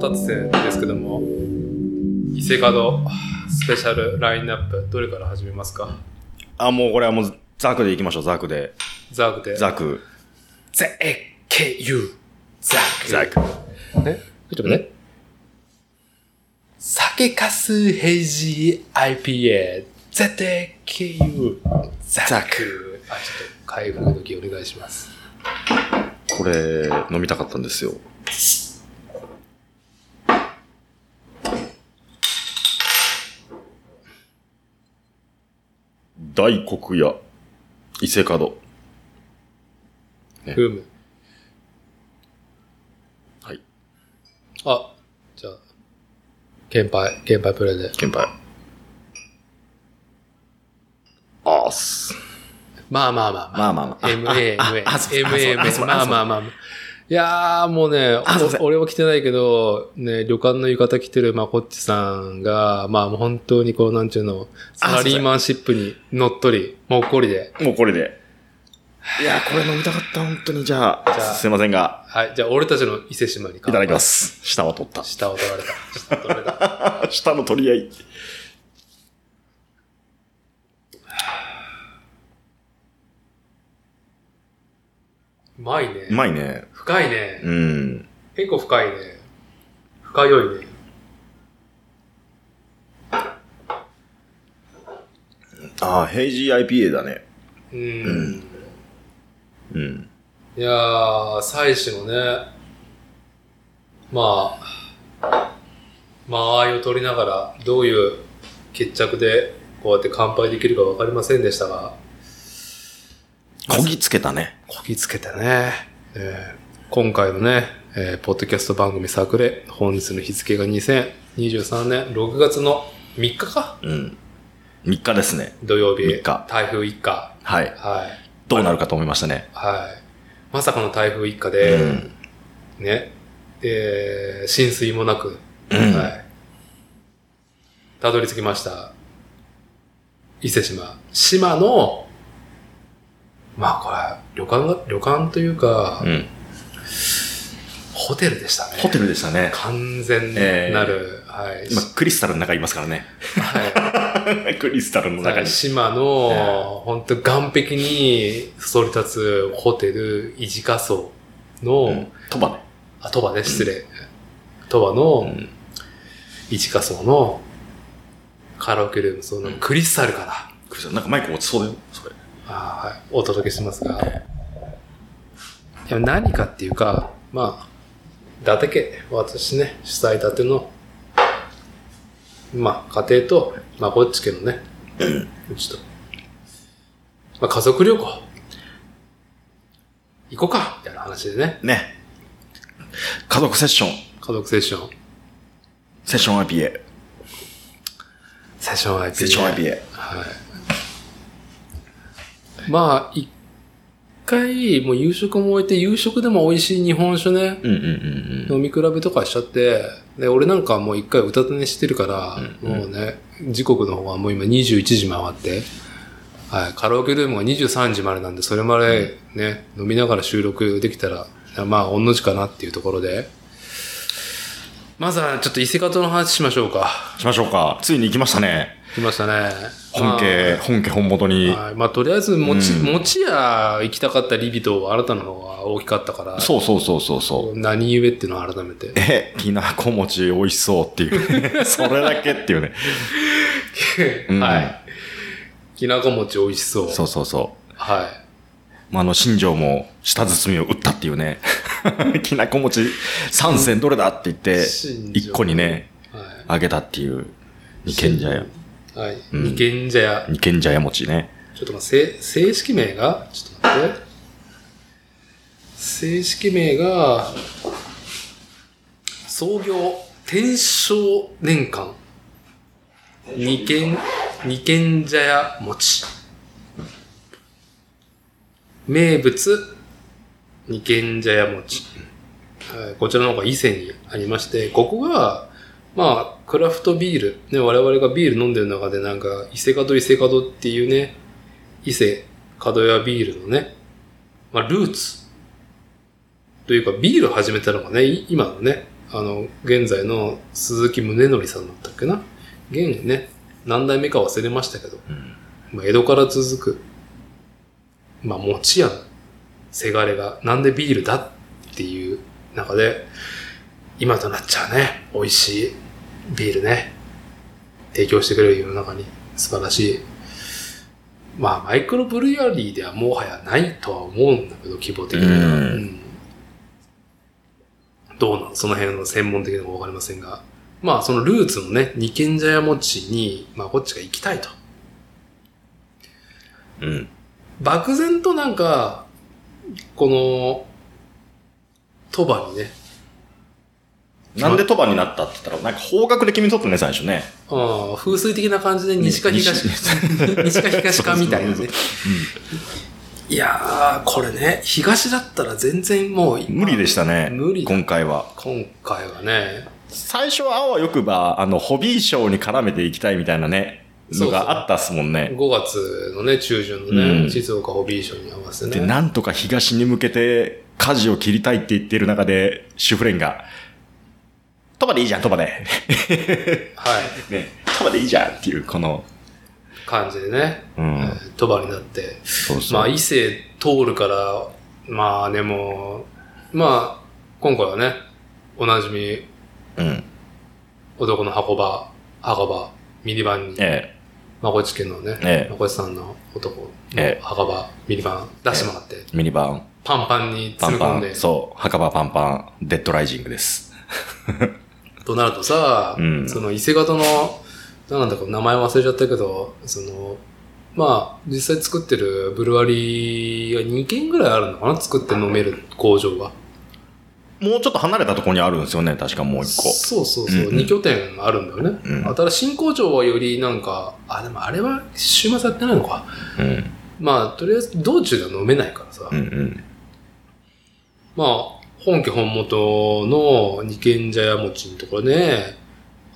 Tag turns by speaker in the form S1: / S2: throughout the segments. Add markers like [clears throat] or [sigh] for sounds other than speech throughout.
S1: 達生ですけども、伊勢門スペシャルラインナップ、どれから始めますか
S2: あ、もうこれはもうザクでいきましょう、ザクで。
S1: ザークで。
S2: ザク。
S1: ザエケユザク。
S2: ザク。
S1: ねちょっと待って。酒かすヘイジー IPA、ザテケユザク。
S2: ザ
S1: あ、ちょっ
S2: ク
S1: と、海外の時お願いします。
S2: これ、飲みたかったんですよ。大黒屋、伊勢門。
S1: ふむ。
S2: はい。
S1: あ、じゃあ、剣杯、剣杯プレイで。
S2: 先輩。あーす。
S1: まあまあまあまあ。
S2: まあまあまあ。
S1: MA、MA、MA、まあまあ
S2: あ。
S1: まあ。いやーもうね
S2: あすいません、
S1: お俺は来てないけど、ね、旅館の浴衣着てるまこっちさんが、まあもう本当にこう、なんちゅうの、サラリーマンシップに乗っ取り、もっこりで。
S2: もうこれで。いやー、これ飲みたかった、本当に。じゃ
S1: じゃ
S2: あ、
S1: あ
S2: すいませんが、
S1: はい、じゃあ俺たちの伊勢島に。
S2: いただきますす。下は取った。
S1: 下を取られた。下を取られ
S2: [laughs]
S1: た。
S2: 下の取り合い。
S1: うまいね。
S2: うまいね。
S1: 深いね。
S2: うん。
S1: 結構深いね。深酔いね。
S2: ああ、ヘイジー IPA だね。
S1: うん。
S2: うん。
S1: いやー、妻子もね、まあ、間合いを取りながら、どういう決着で、こうやって乾杯できるか分かりませんでしたが、
S2: こぎつけたね。
S1: こぎつけたね。えー今回のね、えーポッドキャスト番組作例、本日の日付が2023年6月の3日か
S2: うん。3日ですね。
S1: 土曜日。
S2: 3日
S1: 台風一過。
S2: はい。
S1: はい。
S2: どうなるかと思いましたね。
S1: はい。まさかの台風一過
S2: う
S1: で、
S2: ん。
S1: ね、えー浸水もなく、
S2: うん
S1: はい。たどり着きました。伊勢島。島の、まあこれ、旅館が、旅館というか、
S2: うん。
S1: ホテルでしたね。
S2: ホテルでしたね。
S1: 完全なる、はい。
S2: 今、クリスタルの中にいますからね。
S1: は
S2: [laughs] クリスタルの
S1: い
S2: 中に。
S1: 島の、本当岸壁にそそり立つホテル、維持仮想の、
S2: うん。鳥羽ね。
S1: あ、鳥羽ね、失礼。鳥羽の、
S2: うん
S1: 一花荘のカラオケルーム、そのクリスタルから、
S2: クリスタル、なんかマイク落ちそうだよ。それ。
S1: あーはい、お届けしますが、いや何かっていうか、まあ、伊達家、私ね、主催伊達の、まあ、家庭と、まあ、こっち家の
S2: [coughs]
S1: ね、うちと、まあ、家族旅行、行こうか、みたいな話でね、
S2: ね。家族セッション。
S1: 家族セッション、
S2: セッション IPA。
S1: セッション IP。
S2: セッション IPA。
S1: はい。まあ、一回、もう夕食も終えて、夕食でも美味しい日本酒ね、
S2: うんうんうん
S1: 飲み比べとかしちゃって、で、俺なんかはもう一回歌た寝してるから、
S2: うんうん
S1: もうね、時刻の方はもう今21時回って、はい、カラオケルームが23時までなんで、それまでね、飲みながら収録できたら、まあ、おんの字かなっていうところで、まずはちょっと伊勢方の話しましょうか。
S2: しましょうか。ついに行きましたね。
S1: 来ましたね。
S2: 本家、本家本元に。
S1: はい、まあとりあえず持ち、
S2: うん
S1: 持ちや行きたかったリビトはあなたの方が大きかったから、
S2: そうそうそうそうそう。
S1: 何故っていうのは改めて。
S2: え、きなこ餅美味しそうっ
S1: [laughs]
S2: ていう。それだけっていうね。うん
S1: はい。きなこ餅美味しそう。
S2: そうそうそう。
S1: は
S2: まあ、あの、新庄も舌包みを打ったっていうね。 [laughs] きなこ餅3選どれだって言って、
S1: 新庄
S2: 1個にね、
S1: い。は
S2: あげたっていう。二軒茶屋。
S1: い。はい。
S2: うん
S1: 二軒茶屋。
S2: 二軒茶屋餅ね。
S1: ちょっと待って、せ正式名が、ちょっと待って。正式名が、創業、天正年間。二軒、二軒茶屋餅。名物、二軒茶屋餅。はいこちらの方が伊勢にありまして、ここが、まあ、クラフトビール。ね、我々がビール飲んでる中でなんか、伊勢門伊勢門っていうね、伊勢門屋ビールのね、まあ、ルーツ。というか、ビール始めたのがね、い今のね、あの、現在の鈴木宗則さんだったっけな現ね、何代目か忘れましたけど、
S2: うん
S1: まあ、江戸から続く、まあ、餅やん。せがれが、なんでビールだっていう中で、今となっちゃうね、美味しいビールね、提供してくれる世の中に素晴らしい。まあ、マイクロブルヤリーではもはやないとは思うんだけど、規模的には。
S2: うん
S1: うんどうなのその辺の専門的なのかわかりませんが。まあ、そのルーツのね、二軒茶屋餅に、まあ、こっちが行きたいと。
S2: うん。
S1: 漠然となんか、この、鳥羽にね、
S2: なんで鳥羽になったって言ったら、なんか方角で決めとったね、最初ね。
S1: ああ風水的な感じで西か東か、西か東かみたいな
S2: そう
S1: ね
S2: そ。
S1: いやー、これね、東だったら全然もう、
S2: 無理でしたね。
S1: 無理
S2: 今回は。
S1: 今回はね、
S2: 最初は青はよくば、あの、ホビーショーに絡めていきたいみたいなね、のがあったっすもんね。
S1: 5月のね、中旬のね、
S2: うん
S1: 静岡ホビーショーに合わせて
S2: で、
S1: ね。
S2: なんとか東に向けて、舵を切りたいって言ってる中で、主婦連が、鳥羽でいいじゃん、鳥羽で。
S1: はい。
S2: [laughs] ね、鳥羽でいいじゃんっていう、この、
S1: 感じでね、
S2: うん。
S1: 鳥羽になって。
S2: そうそう。
S1: まあ、伊勢通るから、まあでも、まあ、今回はね、おなじみ、
S2: うん。
S1: 男の箱場、墓場、ミリバンに、
S2: え
S1: まこち家のね、
S2: ええ
S1: まこちさんの男の
S2: ええ
S1: 墓場、ミリバン出してもらって、
S2: え、ミニバン、
S1: パンパンに
S2: パ
S1: 詰
S2: ン
S1: め込
S2: パ
S1: んで
S2: ン、、そう、墓場パンパン、デッドライジングです。
S1: となるとさ、
S2: うん
S1: その伊勢型の、なんだか名前忘れちゃったけど、その、まあ、実際作ってるブルワリーが2軒ぐらいあるのかな作って飲める工場が。
S2: もうちょっと離れたところにあるんですよね、確かもう一個。
S1: そうそうそう、
S2: うんうん
S1: 2拠点あるんだよね。
S2: うん
S1: あただ新工場はよりなんか、あ、でもあれは週末やってないのか。
S2: うん。
S1: まあ、とりあえず道中では飲めないからさ。
S2: うんうん。
S1: まあ、本家本元の二軒茶屋餅のところね、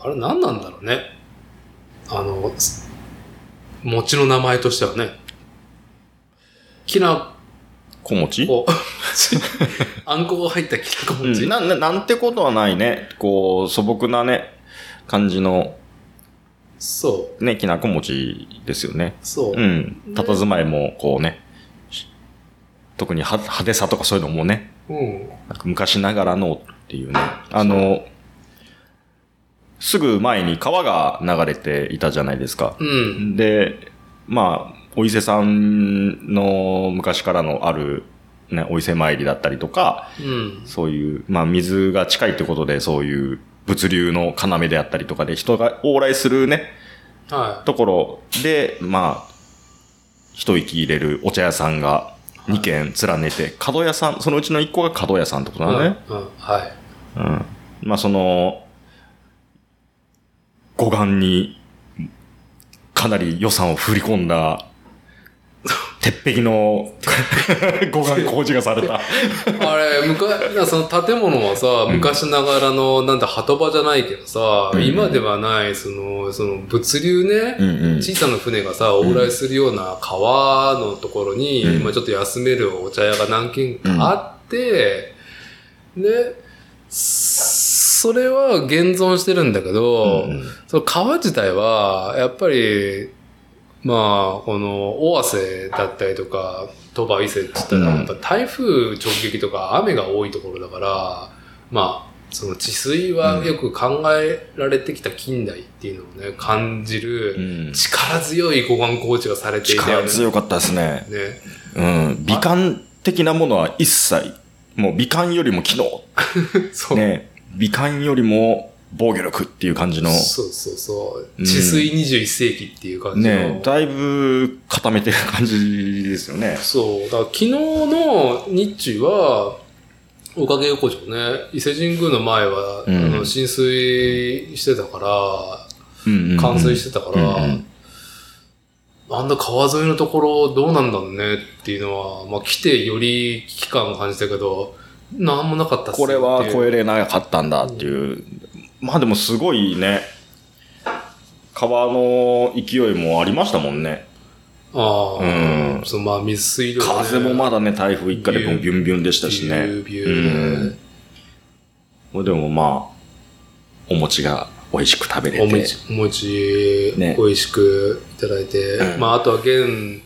S1: あれ何なんだろうね。あの、す餅の名前としてはね。きな [laughs]
S2: 小餅
S1: こ、あんこが入ったきなこ餅。
S2: うん、なななんてことはないね。こう、素朴なね、感じの、
S1: そう、
S2: ね、きなこ餅ですよね。
S1: そう。
S2: うん。佇まいも、こうね、し特には派手さとかそういうのもね、
S1: うん。
S2: なんか昔ながらのっていうね。あの、すぐ前に川が流れていたじゃないですか。
S1: うん。
S2: で、まあ、お伊勢さんの昔からのある、ね、お伊勢参りだったりとか、
S1: うん。
S2: そういう、まあ水が近いってことで、そういう物流の要であったりとかで、人が往来するね、
S1: は
S2: ところで、まあ、一息入れるお茶屋さんが2軒連ねて、角屋さん、そのうちの1個が角屋さんってこと
S1: い。
S2: なのね。
S1: うん。うんはい。
S2: うん。まあその、護岸にかなり予算を振り込んだ、鉄壁 [laughs] の護岸工事がされた。
S1: あれ、昔、なその建物はさ、
S2: うん
S1: 昔ながらの、なんて、鳩場じゃないけどさ、
S2: うん
S1: 今ではない、その、その、物流ね、
S2: うんうん。
S1: 小さな船がさ、往来するような川のところに、
S2: うん
S1: 今ちょっと休めるお茶屋が何軒かあって、で、それは現存してるんだけど、
S2: うん
S1: その川自体は、やっぱり、まあ、この、尾鷲だったりとか、鳥羽伊勢って言ったら、
S2: うん
S1: やっぱ台風直撃とか雨が多いところだから、まあ、その治水はよく考えられてきた近代っていうのをね、感じる、
S2: うん
S1: 力強い護岸工事がされていたよ
S2: 力
S1: ね。
S2: 強かったですね。
S1: ね。
S2: うん。美観的なものは一切、もう美観よりも機能。
S1: そう。
S2: ね。美観よりも防御力っていう感じの。
S1: そうそうそうう。
S2: ん
S1: 治水21世紀っていう感じの。
S2: ね。だいぶ固めてる感じですよね。
S1: そう。だから昨日の日中は、おかげ横丁ね、伊勢神宮の前は、
S2: うん
S1: あの浸水してたから、
S2: うんうんうん
S1: 冠水してたから、
S2: うんうん
S1: あんな川沿いのところどうなんだろうねっていうのは、まあ来てより危機感を感じたけど、なんもなかったっす
S2: これは
S1: え
S2: 超えれなかったんだっていう。まあでもすごいね。川の勢いもありましたもんね。
S1: ああ、
S2: うん
S1: そのまあ水水量がね、
S2: 風もまだね、台風一過でビュンビュンビュンでしたし
S1: ビ
S2: ね。
S1: ュービューで、
S2: うんこれでもまあ、お餅が美味しく食べ
S1: お
S2: れて
S1: 餅、、お餅、
S2: ね
S1: 美味しくいただいて、
S2: うん
S1: まあ、あとは現、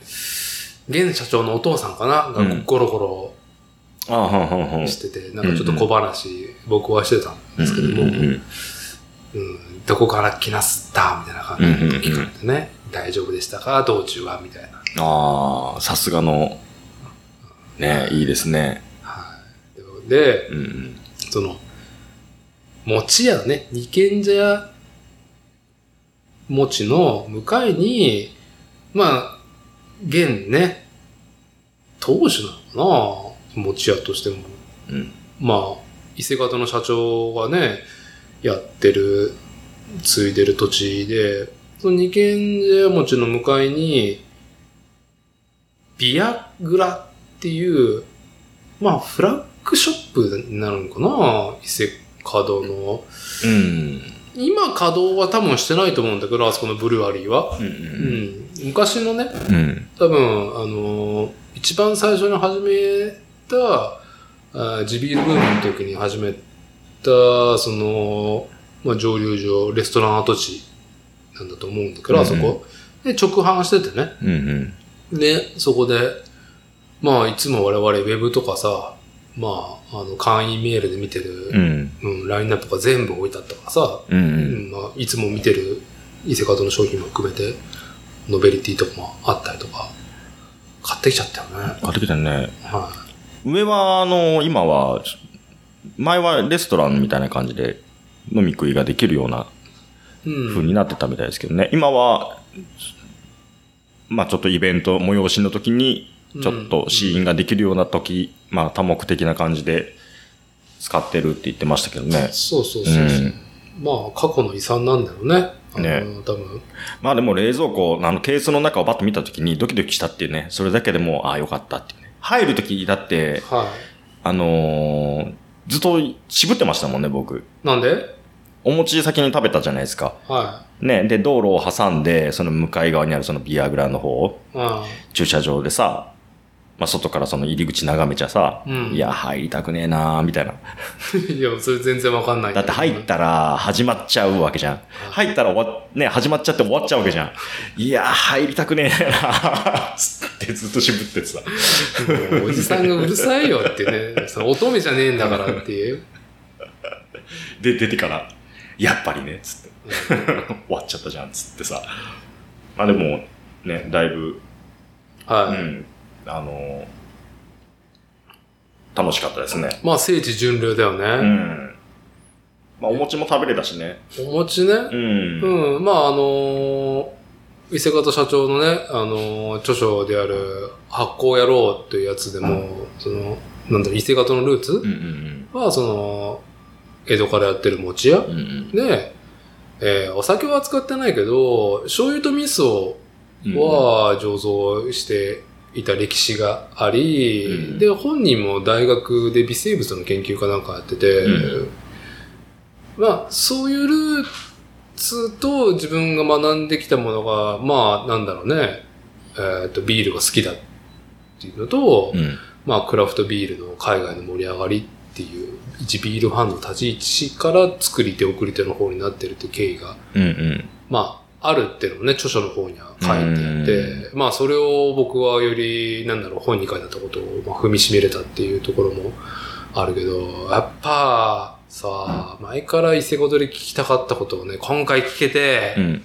S1: 現社長のお父さんかな、
S2: うん
S1: がゴロゴ
S2: ああ、はんはんはん。
S1: ロしてて、なんかちょっと小話、僕はしてたんですけども、
S2: うんうんうん
S1: うんどこから来なすったみたいな感じで聞かれてね、大丈夫でしたか道中はみたいな。
S2: ああ、さすがの、ね、いいですね。
S1: はい。で、
S2: うんうん。
S1: その、餅屋ね、二軒茶屋餅の向かいに、まあ、現ね、当主なのかな餅屋としても。
S2: うん
S1: まあ、伊勢方の社長がね、やってる、継いでる土地で、その二軒茶屋餅の向かいに、ビアグラっていう、まあ、フラッグショップになるのかな伊勢角の。
S2: うん。
S1: 今、稼働は多分してないと思うんだけど、あそこのブルワリーは。
S2: う。
S1: うんん。昔のね、
S2: うん。
S1: 多分、あのー一番最初に始めた、あー地ビールブームの時に始めた、その、まあ、蒸留所、レストラン跡地なんだと思うんだけど、あそこ。で、直販しててね。
S2: うん。うん。
S1: で、そこで、まあ、いつも我々ウェブとかさ、まあ、あの、会員メールで見て
S2: う
S1: る、
S2: ん。
S1: うん、ラインナップが全部置いてあったからさ、う
S2: う。
S1: んん、まあ、いつも見てる伊勢門の商品も含めて、ノベリティとかもあったりとか、買ってきちゃったよね。
S2: 買ってきたね。
S1: は。
S2: 上は、あの、今は、前はレストランみたいな感じで飲み食いができるようない
S1: うん。
S2: 風になってたみたいですけどね。今は、まあちょっとイベント、催しの時に、ちょっとシーンができるような時、まあ多目的な感じで使ってるって言ってましたけどね。
S1: そうそうそうそう。
S2: うん
S1: まあ、過去の遺産なんだよね。あの
S2: ね
S1: 多分。
S2: まあでも冷蔵庫、あのケースの中をバッと見た時にドキドキしたっていうね、それだけでもう、ああよかったっていうね。入る時だって、
S1: は
S2: あのーずっと渋ってましたもんね、僕。
S1: い。なんで
S2: お餅先に食べたじゃないですか。
S1: は
S2: ね、で、道路を挟んで、その向かい側にあるそのビアグラの方、
S1: い。うん。
S2: 駐車場でさ、まあ外からその入り口眺めちゃさ、
S1: うん
S2: いや、入りたくねえなーみたいな。
S1: [laughs] いや、それ全然わかんない。
S2: だって入ったら始まっちゃうわけじゃん。入ったら終わっ、ね、始まっちゃって終わっちゃうわけじゃん。いやー、入りたくねえなーつってずっと渋っててさ。
S1: もうおじさんがうるさいよっていうね。そ [laughs] の乙女じゃねえんだからっていう。
S2: で、出てから、やっぱりね、つって。 [laughs] 終わっちゃったじゃん、つってさ。まあでも、ね、だいぶ、う
S1: はい。
S2: ん、あのー楽しかったですね。
S1: まあ、聖地巡礼だよ
S2: う
S1: ね。
S2: ん。まあ、お餅も食べれたしね。
S1: お餅ね。
S2: うん。
S1: うん。まあ、あのー伊勢方社長のね、あのー著書である、発酵野郎っていうやつでも、その、なんだろう、伊勢方のルーツ
S2: うんうん
S1: は、その、江戸からやってる餅屋
S2: うん。うん
S1: で、えーお酒は扱ってないけど、醤油と味噌
S2: うん。
S1: は醸造していた歴史があり、
S2: うん
S1: で、本人も大学で微生物の研究かなんかやってて、
S2: う
S1: まあ、そういうルーツと自分が学んできたものが、まあ、なんだろうね、えっと、ビールが好きだっていうのと、
S2: うん。
S1: まあ、クラフトビールの海外の盛り上がりっていう、一ビールファンの立ち位置から作り手送り手の方になってるっていう経緯が
S2: うんうん。
S1: まあ、あるっていうのもね、著書の方には書いてあって、まあ、それを僕はより、なんだろう、本に書いてあったことをまあ踏みしめれたっていうところもあるけど、やっぱ、さあ、前から伊勢ことで聞きたかったことをね、今回聞けて、
S2: うん。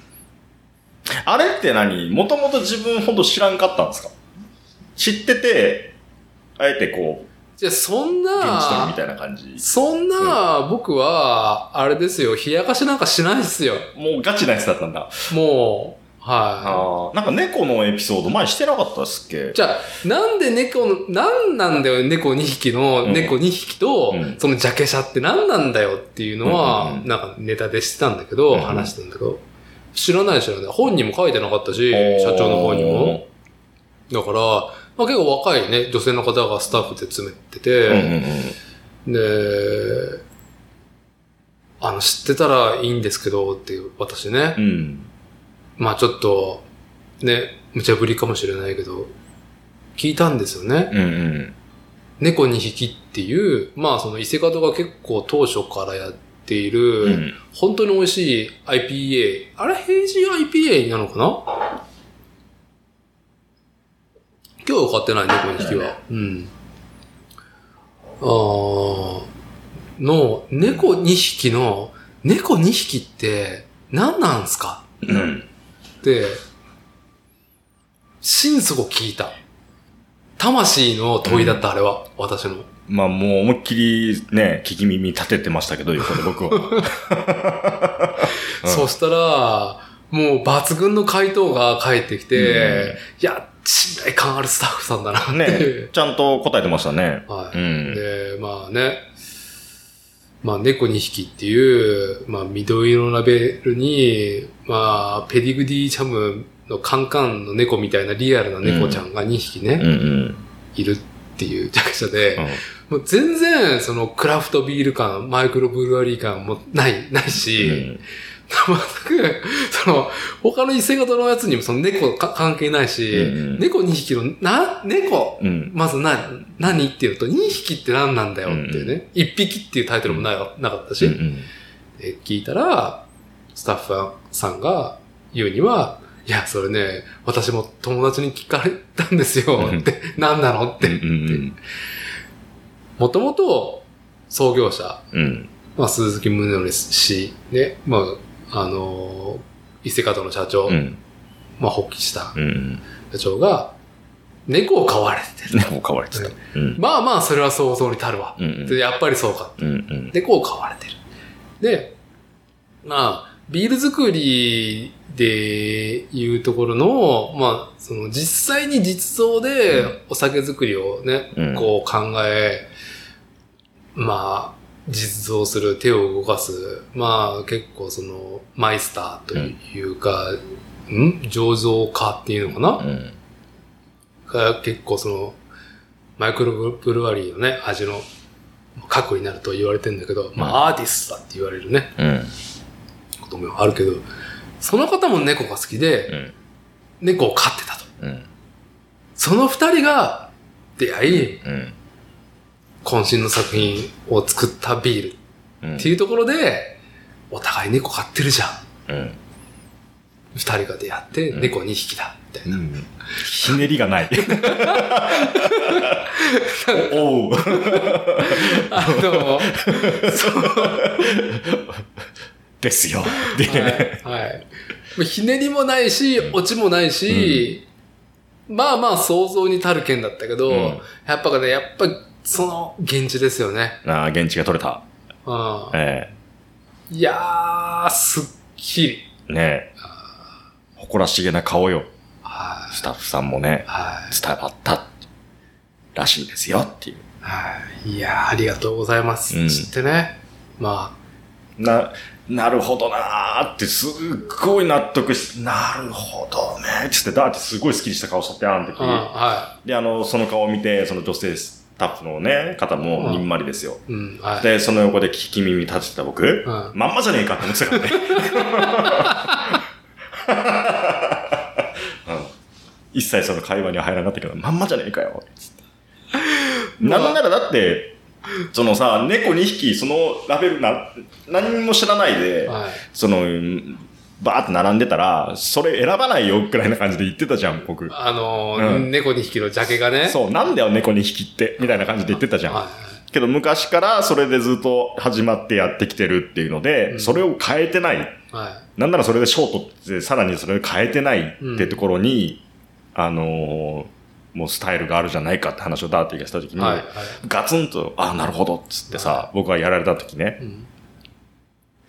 S2: あれって何もともと自分ほんと知らんかったんですか知ってて、あえてこう、
S1: じゃあそん
S2: 現地取りみ
S1: な、
S2: たいな感じ。
S1: そんな、僕は、あれですよ、冷やかしなんかしないですよ。
S2: もうガチなやつだったんだ。
S1: もう、は
S2: ああ。なんか猫のエピソード前してなかったっすっけ
S1: い。じゃあ、なんで猫の、なんなんだよ、猫2匹の、
S2: うん
S1: 猫2匹と、
S2: うん
S1: そのジャケシャって何なんだよっていうのは、
S2: うんうんうん
S1: なんかネタでしてたんだけど、
S2: うんうん
S1: 話してたんだけど、知らない知らない。本にも書いてなかったし、社長の方にも。。だから、まあ、結構若いね、女性の方がスタッフで詰めて
S2: おーうんうん
S1: て、
S2: うん。
S1: で、あの、知ってたらいいんですけど、っていう、私ね。
S2: うん。
S1: まあちょっと、ね、無茶ぶりかもしれないけど、聞いたんですよね。
S2: うんうん。
S1: 猫2匹っていう、まあその伊勢門が結構当初からやっている、
S2: うん。
S1: 本当に美味しい IPA。あれ、平時 IPA なのかな今日は買ってないね、この匹は。うん。あーの、猫2匹の、猫2匹って何なんすか
S2: うん。
S1: って、心底聞いた。魂の問いだった、あれは。私の。
S2: まあもう思いっきりね、聞き耳立ててましたけど、横で僕 [laughs] は。うん
S1: そしたら、もう抜群の回答が返ってきて、いや、信頼感あるスタッフさんだなっていう
S2: ね、ちゃんと答えてましたね。
S1: [laughs] は
S2: う
S1: い。
S2: ん。
S1: で、まあね、まあ猫2匹っていう、まあ緑色のラベルに、まあペディグディチャムのカンカンの猫みたいなリアルな猫ちゃんが2匹ね、
S2: うんうん。
S1: いるっていう弱者で、
S2: うん
S1: もう全然そのクラフトビール感、マイクロブルワリー感もない、ないし、全く、その、他の異性型のやつにもその猫か関係ないし、
S2: うんうん
S1: 猫2匹の、な、猫、
S2: うんうん。
S1: まず何、何っていうのと、2匹って何なんだよっていう
S2: う
S1: ね、1匹っていうタイトルもななかったし、
S2: うんうん
S1: え聞いたら、スタッフさんが言うには、いや、それね、私も友達に聞かれたんですよ
S2: うん
S1: って、何なのっ
S2: う
S1: て。
S2: ん
S1: もともと、創業者、
S2: うん。
S1: まあ、鈴木宗則氏、ね、まあ、あのー伊勢門の社長、
S2: うん。
S1: まあ、発起した
S2: うん。
S1: 社長が、猫を飼われてて、
S2: 猫飼われてた。うん。
S1: まあまあ、それは想像に足るわ。
S2: うんうん
S1: で、やっぱりそうか。
S2: うんうん。
S1: 猫を飼われてる。で、まあ、ビール作りでいうところの、まあ、その実際に実装でお酒作りをね、
S2: うん
S1: こう考え、まあ、実像する、手を動かす、まあ、結構その、マイスターというか、ん醸造家っていうのかな、
S2: うん
S1: が結構その、マイクロブルワリーのね、味の核になると言われてんだけど、まあアーティストだって言われるね、
S2: うん
S1: こともあるけど、その方も猫が好きで、
S2: うん
S1: 猫を飼ってたと。
S2: うん
S1: その二人が出会い、
S2: うん
S1: 渾身の作品を作ったビール
S2: うん
S1: っていうところで、お互い猫飼ってるじゃん。
S2: うん
S1: 二人が出会って、
S2: うん
S1: 猫二匹だ、みたいな。
S2: うんひねりがない。おおう。 [laughs]
S1: あの、
S2: ですよ。で、
S1: はい。はいもうひねりもないし、オチもないし、まあまあ想像に足る件だったけど、
S2: うん
S1: やっぱね、やっぱその現地ですよね。
S2: ああ、現地が取れた。
S1: うん
S2: え
S1: いやー、すっきり。
S2: えねえ。誇らしげな顔よ。
S1: はい。
S2: スタッフさんもね、
S1: はい。
S2: 伝わった。らしいですよっていう。
S1: はい。いやー、ありがとうございます。
S2: うん
S1: 知ってね。ま
S2: な、なるほどなーって、すっごい納得し、なるほどねーっつって、だーってすごいスッキリした顔しちゃって、あの時
S1: あ、うん、。は
S2: で、あの、その顔を見て、その女性スタッフのね、方
S1: う
S2: も
S1: ん
S2: にんまりですよ。
S1: い。うん、はい。
S2: で、その横で聞き耳立てた僕、
S1: うん
S2: まんまじゃねえかって思ってたからね。
S1: [laughs]
S2: うん一切その会話には入らなかったけど、まんまじゃねえかよ。つって
S1: まあ
S2: なんならだって、そのさ、猫2匹、そのラベルな、何も知らないで、
S1: はい。
S2: その、うんバーって並んでたら、それ選ばないよ、くらいな感じで言ってたじゃん、僕。
S1: あのー
S2: うん
S1: 猫2匹のジャケがね。
S2: そう、なんだよ、猫2匹って、みたいな感じで言ってたじゃん。
S1: は
S2: けど昔からそれでずっと始まってやってきてるっていうので、
S1: うん
S2: それを変えてない。
S1: い。は
S2: なんならそれでショートって、さらにそれを変えてないってところに、あのーもうスタイルがあるじゃないかって話をダーティがした時
S1: い。
S2: に、
S1: はい。はい。
S2: ガツンと、ああ、なるほどっつってさ、僕がやられた時ね、
S1: うん。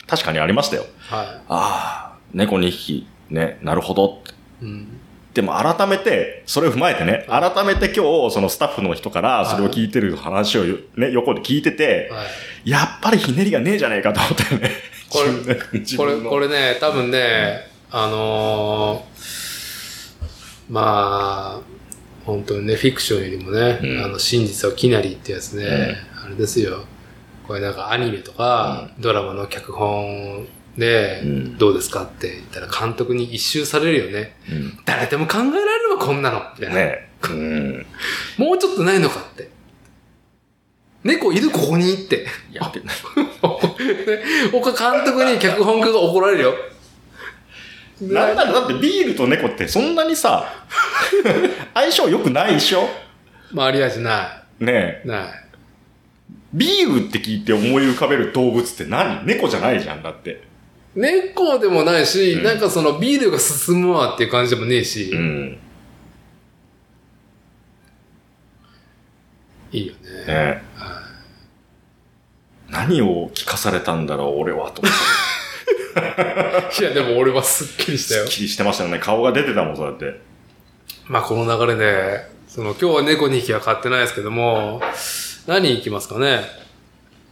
S2: 確かにありましたよ。
S1: は
S2: ああ、猫2匹、ね、なるほどって。
S1: い。うん。
S2: でも改めて、それを踏まえてね、改めて今日、そのスタッフの人からそれを聞いてる話をね、横で聞いてて、
S1: はい。
S2: やっぱりひねりがねえじゃねえかと思ったよね。
S1: これ
S2: 自
S1: これ、
S2: 分の
S1: これね、多分ね、あのーまあ、本当にね、フィクションよりもね、
S2: うん
S1: あの、真実はきなりってやつね、あれですよ。これなんかアニメとか、ドラマの脚本で
S2: う、ん
S1: どうですかって言ったら監督に一周されるよね。
S2: うん
S1: 誰でも考えられるわ、こんなのみたいな
S2: ねえ。うん。
S1: もうちょっとないのかって。猫いるここにって。 [laughs]
S2: やってない。
S1: 岡監督に脚本家が怒られるよ。
S2: なんだろう、だってビールと猫ってそんなにさ、 [laughs] 相性良くないでしょ
S1: まあ、ありやしな
S2: ねえ。
S1: い。ない。
S2: ビールって聞いて思い浮かべる動物って何猫じゃないじゃん、だって。
S1: 猫でもないし、
S2: うん
S1: なんかそのビールが進むわっていう感じでもねえし、
S2: ん。ね
S1: いいよね。
S2: え。何を聞かされたんだろう、俺は、と。
S1: [laughs] いや、でも俺はすっきりした
S2: す
S1: よ
S2: っ。きりしてましたよね。顔が出てたもん、そうやって。
S1: まあ、この流れで、その、今日は猫2匹は買ってないですけども、何行きますかね。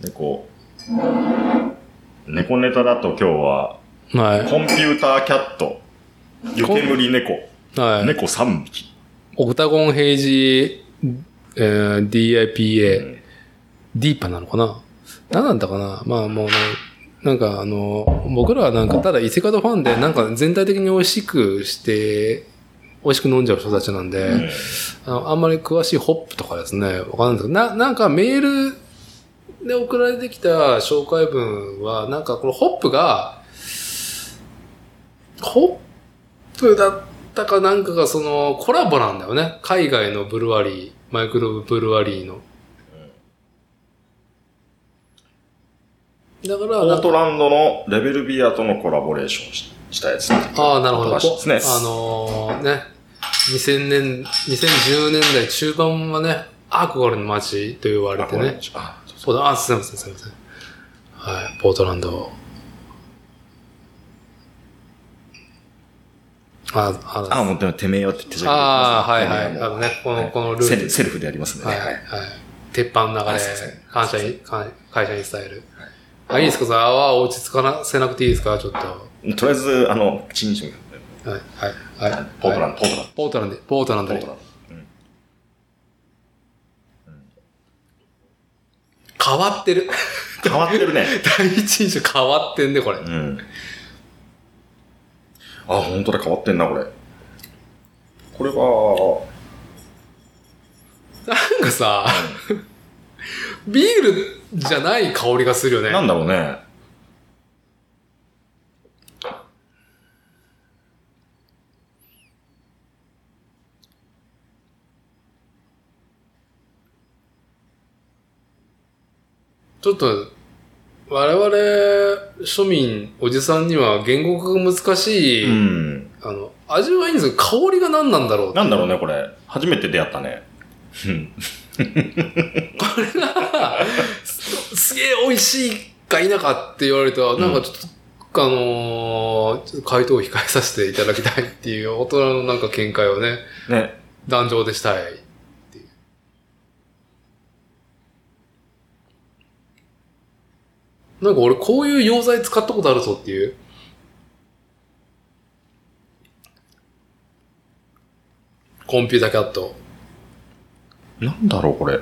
S2: 猫。猫ネタだと今日は、
S1: は
S2: コンピューターキャット、湯煙猫、
S1: い。はい。
S2: 猫3匹。
S1: オクタゴンヘイジ、えー、DIPA、
S2: うん
S1: ディーパなのかな何なんだかなまあもうね、なんかあの、僕らはなんかただ伊勢門ファンで、なんか全体的に美味しくして、美味しく飲んじゃう人たちなんで、
S2: うん
S1: あのあんまり詳しいホップとかですね、わかんないんですけど、な、なんかメールで送られてきた紹介文は、なんかこのホップが、ホップだったかなんかがそのコラボなんだよね。海外のブルワリー、マイクロブルワリーの。だから、
S2: ポ
S1: な
S2: ー
S1: んか
S2: トランドのレベルビアとのコラボレーションししたやつ、ね。
S1: ああ、なるほど。
S2: 新しいですね
S1: あのーね、2000年、2010年代中盤はね、憧れの街と言われてね。
S2: あそう
S1: ポートあ、すいません、すいません。はい、ポートランド。あ、あ
S2: あ、もうでもてめえよって手順
S1: あーはいはい。
S2: てめえ
S1: あ
S2: よも
S1: の
S2: う
S1: ね、こ
S2: は
S1: の、
S2: い
S1: このル
S2: セ
S1: ー
S2: ル
S1: ル。
S2: セルフでやりますんで
S1: は
S2: ね。
S1: い、は
S2: はいい。。
S1: 鉄板の中
S2: あ
S1: です
S2: いませ
S1: 感
S2: ん、
S1: 謝に、感会社に伝える。あ、いいですかさ、泡落ち着かなせなくていいですかちょっと。は
S2: とりあえず、あの、口にしよ
S1: い、はい、はい。
S2: ポートラ
S1: ン
S2: ンド、ポートランド。
S1: ポートランドに、ポートランド
S2: ポー
S1: に
S2: ト。ランド。うん
S1: 変わってる。 [laughs]
S2: 変わってるね。
S1: 第一印象変わってん [laughs] ね、これ。
S2: うん。あ、本当だ、変わってんな、これ。これは、
S1: なんかさ、ビールじゃない香りがするよね。
S2: なんだろうね。
S1: ちょっと、我々、庶民、おじさんには言語化が難し
S2: う
S1: い、
S2: ん。
S1: あの、味はいいんですけど、香りが何なんだろう。
S2: なんだろうね、これ。初めて出会ったね。うん。
S1: すすげえ美味しいか否かって言われると、
S2: ん
S1: なんかちょっと、あのーちょっと回答を控えさせていただきたいっていう、大人のなんか見解をね、
S2: ね。
S1: 壇上でしたい。なんか俺こういう溶剤使ったことあるぞっていう。コンピューターキャット。
S2: なんだろう、これ。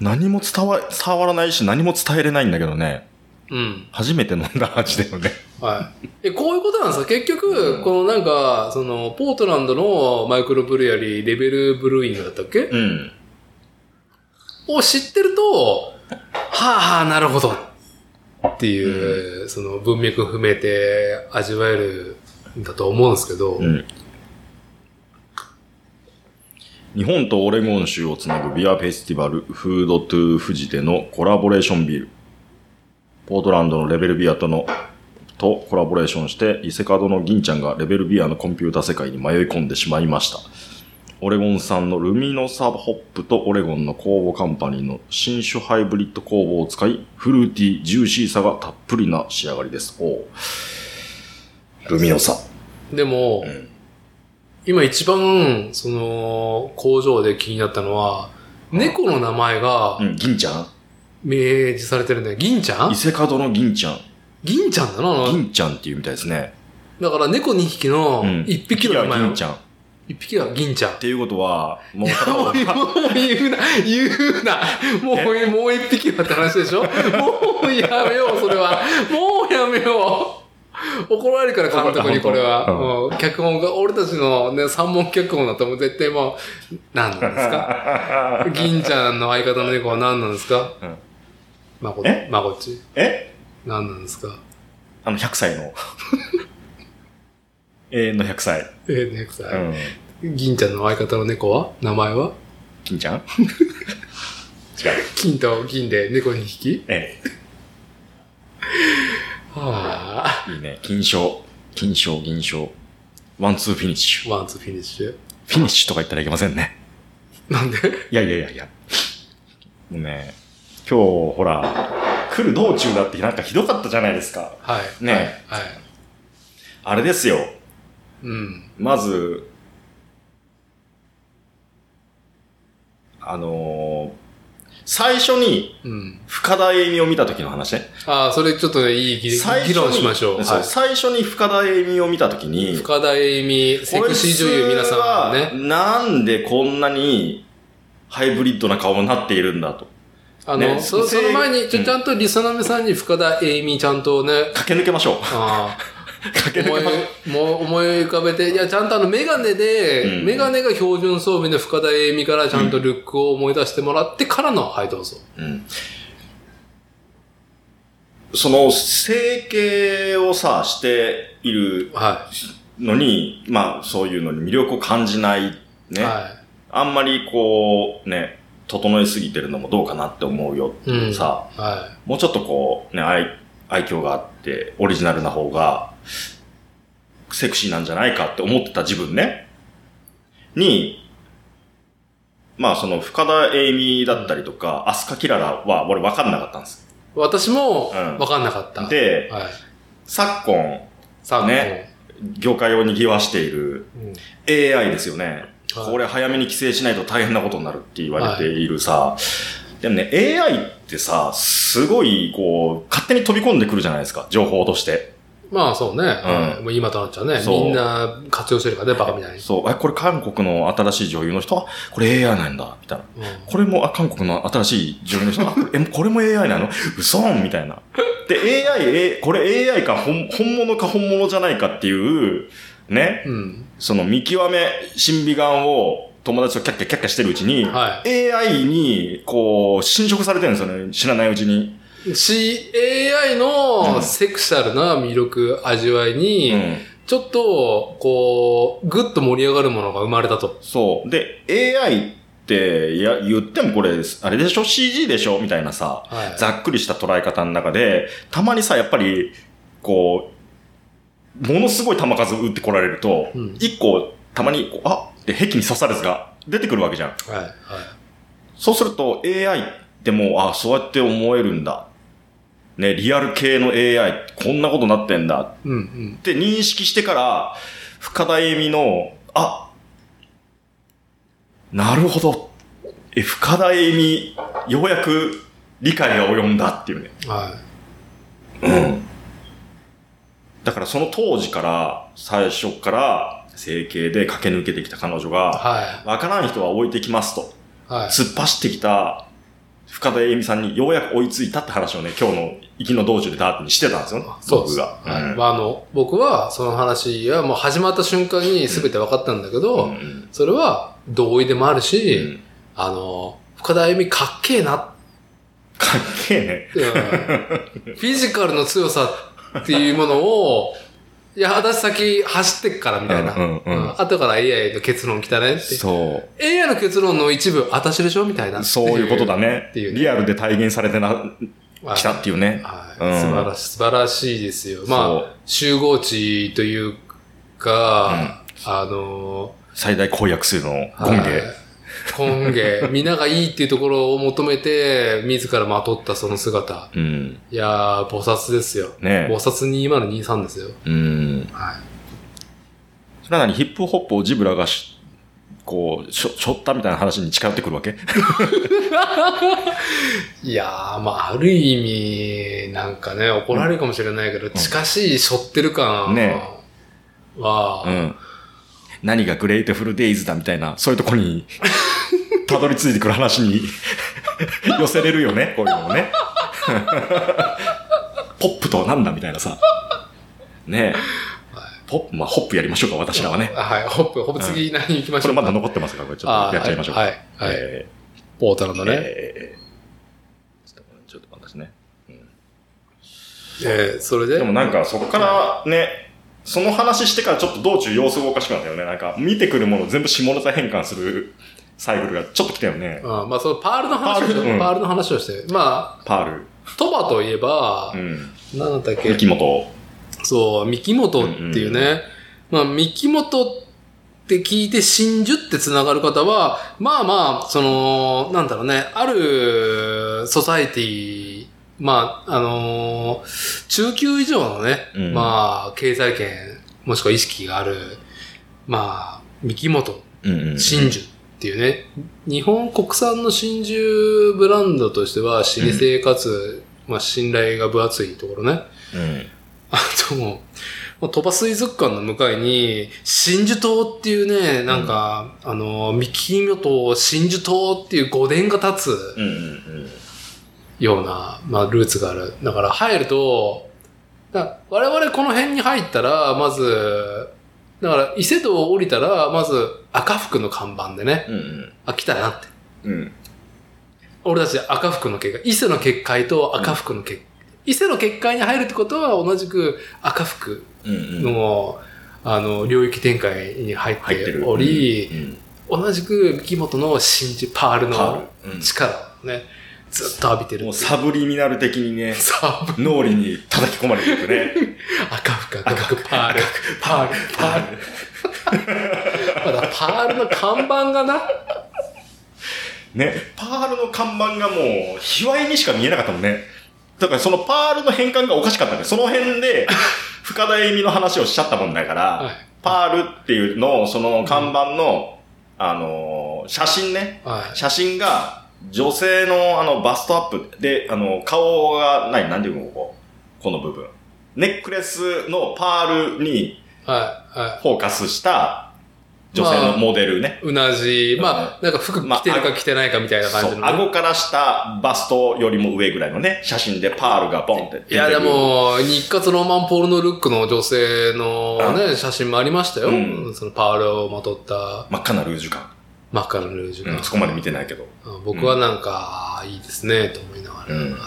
S2: 何も伝わ、伝わらないし、何も伝えれないんだけどね。
S1: うん。
S2: 初めて飲んだ味だよね。
S1: はい。え、こういうことなんですか結
S2: う
S1: 局、
S2: ん
S1: このなんか、その、ポートランドのマイクロブルよりレベルブルーイングだったっけ
S2: うん。
S1: を知ってると、はあはあ、なるほど。っていう、その文脈を踏めて味わえるんだと思うんですけど、
S2: うん。日本とオレゴン州をつなぐビアフェスティバルフードトゥーフジでのコラボレーションビール。ポートランドのレベルビアとの、とコラボレーションして、伊勢門の銀ちゃんがレベルビアのコンピュータ世界に迷い込んでしまいました。オレゴン産のルミノサホップとオレゴンの酵母カンパニーの新種ハイブリッド酵母を使い、フルーティー、ジューシーさがたっぷりな仕上がりです。おうルミノサ。
S1: でも、
S2: うん
S1: 今一番、その、工場で気になったのは、猫の名前が
S2: うん、銀ちゃん
S1: 明示されてるんだよ。銀ちゃ
S2: 伊
S1: ん
S2: 勢門の銀ちゃん。
S1: 銀ちゃんだな。
S2: 銀ちゃんっていうみたいですね。
S1: だから猫2匹の
S2: うん。
S1: 1匹の名前
S2: い
S1: を、
S2: や銀ちゃん。っ
S1: 1匹は銀ちゃん。
S2: ていうことは、もう片
S1: もう
S2: 方が、
S1: 言うな、言うな。もう、もう一匹はって話でしょもうやめよう、それは。もうやめよ怒られるから監督にこれは。
S2: うん
S1: もう脚本が、俺たちのね、三問脚本だともう絶対もう、何なんですか銀ちゃんの相方の猫は何なんですか
S2: うん
S1: まこ
S2: え、
S1: まこっち。
S2: [laughs] え
S1: 何なんですか
S2: あの、100歳 [laughs] の。永遠の100歳。
S1: えー、ネクさ。
S2: うんん。
S1: 銀ちゃんの相方の猫は名前は
S2: 金ちゃん違う。
S1: 金と銀で猫2匹
S2: え
S1: はあ。
S2: え、いいね。金賞。金賞、銀賞。ワンツーフィニッシュ。
S1: ワンツーフィニッシュ。
S2: フィニッシュとか言ったらいけませんね。
S1: なんで
S2: いやいやいやいや。もうね、今日、ほら、来る道中だってなんかひどかったじゃないですか。
S1: はい。
S2: ね
S1: はい。はい。
S2: あれですよ。
S1: うん。
S2: まず、あのー最初に
S1: うん。
S2: 深田栄美を見た時の話ね。
S1: ああ、それちょっとねいい議
S2: 最初に
S1: 議論しましょう。
S2: そう
S1: はい
S2: 最初に深田栄美を見た時に、
S1: 深田栄美、セクシー女優皆さん
S2: こいつ
S1: ね。
S2: はなんでこんなにハイブリッドな顔になっているんだと。
S1: あの、
S2: ね
S1: そその前にち
S2: う
S1: ょ、
S2: ん
S1: ちゃんとリサナメさんに深田栄美ちゃんとね、
S2: 駆け抜けましょう。
S1: ああ
S2: [laughs] 駆け
S1: [laughs]
S2: 抜
S1: 思い
S2: けましょう。
S1: もう思い浮かべて、いや、ちゃんとあの、メガネで、
S2: うん
S1: メガネが標準装備の深田栄美からちゃんとルックを思い出してもらってからの、はい、どうぞ。
S2: うんその整形をさ、している
S1: は
S2: のに、まあそういうのに魅力を感じない、
S1: い。
S2: ね。
S1: は
S2: あんまりこう、ね、整えすぎてるのもどうかなって思うよっていうさ、
S1: い。は
S2: もうちょっとこう、ね、愛、愛嬌があって、オリジナルな方が、セクシーなんじゃないかって思ってた自分ね。に、まあその深田栄美だったりとか、アスカキララは俺分かんなかったんです。
S1: い。私も、
S2: うん
S1: わかんなかった。
S2: で、
S1: はい。
S2: 昨今、
S1: さあ、
S2: ね業界を賑わしている
S1: もう。うん
S2: AI ですよね。
S1: はい
S2: これ早めに規制しないと大変なことになるって言われているさ。でもね、AI ってさ、すごい、こう、勝手に飛び込んでくるじゃないですか、情報として。
S1: まあ、そうね。
S2: ん
S1: もう今となっちゃうね。
S2: そう
S1: みんな活用してるからね、バカみたいに。
S2: そう、あ、これ韓国の新しい女優の人、あ、これ AI なんだ、みたいな。
S1: うん
S2: これも、あ、韓国の新しい女優の人、あ、これえこれも AI なの嘘んみたいな。で、AI、えこれ AI か本本物か本物じゃないかっていう、ね、
S1: うん。
S2: その見極め、審美眼を友達とキャッキャキャッキャしてるうちに、
S1: は
S2: AI に、こう、侵食されてるんですよね。知らないうちに。
S1: い。し、AI
S2: う
S1: の
S2: ん
S1: セクシャルな魅力、味わいうに、
S2: ん。
S1: ちょっと、こう、ぐっと盛り上がるものが生まれたと。
S2: そう。で、AI って、いや、言ってもこれ、あれでしょ ?CG でしょみたいなさ、
S1: はい。
S2: ざっくりした捉え方の中で、たまにさ、やっぱり、こう、ものすごい球数打ってこられると
S1: うん、
S2: 一、個、たまにこう、あって壁に刺さるやつが出てくるわけじゃん。
S1: はい。はい。
S2: そうすると AI ってもう、あそうやって思えるんだ。ね、リアル系の AI、こんなことなってんだ
S1: うんうん
S2: っ。て認識してから、深田恵美の、あなるほど。え、深田恵美、ようやく理解が及んだっていうね。
S1: は
S2: うん。だからその当時から、最初から、整形で駆け抜けてきた彼女
S1: い。
S2: が、
S1: は
S2: わからん人は置いてきますと。
S1: い。はい。
S2: 突っ走ってきた深田栄美さんにようやく追いついたって話をね、今日の行きの道中でダートにしてたんですよね。
S1: そうで
S2: 僕
S1: す。
S2: が。
S1: は
S2: う
S1: い。
S2: ん
S1: まあ、あの、僕は、その話はもう始まった瞬間に全て分かったんだけど、
S2: うん
S1: それは同意でもあるし、
S2: うん
S1: あの、深田由美かっけえなっ
S2: かっけえね。
S1: て、うんフィジカルの強さっていうものを、いや、私先走ってっからみたいな。
S2: うんうんうん
S1: あ後から AI の結論来たねって。
S2: そ
S1: AI の結論の一部、私でしょみたいな。
S2: う。そういうことだね。
S1: っていうね
S2: リアルで体現されてな、
S1: はい。
S2: きたっていうね。
S1: はい
S2: うん
S1: 素晴らしい、素晴らしいですよ。
S2: そ
S1: ま
S2: う
S1: あ、集合地というか、あの
S2: 最大公約数の権
S1: ー、はい
S2: 下。
S1: 根芸。皆がいいっていうところを求めて、自らまとったその姿。
S2: うん。
S1: いやー、菩薩ですよ。
S2: ね
S1: 菩薩2023ですよ。
S2: うん。
S1: はい。
S2: それなのにヒップホップをジブラがし、こう、しょ、しょったみたいな話に近寄ってくるわけ
S1: いやー、まあ、ある意味、なんかね、怒られるかもしれないけど、近しい背負ってる感
S2: ね
S1: は、
S2: うん。何がグレートフルデイズだみたいな、そういうと
S1: [laughs]
S2: こに、たどり着いてくる話に寄せれるよね、
S1: [laughs]
S2: こういうのもね。ポップとはなんだみたいなさ。ね
S1: は
S2: ポッまあ、ホップやりましょうか、私らはね。
S1: あはい、ホップ、ホップ、
S2: うん
S1: 次何行きまし
S2: こ
S1: ょ
S2: れ
S1: うか。
S2: まだ残ってますから、これちょっとやっちゃいましょうか。
S1: あーはい、はい、はい。
S2: え
S1: ポータル
S2: ー
S1: のね。
S2: えーちょっとちょっと待ってですね。
S1: えーそれで。
S2: でもなんか、そこからね、その話してからちょっと道中様子がおかしくなったよね。なんか、見てくるもの全部下ネタ変換するサイクルがちょっと来たよね。
S1: うん、まあ、そのパールの話をし
S2: パールうん
S1: パールの話をして。ま
S2: パール。
S1: あ、鳥羽といえば、
S2: うん。
S1: なんだったっけ
S2: 木本。
S1: そう、三木本っていうね。まあ、三木本って聞いて真珠って繋がる方は、まあまあ、その、なんだろうね、あるソサエティ、まあ、あのー中級以上のね、
S2: うん
S1: まあ、経済圏、もしくは意識がある、まあ、三木本
S2: うんうん
S1: 真珠っていうね、日本国産の真珠ブランドとしては、老舗かつ、まあ、信頼が分厚いところね。
S2: うん。
S1: あと、もう鳥羽水族館の向かいに、真珠島っていうね、なんか、あの、三木妙と真珠島っていう御殿が立つ
S2: うんうん
S1: ような、まあ、ルーツがある。だから入ると、だ我々この辺に入ったら、まず、だから伊勢道を降りたら、まず赤服の看板でね、
S2: うん。うん
S1: あ、来たなって。
S2: うん。うん。
S1: 俺たち赤服の結界、伊勢の結界と赤服の結界。伊勢の結界に入るってことは同じく赤服
S2: うんうん。
S1: の、あの、領域展開に入っ
S2: 入って
S1: て
S2: る。
S1: おり、
S2: うん、
S1: 同じく木本の真珠パール
S2: パ
S1: の
S2: ール。
S1: 力をね、ずっと浴びて
S2: うん
S1: る
S2: もう。サブリミナル的にね、
S1: サブ、
S2: 脳裏に叩き込まれていくね。
S1: 赤服、赤服、パール、パール、パール。まだパールの看板がな、
S2: ね、パールの看板がもう、卑猥にしか見えなかったもんね。だからそのパールの変換がおかしかったね。その辺で、深田恵美の話をしちゃったもんだから、
S1: はい
S2: パールっていうのを、その看板の、あのー写真ね。
S1: はい。
S2: 写真が、女性のあの、バストアップで、あの、顔が、ない、なんていうのここ。この部分。ネックレスのパールに
S1: はい、は
S2: フォーカスした、女性のモデルね。
S1: い。うなじ、まあ、なんか服着てるか着てないかみたいな感
S2: そ
S1: じ
S2: う、
S1: のね。
S2: 顎から下、バストよりも上ぐらいのね、写真でパールがボンって出てる
S1: いや、で、も、日活ロマンポールのルックの女性のね、写真もありましたよ。
S2: うん
S1: そのパールをまとった
S2: 真っ赤なルージュ感。
S1: 真っ赤なルージュ
S2: う
S1: が
S2: ん、そこまで見てないけど。
S1: あ僕はなんか、いいですね、と思いながら。
S2: う
S1: は
S2: ん
S1: い、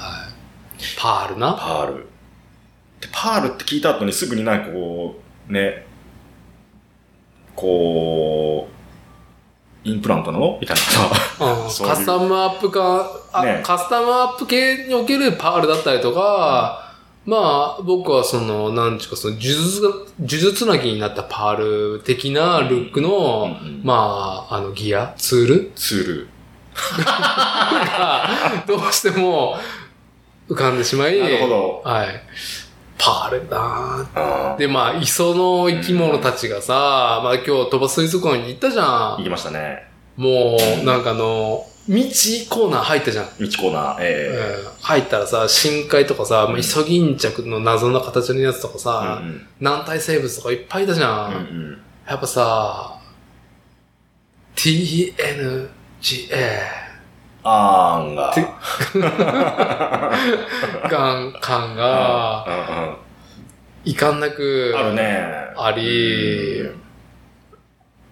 S1: パールな。
S2: パール。で、パールって聞いた後にすぐになんかこう、ね、こう、インプラントなのみたいなさ。
S1: うん
S2: そういう
S1: カスタムアップか、あ
S2: ね
S1: カスタムアップ系におけるパールだったりとか、まあ、僕はその、なんちゅうか、その、呪術が、呪術つなぎになったパール的なルックの、
S2: うんうん
S1: まあ、あの、ギア、ツール [laughs]
S2: ツール。
S1: が、どうしても浮かんでしまい、
S2: なるほど。
S1: はい。パールだー
S2: あー
S1: で、まあ、磯の生き物たちがさ、まあ今日鳥羽水族館に行ったじゃ
S2: 行
S1: ん。
S2: きましたね。
S1: もう、なんかあの、道コーナー入ったじゃん。
S2: 道コーナ
S1: うん
S2: ー。え
S1: 入ったらさ、深海とかさ、まあ、イソギンチャクの謎の形のやつとか
S2: え
S1: さ、
S2: うん
S1: 軟体生物とかいっぱいいたじゃ。
S2: うんんうん
S1: やっぱさ、TNGA。
S2: あーんが。
S1: てガン感が、
S2: うんうんうん
S1: いかんなく、
S2: あるね。
S1: あり
S2: うん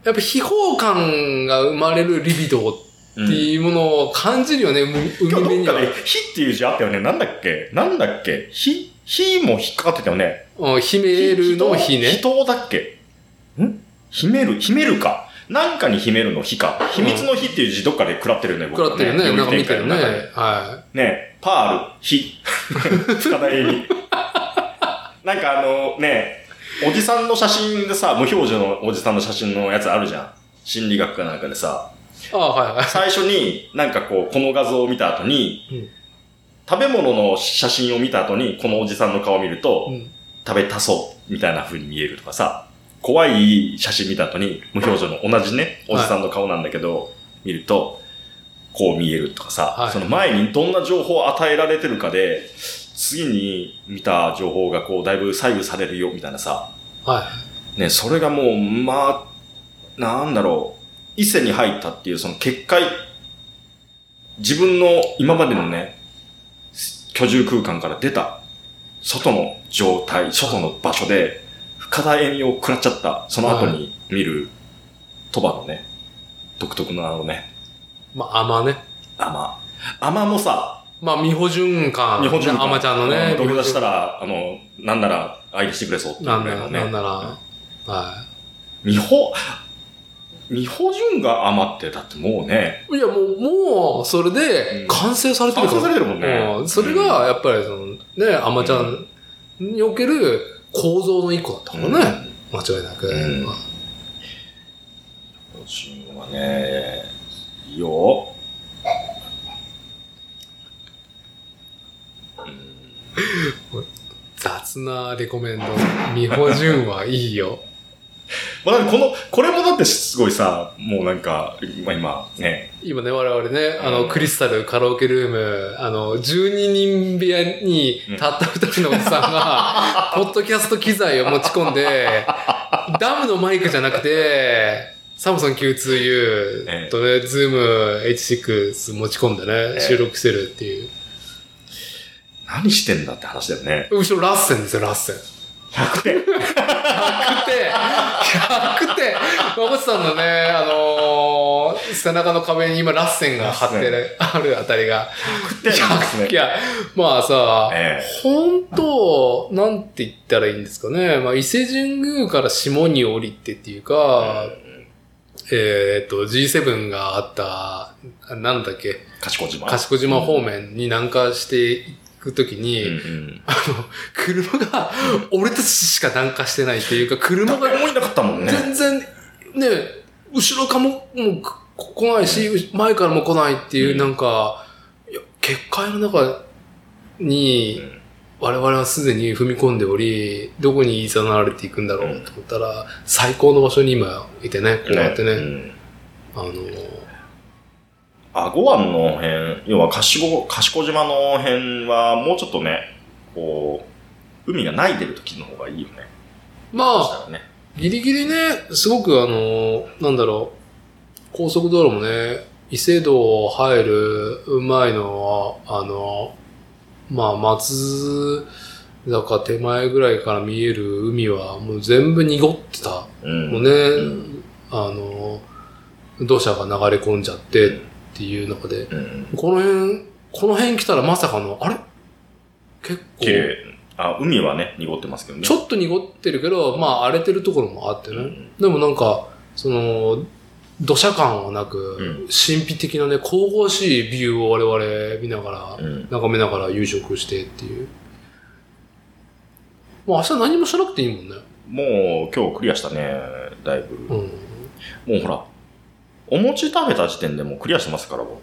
S1: やっぱ秘宝感が生まれるリビドーってっていうものを感じるよね、う
S2: 今
S1: 海
S2: 日
S1: 辺
S2: どっ
S1: に
S2: か
S1: は。
S2: で「火」っていう字あったよね。なんだっけなんだっけ火、火も引っかかってたよね。
S1: うん、秘めるの日ね。
S2: 人だっけん秘める秘めるか。なんかに秘めるの火か。秘密の火っていう字どっかで食らってるよね、僕
S1: 食ら
S2: は
S1: ってるね。なんか見てるね。。
S2: 料理展開の中で
S1: は
S2: ねパール、
S1: [laughs]
S2: 火。深田絵美。なんかあのね、おじさんの写真でさ、無表情のおじさんの写真のやつあるじゃん。心理学かなんかでさ。
S1: い。ああ、はいはい。
S2: [laughs] 最初になんかこう、この画像を見た後に、
S1: うん
S2: 食べ物の写真を見た後に、このおじさんの顔を見ると、
S1: うん
S2: 食べたそう、みたいな風に見えるとかさ、怖い写真見た後に、無表情の同じね、おじさんの顔なんだけど、見ると、こう見えるとかさ、
S1: はい
S2: その前にどんな情報を与えられてるかで、次に見た情報がこう、だいぶ左右されるよ、みたいなさ、
S1: はい。
S2: ね、それがもう、まあ、なんだろう、伊勢に入ったっていう、その結界、自分の今までのね、居住空間から出た、外の状態、外の場所で、深田笑みを食らっちゃった、その後に見る、鳥羽のね、独特のあのね、
S1: まあ、甘ね。
S2: 甘。甘もさ、
S1: まあ、美穂循環。
S2: 日本人
S1: 甘ちゃんのね。
S2: 土下座した
S1: ら。
S2: ら、あの、なんなら、愛してくれそうっていう
S1: なん
S2: ぐ
S1: な
S2: らいの
S1: ら、なん
S2: ね。
S1: なら。は
S2: 美穂、美穂純が甘って、だってもうね、
S1: い。いや、もう、もう、それ
S2: う
S1: で
S2: ん、
S1: 完成されて
S2: 完
S1: るか
S2: 成
S1: ら。
S2: されてるもんね。
S1: うんそれが、やっぱり、その、ね、甘ちゃんにおける構造の一個だったもんね。間違いなく。
S2: うん個人はね、いいよ。
S1: 雑なレコメンド。美穂純はいいよ。
S2: まあ、この、これもだってすごいさ、もうなんか、まあ今ね、
S1: 今ね、我々ね、あ
S2: うん
S1: の、クリスタルカラオケルーム、あの、12人部屋に
S2: うん
S1: たった二人のおじさん
S2: [laughs]
S1: が、ポッドキャスト機材を持ち込んで、ダムのマイクじゃなくて、サムソン Q2U とね、ズーム H6 持ち込んで
S2: ええ
S1: ね、収録してるっていう。
S2: 何してんだって話だよね。
S1: 後ろラッセンですよ、ラッセン。
S2: 100点。
S1: 100点 !100 点まこちさんのね、あのー背中の壁に今ラッセンが貼ってるあるあたりが。
S2: 100点ですね
S1: い。や、まあさ、
S2: え
S1: 本当、なんて言ったらいいんですかね。まあ、伊勢神宮から下に降りてっていうか、えっ、と、G7 があった、あなんだっけ、
S2: 賢島。
S1: 賢島方面に南下していくときに、
S2: うんうん。
S1: あの、車が、俺たちしか南下してないっていうか、車が
S2: 誰もいなかったもんね。
S1: 全然、ね、後ろかも、もうこ、来ないし、前からも来ないっていうう、
S2: ん
S1: なんか、いや結界の中に
S2: うん、
S1: 我々はすでに踏み込んでおり、どこに誘われていくんだろ
S2: う
S1: うんと思ったら、最高の場所に今いてね、こうやって
S2: う
S1: ね、
S2: ん
S1: あの、
S2: 阿護湾の辺、要は賢賢島の辺は、もうちょっとね、こう、海がないでる時の方がいいよね。そし
S1: まあ、
S2: たらね。
S1: ギリギリね、すごくあの、なんだろう、高速道路もね、伊勢道入る前のは、あの、まあ、松坂手前ぐらいから見える海は、もう全部濁ってた。
S2: うん。
S1: もうね、
S2: うん
S1: あの、土砂が流れ込んじゃってっていう中で、
S2: うん。
S1: この辺、この辺来たらまさかの、あれ結
S2: 綺
S1: 構、
S2: 麗。あ、海はね、濁ってますけどね。
S1: ちょっと濁ってるけど、まあ荒れてるところもあってね。
S2: うん
S1: でもなんか、その、土砂感はな
S2: う
S1: く、神秘的なね、神々しいビューを我々見ながら、
S2: うん。
S1: 眺めながら夕食してっていう。まあ明日何もしなくていいもんね。
S2: もう今日クリアしたね、だいぶ。
S1: うん。
S2: もうほら、お餅食べた時点でもうクリアしてますから、僕。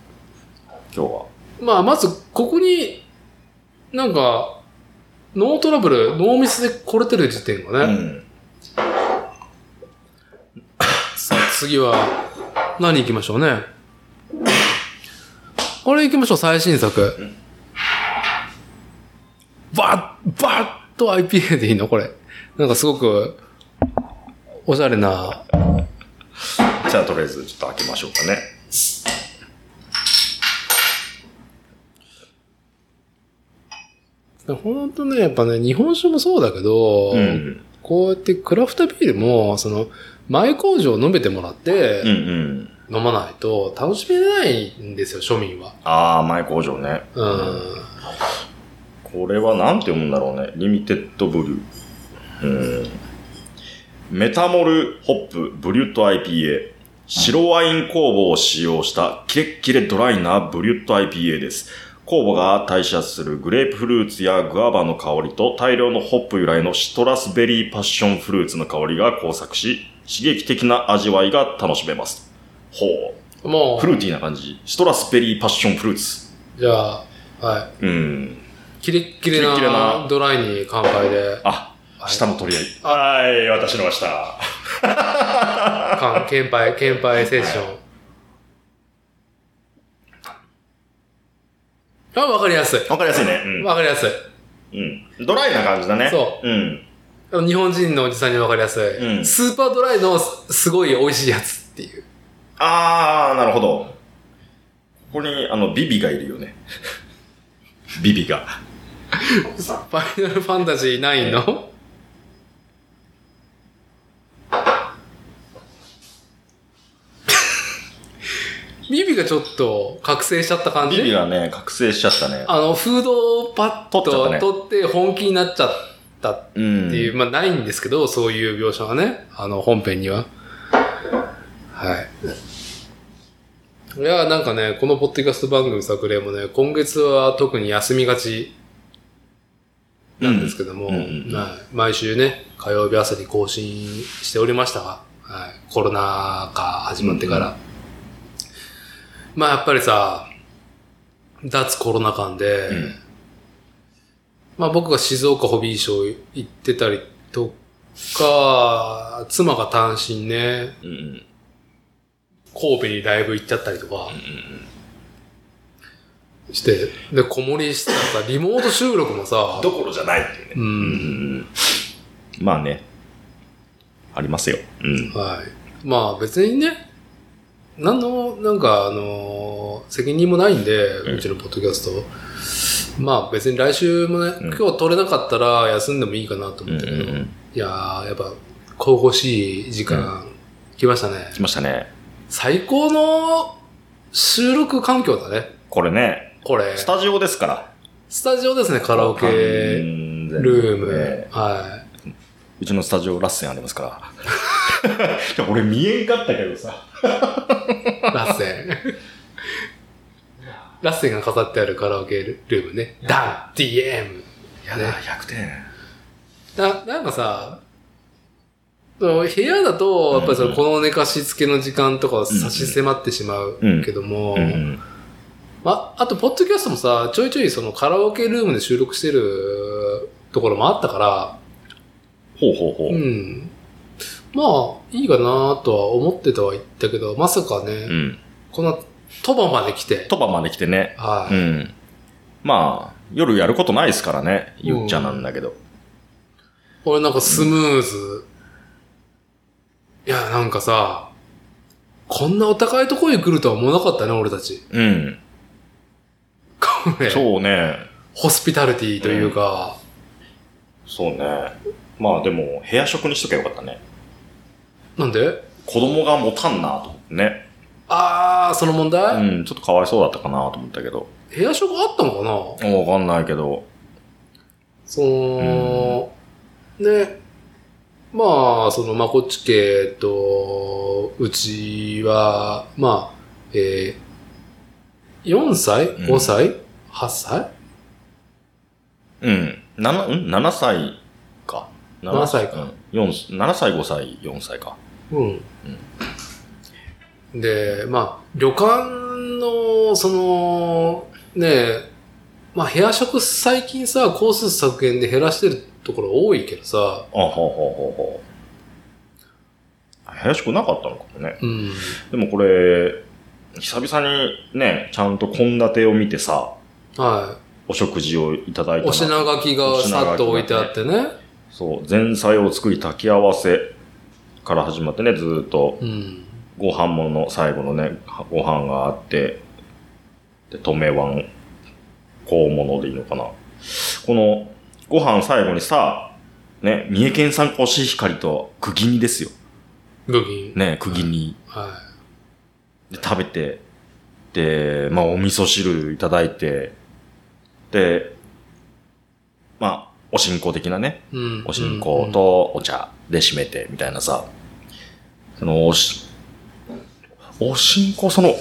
S2: 今日は。
S1: まあまず、ここに、なんか、ノートラブル、ノーミスで来れてる時点が
S2: う
S1: ね、
S2: ん。
S1: さあ次は、何行きましょうね。これ行きましょう、最新作。バッ、バッと IPA でいいのこれ。なんかすごく、おしゃれな。
S2: じゃあとりあえずちょっと開けましょうかね。
S1: ほんとね、やっぱね、日本酒もそうだけど、
S2: うん。
S1: こうやってクラフトビールも、その、前工場を飲めてもらって、
S2: うんうん。
S1: 飲まないと楽しめないんですよ、庶民は。
S2: ああ、前工場ね。
S1: うん。
S2: これはなんて読むんだろうね。リミテッドブルー。うん。メタモルホップブリュット IPA。白ワイン酵母を使用したキレッキレドライなブリュット IPA です。酵母が代謝するグレープフルーツやグアバの香りと大量のホップ由来のシトラスベリーパッションフルーツの香りが交錯し、刺激的な味わいが楽しめます。ほ
S1: も
S2: う。フ
S1: う、
S2: ルーティーな感じ。シトラスベリーパッションフルーツ。
S1: じゃあ、はい。
S2: うん。
S1: キレッキレ
S2: キレッキレな
S1: なドライに乾杯で、
S2: あ、下の取り合い。はい、私のは下。
S1: 乾乾杯、乾杯セッション。あ、わかりやすい。
S2: わかりやすいね。
S1: わかりやすい。
S2: うん。うん。ドライな感じだね。。
S1: そう
S2: うん。
S1: あの日本人のおじさんにわかりやすい、
S2: うん
S1: スーパードライのすすごい美味しいやつっていう。
S2: あー、なるほど。
S1: [laughs]
S2: ここに、あの、ビビがいるよね。ビビが。
S1: ファイナルファンタジー9の、 [laughs] ビビがちょっと覚醒しちゃった感じ
S2: ビビがね、覚醒しちゃったね。
S1: あの、フードをパッと
S2: 取っちゃったね
S1: 取って本気になっちゃったっ
S2: うん。
S1: っていう、まあないんですけど、そういう描写はね、あの本編には。はい。いや、なんかね、このポッドキャスト番組作例もね、今月は特に休みがちなんですけども、
S2: うんうんうん
S1: はい、毎週ね、火曜日朝に更新しておりましたが、はい、コロナ禍始まってから。まあやっぱりさ、脱コロナ間で、
S2: うん
S1: まあ僕が静岡ホビーショー行ってたりとか、妻が単身ね、
S2: うんうん。
S1: 神戸にライブ行っちゃったりとか、して、で、子守りしてたらさ、リモート収録もさ、
S2: どころじゃないっていうね。
S1: う
S2: うん
S1: ん、
S2: まあね。ありますよ。うん。
S1: はい。まあ別にね、何の、なんかあのー責任もないんで、
S2: ん
S1: うちのポッドキャスト。まあ別に来週もね、
S2: うん
S1: 今日取れなかったら休んでもいいかなと
S2: う
S1: 思っ
S2: ん
S1: た
S2: う
S1: け
S2: ん
S1: ど、
S2: うん。
S1: いやー、やっぱ、神々しい時間、来ましたね。
S2: 来ましたね。
S1: 最高の収録環境だね。
S2: これね、
S1: これ。
S2: ス
S1: スタ
S2: タジオですから。
S1: ジオですね、カラオケルーム。は
S2: うちのスタジオラッセンありますから。 [laughs] いや俺見えんかったけどさ。
S1: い。ラッ
S2: [laughs]
S1: セン。ラッセンが飾ってあるカラオケルームね。ダン !DM!
S2: や
S1: ね
S2: だ、100点。
S1: な、なんかさ、その部屋だと、やっぱりそ
S2: うんう
S1: の、
S2: ん
S1: この寝かしつけの時間とかを差し迫ってしまうけども、
S2: うん
S1: まあ、あと、ポッドキャストもさ、ちょいちょいそのカラオケルームで収録してるところもあったから、
S2: ほうほうほ
S1: う
S2: う。
S1: ん。まあ、いいかなとは思ってたは言ったけど、まさかね、
S2: うん。
S1: こんな、鳥羽まで来て、
S2: 鳥羽まで来てね。
S1: は
S2: う
S1: い、
S2: ん。まあ、夜やることないですからね。言っちゃなんだけど。
S1: 俺なんかスムーズ。いや、なんかさ、こんなお高いところに来るとは思わなかったね、俺たち。
S2: うん。
S1: これ
S2: そうね。
S1: ホスピタリティというか、
S2: そうね。まあでも、部屋食にしときゃよかったね。
S1: なんで
S2: 子供が持たんなと思ってね。
S1: あー、その問題、
S2: うん、ちょっとかわいそうだったかなと思ったけど。
S1: 部屋食あったのかな
S2: わかんないけど。
S1: その、ね、まあ、その、まこっち家と、うちは、まあ、えー、4歳
S2: ん
S1: ?5 歳、?8 歳
S2: うん。7、うん ?7 歳か。
S1: 7歳か
S2: うん。4 7歳、5歳、4歳か。
S1: うん。で、まあ、旅館の、その、ね、まあ、部屋食最近さ、工数削減で減らしてるところ多いけどさ、
S2: あ、ほうほうほうほうほう。部屋食なかったのかもね。
S1: うん。
S2: でもこれ、久々にね、ちゃんと献立を見てさ、
S1: は
S2: お食事をいただ
S1: い。
S2: いたな
S1: お品書きがさっと置いてあってね。
S2: そう、前菜を作り炊き合わせから始まってね、ずーっと
S1: うん。
S2: ご飯もの最後のね、はご飯があって、で、止めわん、こうものでいいのかな。この、ご飯最後にさ、ね、三重県産コシヒカリと釘煮ですよ。
S1: グギン。
S2: ね、釘煮。
S1: は
S2: で、食べて、で、まあ、お味噌汁いただいて、で、まあ、おしんこ的なね、
S1: い。うん。
S2: おしんことお茶で締めてみたいなさ、そのおし、おしんこその、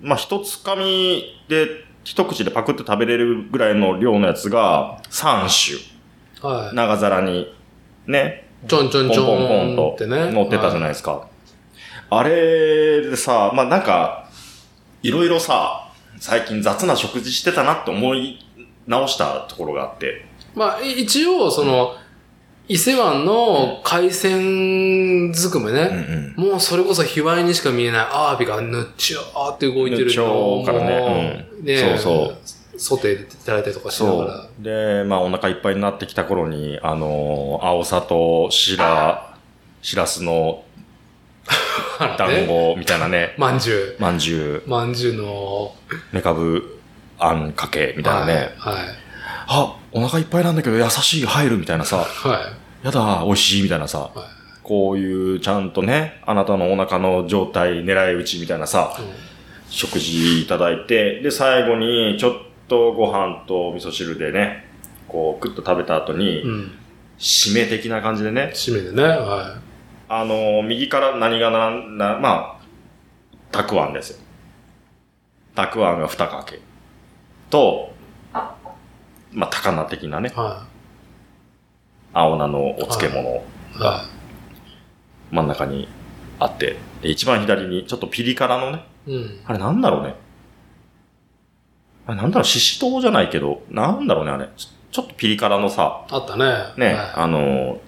S2: まあ、一つかみで、一口でパクって食べれるぐらいの量のやつが3種、
S1: うん。うんは
S2: 長皿にね、
S1: い。ちょんちょ
S2: ポ
S1: ん
S2: ン
S1: ちょ
S2: ポンポン
S1: ん
S2: と
S1: ってね。
S2: 乗ってたじゃないですか。あれでさ、まあ、なんか、いろいろさ、最近雑な食事してたなって思い直したところがあって、
S1: まあ、い一応、その、伊勢湾の海鮮ずくめ
S2: うんう
S1: ね。
S2: ん、
S1: もうそれこそ卑猥にしか見えないアワビがぬっちょーって動いてるのを
S2: ぬっちょーからね
S1: も
S2: うん
S1: ね
S2: そう
S1: ソテーでいただいたりとかしながら
S2: そ。う。で、まあ、お腹いっぱいになってきた頃に、あのー、青さと白、しらすの
S1: あら
S2: 団
S1: ね。
S2: 子みたいなね、
S1: まんじゅ
S2: まんじゅ
S1: う。まんじゅうの、
S2: う、めかぶ、あんかけみたいなね、
S1: はい。はい
S2: あ、お腹いっぱいなんだけど優しい入るみたいなさ、
S1: は
S2: やだ、美味しいみたいなさ、
S1: い
S2: こういうちゃんとね、あなたのお腹の状態、狙い撃ちみたいなさ、
S1: い。うん
S2: 食事いただいて、で、最後にちょっとご飯と味噌汁でね、こう、クッと食べた後に、
S1: うん。
S2: 締め的な感じでね、
S1: 締めでね。は
S2: あの、右から何がなんな、まあ、たくあんですよ。たくあんが二かけ。と、まあ、高菜的なね
S1: い。、は
S2: 青菜のお漬物、
S1: い。は
S2: 真ん中にあって、で、一番左に、ちょっとピリ辛のね、
S1: い。うん。
S2: あれなんだろうね。あれなんだろう、ししとうじゃないけど、なんだろうね、あれ。ちょちょっとピリ辛のさ、
S1: あったね。
S2: ね、
S1: は
S2: あの、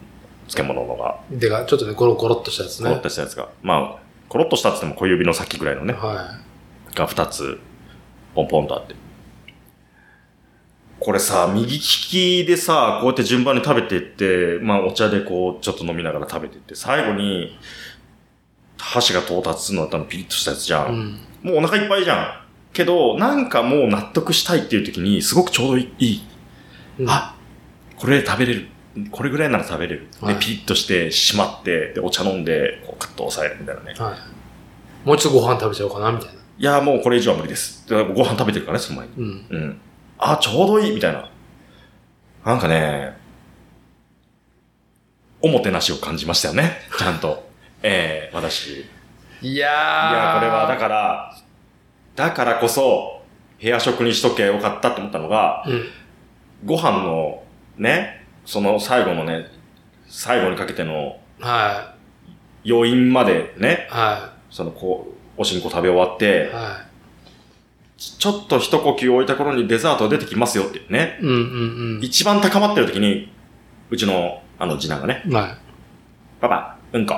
S2: 漬物のが、
S1: いでが、ちょっとね、ゴロゴロっとしたやつ
S2: コロ
S1: ね
S2: ッ。としたやつが、まあ、コロッとしたって言っても小指の先ぐらいのね、
S1: は
S2: が2つ、ポンポンとあって。これさ、右利きでさ、こうやって順番に食べてって、まあお茶でこう、ちょっと飲みながら食べてって、最後に、箸が到達するのだったのピリッとしたやつじゃ。
S1: い。うんん。
S2: もうお腹いっぱいじゃん。けど、なんかもう納得したいっていう時に、すごくちょうどいい。
S1: うん
S2: あこれ食べれる。これぐらいなら食べれる。
S1: はい
S2: で、ピリッとして、しまって、で、お茶飲んで、こう、カッと押さえるみたいなね。
S1: はい。もうちょっとご飯食べちゃおうかな、みたいな。
S2: いや、もうこれ以上は無理です。でご飯食べてるからね、その前に。
S1: うん。
S2: うん。あ、ちょうどいいみたいな。なんかね、おもてなしを感じましたよね。ちゃんと。ええ私。い
S1: いや
S2: や、
S1: ー。
S2: これはだから、だからこそ、部屋食にしとけよかったって思ったのが、
S1: うん。
S2: ご飯の、ね、その最後のね、最後にかけての
S1: は
S2: 余韻までね
S1: い。、は
S2: そのこう、おしんこ食べ終わっ
S1: い。
S2: て、
S1: は
S2: ちちょっと一呼吸置いた頃にデザート出てきますよっていうね、
S1: い。うんうん
S2: 一番高まってる時に、うちの、あの、次男がね、
S1: うん。は
S2: パパ、うんこ。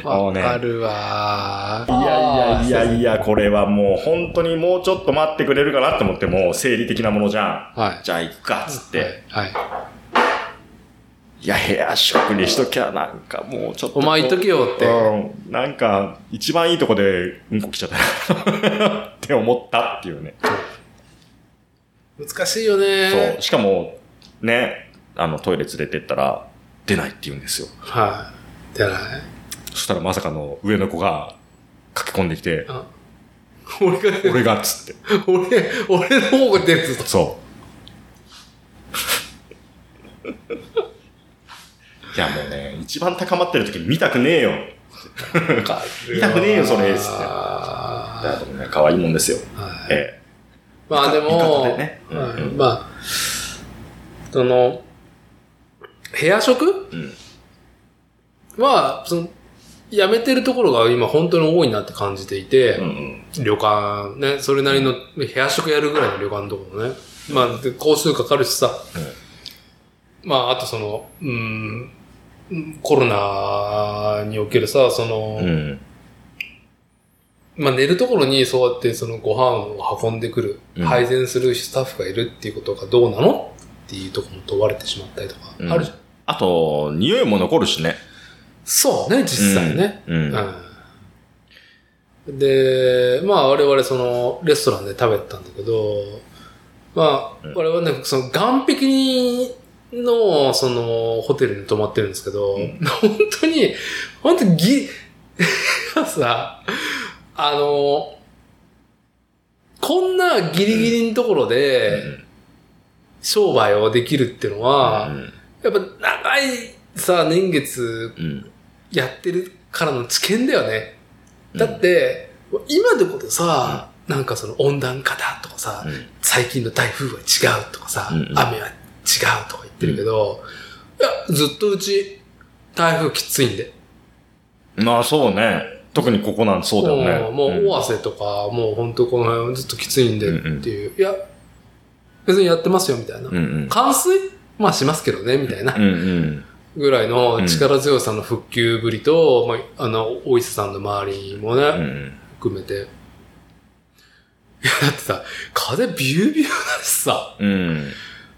S1: い。
S2: も
S1: わ
S2: うね
S1: かるわ
S2: い
S1: ー。
S2: やいやい
S1: や。
S2: やいや、これはもう本当にもうちょっと待ってくれるかなって思っても、生理的なものじゃん。
S1: はい。
S2: じゃあ行くか、つって。
S1: はい。はい
S2: いや、部屋食にしときゃなんかもうちょっと。
S1: お前行っとけよって。
S2: うん。なんか、一番いいとこでうんこ来ちゃったなって思ったっていうね。
S1: 難しいよ
S2: そ
S1: ね
S2: う。。しかも、ね、あの、トイレ連れてったら、出ないって言うんですよ。
S1: はい。じゃない。
S2: そしたらまさかの上の子が駆け込んできて、
S1: あ俺が、
S2: 俺がっつって。
S1: 俺、俺の方が出るぞ。
S2: そう。 [laughs] いやもうね、一番高まってる時見たくねえよ。痛
S1: 痛
S2: くねえよそれっつって
S1: は
S2: だからね、可愛いもんですよ。
S1: い
S2: え
S1: まあで
S2: 味方
S1: も、
S2: でねうん
S1: はい
S2: うん
S1: まあ、その、部屋食
S2: え。うん。
S1: は、その、やめてるところが今本当に多いなって感じていて、
S2: うんうん。
S1: 旅館、ね、それなりの、部屋食やるぐらいの旅館のところね。まあ、で工数かかるしさ。まあ、あとその、うん、コロナにおけるさ、その、
S2: うん。
S1: まあ、寝るところにそうやってそのご飯を運んでくる、
S2: うん
S1: 配膳するスタッフがいるっていうことがどうなのっていうところも問われてしまったりとか、
S2: うん
S1: あるじゃん。
S2: あと、匂いも残るしね。
S1: そうね、実際ね。
S2: うん。う。
S1: うんんで、まあ我々そのレストランで食べたんだけど、まあ
S2: うん
S1: 我々ね、その岸壁のそのホテルに泊まってるんですけど、
S2: うん
S1: 本当に、本当にぎ、さ、あの、こんなギリギリのところで商売をできるっていうのは、やっぱ長いさ、年月
S2: うん。
S1: やってるからの知見だよね。
S2: うん
S1: だって、今でこそさ、なんかその温暖化だとかさ、
S2: うん。
S1: 最近の台風は違うとかさ、
S2: うんうん
S1: 雨は違うとか言ってるけど、いや、ずっとうち、台風きついんで。
S2: うんまあそうね。特にここなんそうだよね。
S1: んもう、
S2: ん
S1: 尾鷲とか、もうほんとこの辺ずっときついんでっていう。いや、別にやってますよ、みたいな。
S2: うんうん。
S1: 冠水まあしますけどね、みたいな
S2: うん。うん。
S1: ぐらいの力強さの復旧ぶりと、まあ、あの、大石さんの周りもね、
S2: うんうん。
S1: 含めて。いや、だってさ、風ビュービューだしさ。
S2: うん。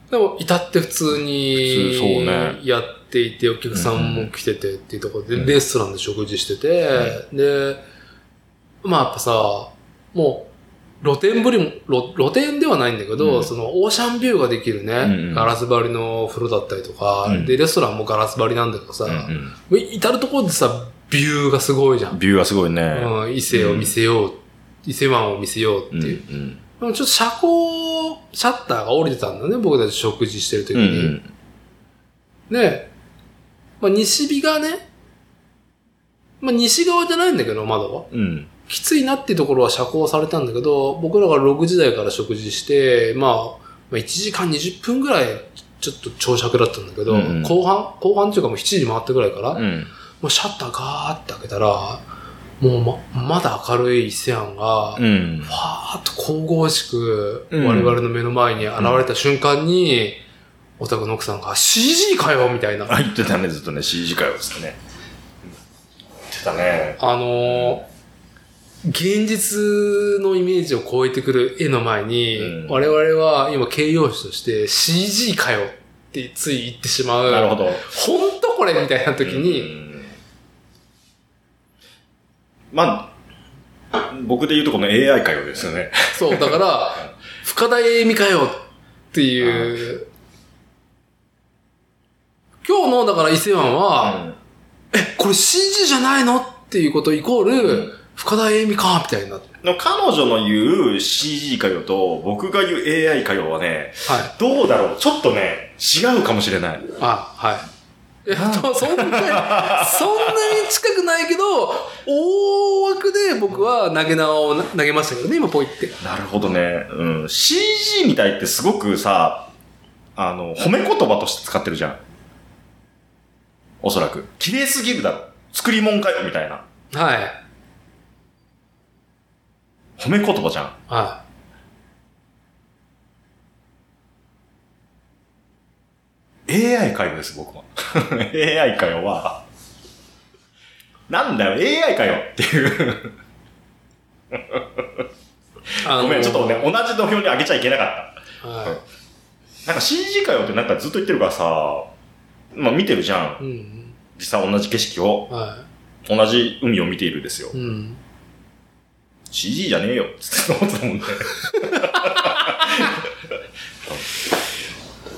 S1: でも、至って普通
S2: 普通そう
S1: に
S2: ね、
S1: やっていて、お客さんも来ててっていうところで、
S2: うん
S1: レストランで食事してて、で、まあやっぱさ、もう、露天風呂も、露露天ではないんだけど、
S2: うん
S1: そのオーシャンビューができるね、
S2: うんうん
S1: ガラス張りの風呂だったりとか、
S2: うん
S1: で、レストランもガラス張りなんだけどさ、
S2: うん
S1: もう至るところでさ、ビューがすごいじゃ
S2: うん
S1: ん。
S2: ビューがすごいね。
S1: うん、伊勢を見せよう、伊勢湾を見せようって
S2: うんう
S1: いう。
S2: ん
S1: でもちょっと車高、シャッターが降りてたんだね、僕たち食事してる時
S2: う
S1: に。
S2: ん
S1: で、まあ、西日がね、まあ、西側じゃないんだけど、窓は。
S2: うん
S1: きついなっていうところは遮光されたんだけど、僕らが6時台から食事して、まあ、まあ、1時間20分ぐらい、ちょっと朝食だったんだけど、
S2: うんうん
S1: 後半後半っていうかもう7時回ってぐらいから、
S2: う
S1: も
S2: ん
S1: うシャッターガーって開けたら、もうま、まだ明るい伊勢湾が、
S2: うんうん
S1: ファーっと神々しく、
S2: うん
S1: 我々の目の前に現れた瞬間に、オタクの奥さんが CG かよみたいな。
S2: あ言ってたね、ずっとね、CG 会話ですね。言ってたね。
S1: あのー現実のイメージを超えてくる絵の前に、
S2: うん
S1: 我々は今形容詞として CG かよってつい言ってしまう。
S2: なるほど。
S1: ほんとこれみたいな時
S2: う
S1: に、
S2: んまあ、僕で言うとこの AI 会話ですよね。
S1: そう、だから、深田栄美かよっていう、今日の、だから伊勢湾は、え、これ CG じゃないのっていうことイコール、
S2: うん
S1: 深田栄美かみたいになって。
S2: の彼女の言う CG 会話と僕が言う AI 会話はね、
S1: はい。
S2: どうだろうちょっとね、違うかもしれない。
S1: あ、はい。えっと、そんなに、そんなに近くないけど、大枠で僕は投げ縄をな投げましたけどね、今ポイって。
S2: なるほどね。うん。CG みたいってすごくさ、あの、褒め言葉として使ってるじゃん。おそらく。綺麗すぎるだろ。作り物かよ、みたいな。
S1: はい。
S2: 褒め言葉じゃん。
S1: は
S2: AI 会話です、僕は。AI 会話は、なんだよ、AI かよっていう。
S1: い。あの
S2: ごめん、ちょっとね、同じ土俵に上げちゃいけなかっ
S1: は
S2: た。なんか CG 会話ってなんかずっと言ってるからさ、まあ見てるじゃ
S1: い。う
S2: ん。
S1: ん。
S2: 実際同じ景色を、
S1: は
S2: 同じ海を見ているですよ
S1: い。。うん。
S2: CG じゃねえよつって思ってたもんね。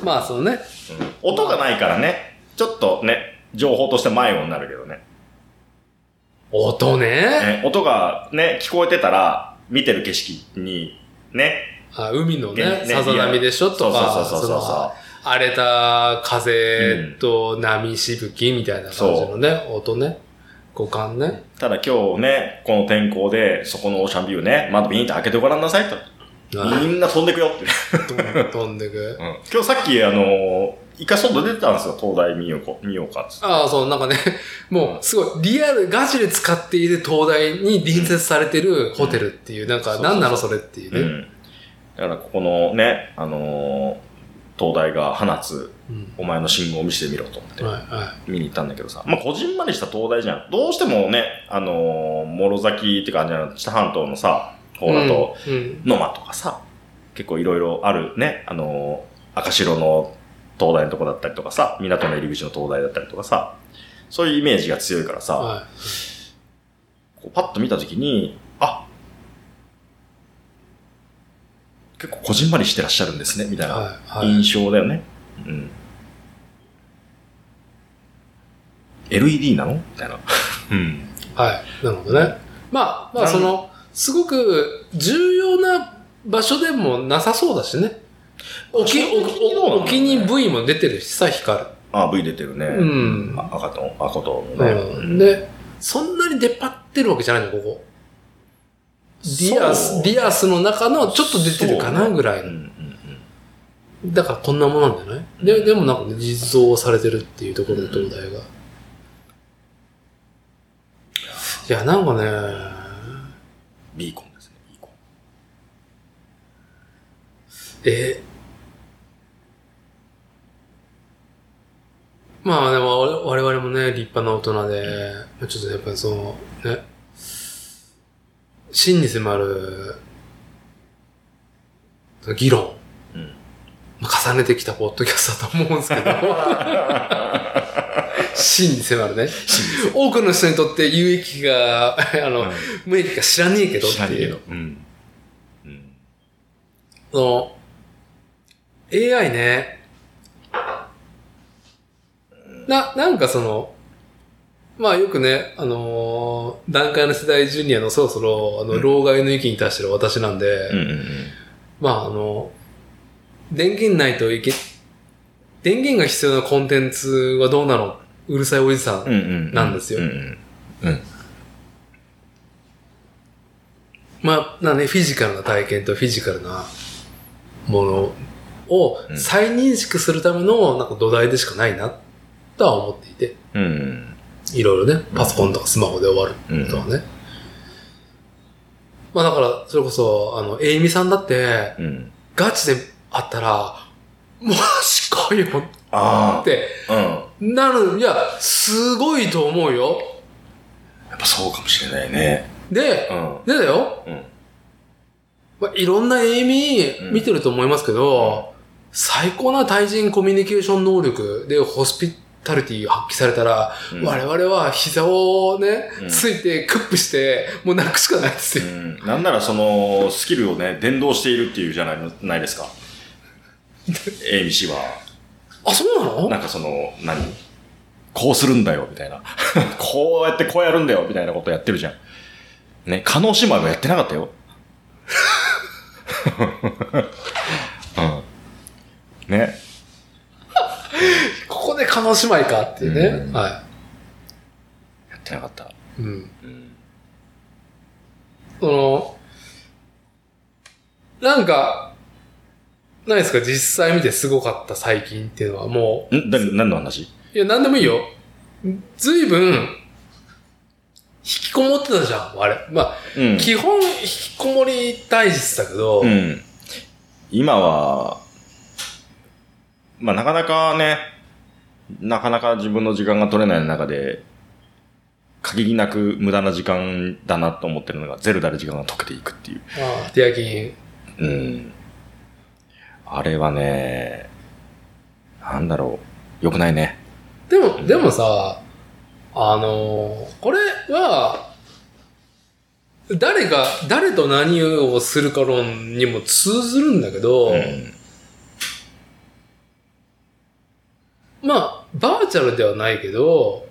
S1: まあ、そのね。
S2: 音がないからね、ちょっとね、情報として迷子になるけ
S1: [laughs]
S2: どね。
S1: 音ね。
S2: ね音がね、聞こえてたら、見てる景色に、ね、
S1: あ海のね
S2: ね、
S1: さざ波でしょ
S2: そ
S1: と
S2: うそ
S1: か、
S2: うそうそうそうそう。
S1: その荒れた風と波しぶきみたいな感じのね、音ね。五感ね。
S2: ただ今日ね、この天候で、そこのオーシャンビューね、窓ビーンって開けてごらんなさいと。
S1: は
S2: みんな飛んでくよって。
S1: い [laughs] 飛んでく。
S2: 今日さっき、あのー一回外出てたんですよ、東大見ようか、見ようかっつって。
S1: ああ、そう、なんかね、もう、すごい、リアル、ガチで使っている東大に隣接されてるホテルっていう、なんか、
S2: そうそうそう
S1: なんなのそれっていう
S2: う
S1: ね。
S2: ん。だからここのね、あのー東大が放つ、
S1: うん。
S2: お前の信号を見せてみろと思って、
S1: はい、は
S2: 見に行ったんだけどさ、まあ、こじんまりした東大じゃん。どうしてもね、あのー、諸崎って感じなの、知多半島のさ、
S1: い。
S2: 方だと、
S1: うん、うん。
S2: 野間とかさ、結構いろいろあるね、あのー、赤白の灯台のとこだったりとかさ、港の入り口の灯台だったりとかさ、そういうイメージが強いからさ、
S1: は
S2: こうパッと見たときに、あ結構こじんまりしてらっしゃるんですね、みたい
S1: い。
S2: な
S1: はい。はい。
S2: 印象だよね。うん。LED なのみたいな。うん。
S1: はい。なるほどね。まあ、ま
S2: なん
S1: あ、その、すごく、重要な場所でもなさそうだしね。おき、おき、おお気に V も出てるしさ、光る。
S2: あ、V 出てるね。
S1: うん
S2: あ赤と、赤とのね。
S1: うん。で、そんなに出っ張ってるわけじゃないの、ここ。リア
S2: そ
S1: ス、
S2: う
S1: リアスの中のちょっと出てるかな
S2: そう
S1: ぐらい
S2: うんう
S1: の。
S2: んうん。
S1: だからこんなものなんじゃないで、でもなんかね、実像されてるっていうところで東大が。いや、なんかね、
S2: ビーコンですね、ビーコン。
S1: えまあでも我我々もね、立派な大人で、まあちょっとやっぱりその、ね、真に迫る、その議論、
S2: うん
S1: まあ重ねてきたポッドキャストだと思うんですけ [laughs] ど、真に迫るね。多くの人にとって有益が、あの、無益か知らねえけどっていう。
S2: うん。うん。
S1: その、AI ね。な、なんかその、まあよくね、あのー、段階の世代ジュニアのそろそろ、あ
S2: う
S1: の、
S2: ん
S1: 老害の域に達してる私なんで、
S2: うんうんうん。
S1: まああの、電源ないといけ、電源が必要なコンテンツはどうなのうるさいおじさん。
S2: うんうん。
S1: なんですよ
S2: うんうん。うん。
S1: まあ、なね、フィジカルな体験とフィジカルなものを
S2: うん
S1: 再認識するためのなんか土台でしかないな、とは思っていて。
S2: うん
S1: いろいろね、パソコンとかスマホで終わる
S2: うん。
S1: とはね。まあだから、それこそ、あの、エイミさんだって、
S2: うん。
S1: ガチで会ったら、マジかよっ
S2: あ
S1: て
S2: あ。うん。
S1: なる、いや、すごいと思うよ。
S2: やっぱそうかもしれないね。
S1: で
S2: う、ん。
S1: でだよ、
S2: うん
S1: まあ、いろんなエイミ見てると思いますけど、最高な対人コミュニケーション能力でホスピタリティ発揮されたら、
S2: うん
S1: 我々は膝をね、
S2: うん
S1: ついてクップして、もう泣くしかないですよ。
S2: うんなんならそのスキルをね、伝導しているっていうじゃないのな
S1: [laughs]
S2: いですか。エイミ氏は、
S1: あ、そうなの
S2: なんかその、何こうするんだよ、みたいな。 [laughs] こうやってこうやるんだよ、みたいなことやってるじゃん。ね、加納姉妹はやってなかったよ。 [laughs] うん。ね。
S1: ここで叶姉妹かっていうね。
S2: うん
S1: は
S2: やってなかった。
S1: い。うん。
S2: うん。
S1: その、なんか、ないですか実際見てすごかった最近っていうのはもう、
S2: んだ何の話
S1: いや、なんでもいいよ。ずいぶん、引きこもってたじゃん、あれ。まあ、
S2: うん
S1: 基本、引きこもり体質だけど、
S2: うん。今は、まあなかなかね、なかなか自分の時間が取れない中で、限りなく無駄な時間だなと思ってるのが、ゼルダで時間が溶けていくっていう。
S1: まあ、手焼きに
S2: うん。あれはね、なんだろう。良くないね。
S1: でも、でもさ、あのーこれは、誰が、誰と何をするか論にも通ずるんだけど、
S2: うん。
S1: まあ、バーチャルではないけど、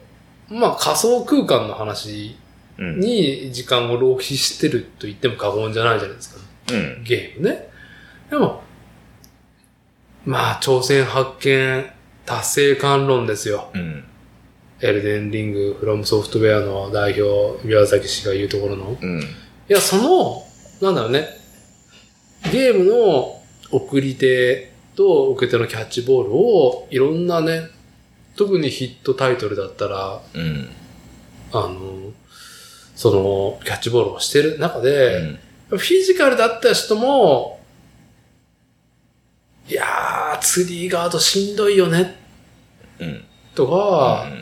S1: まあ仮想空間の話
S2: うん。
S1: に時間を浪費してると言っても過言じゃないじゃないですか。
S2: うん。
S1: ゲームね。でも、まあ、挑戦発見、達成感論ですよ。
S2: うん。
S1: エルデンリング、フロムソフトウェアの代表、宮崎氏が言うところの。
S2: うん。
S1: いや、その、なんだろうね。ゲームの送り手と受け手のキャッチボールを、いろんなね、特にヒットタイトルだったら、
S2: うん。
S1: あの、その、キャッチボールをしてる中で、フィジカルだった人も、いやー、ツリーガードしんどいよね、
S2: うん。
S1: とか、
S2: うん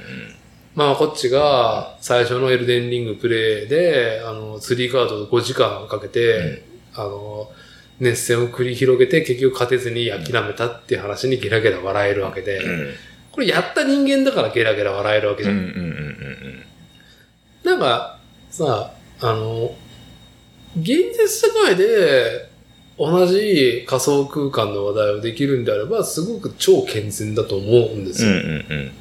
S1: まあ、こっちが最初のエルデンリングプレイで、あの、ツリーカード5時間かけて、あの、熱戦を繰り広げて結局勝てずに諦めたっていう話にゲラゲラ笑えるわけで、
S2: うん。
S1: これやった人間だからゲラゲラ笑えるわけじ
S2: う
S1: ゃん。
S2: ん。うん。うん。うん。
S1: なんか、さ、あの、現実世界で同じ仮想空間の話題をできるんであれば、すごく超健全だと思うんです
S2: うん。
S1: よ。
S2: うん。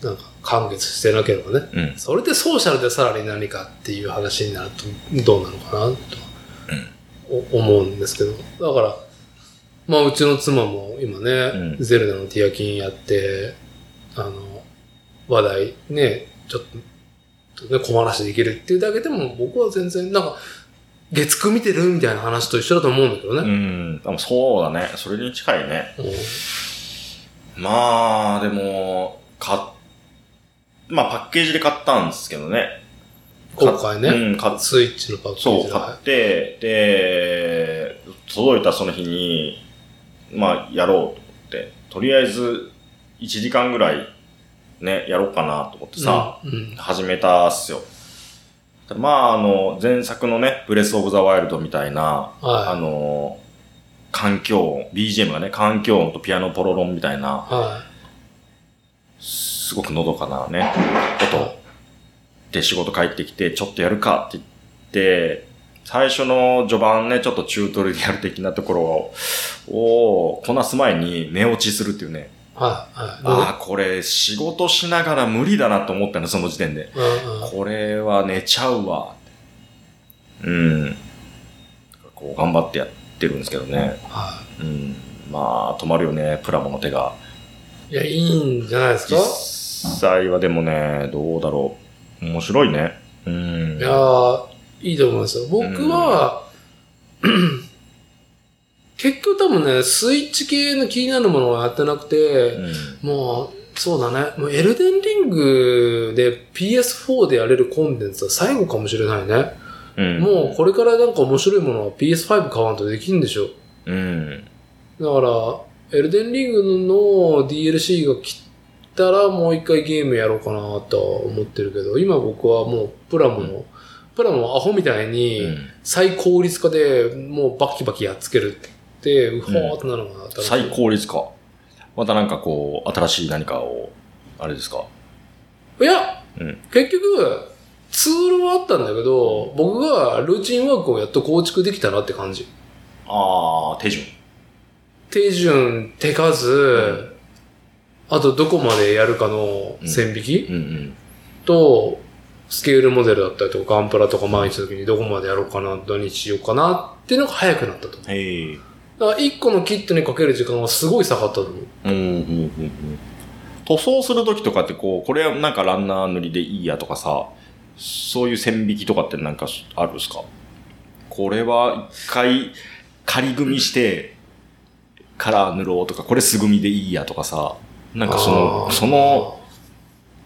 S1: なんか、完結してなければね。
S2: うん。
S1: それでソーシャルでさらに何かっていう話になるとどうなのかなと、お思うんですけど。だから、まあうちの妻も今ね、
S2: うん
S1: ゼルダのティアキンやって、あの、話題ね、ちょっとね、小話できるっていうだけでも僕は全然、なんか、月9見てるみたいな話と一緒だと思うんだけど
S2: う
S1: ね。
S2: ん。でもそうだね。それに近いね。
S1: うん
S2: まあ、でも、か、まあパッケージで買ったんですけどね。
S1: 今回ね、
S2: うん、買っ
S1: スイッチのパッケー
S2: そ
S1: ジ
S2: う、
S1: で。
S2: 買って、で、届いたその日に、まあ、やろうと思って、とりあえず、1時間ぐらい、ね、やろうかなと思ってさ、
S1: あ、うん。
S2: 始めたっすよ。まあ、あの、前作のね、ブレス・オブ・ザ・ワイルドみたいな、あ
S1: は。、
S2: の、環境音、BGM がね、環境音とピアノポロロンみたいない
S1: は
S2: すごくのどかなね、ことで仕事帰ってきて、ちょっとやるかって言って、最初の序盤ね、ちょっとチュートリアル的なところを、をこなす前に寝落ちするっていうね。
S1: はい、はい。
S2: ああ、これ仕事しながら無理だなと思ったの、その時点で。
S1: うんうん
S2: これは寝ちゃうわ。うん。こう頑張ってやってるんですけどね。
S1: は
S2: うん。まあ、止まるよね、プラモの手が。
S1: い。いや、いいんじゃないですか
S2: 実際はでもね、どうだろう。面白いね。うん。
S1: いやーいいと思いますよ。僕は、結局多分ね、スイッチ系の気になるものはやってなく
S2: う
S1: て、
S2: ん
S1: もう、そうだね。もうエルデンリングで PS4 でやれるコンテンツは最後かもしれないね。
S2: うん
S1: もうこれからなんか面白いものは PS5 買わんとできんでしょ。
S2: うん。
S1: だから、エルデンリングの DLC が来たらもう一回ゲームやろうかなとは思ってるけど、今僕はもうプラモの、プラモをアホみたいに最効率化でもうバキバキやっつけるって言って、うほーってなるのが楽しい
S2: 最効率か。またなんかこう、新しい何かを、あれですか。
S1: いや、
S2: うん
S1: 結局、ツールはあったんだけど、僕がルーチンワークをやっと構築できたなって感じ。
S2: ああ、手順。
S1: 手順、手数、
S2: ん
S1: あとどこまでやるかの線引き、
S2: うんうん。
S1: と、スケールモデルだったりとか、ガンプラとか毎日の時にどこまでやろうかな、何しようかなっていうのが早くなったと。だ
S2: へえ。
S1: から1個のキットにかける時間はすごい下がったと思う。
S2: うんうんうんうん。塗装するときとかってこう、これはなんかランナー塗りでいいやとかさ、そういう線引きとかってなんかあるんですかこれは一回仮組みして、カラー塗ろうとか、これ素組みでいいやとかさ、なんかそ
S1: あ
S2: の、
S1: ー
S2: その、、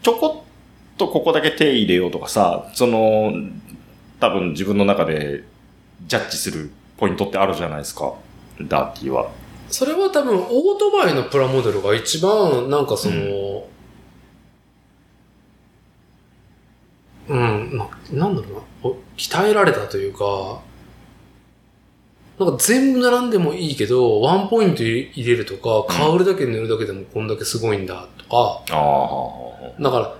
S2: ちょこっとここだけ手入れようとかさ、その、多分自分の中でジャッジするポイントってあるじゃないですか。ダーティーは。
S1: それは多分オートバイのプラモデルが一番なんかその、うん、まなんだろうなお、鍛えられたというか、なんか全部並んでもいいけど、ワンポイント入れるとか、
S2: うん
S1: カウルだけ塗るだけでもこんだけすごいんだとか、
S2: ああ。
S1: だから、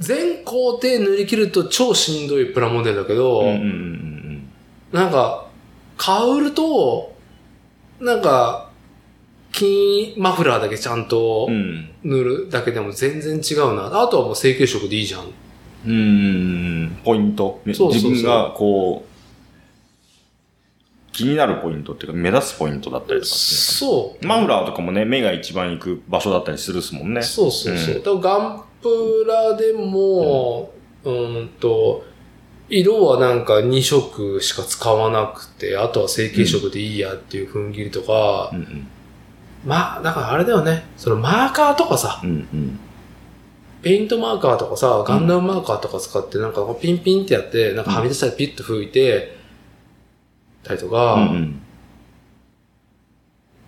S1: 全工程塗り切ると超しんどいプラモデルだけど、
S2: うんうんうん
S1: なんか、カウルと、なんか、金マフラーだけちゃんと
S2: うん。うん。
S1: 塗るだけでも全然違うな。あとはもう成型色でいいじゃん。
S2: うんうんうん。ポイント。ね
S1: そうそうそう
S2: 自分がこう、気になるポイントっていうか、目立つポイントだったりとかって
S1: そ
S2: いうのかな。マフラーとかもね、目が一番行く場所だったりするっすもんね
S1: う。。そうそうそう。
S2: う
S1: だからガンプラでも、うーんと、色はなんか2色しか使わなくて、あとは成型色でいいやっていう踏ん切りとか、
S2: うんうん。
S1: まあ、だからあれだよね。そのマーカーとかさ、
S2: うんうん。
S1: ペイントマーカーとかさ、ガンダムマーカーとか使って、なんかこうピンピンってやって、なんかはみ出したらピュッと吹いて、たりとか、
S2: うんうん。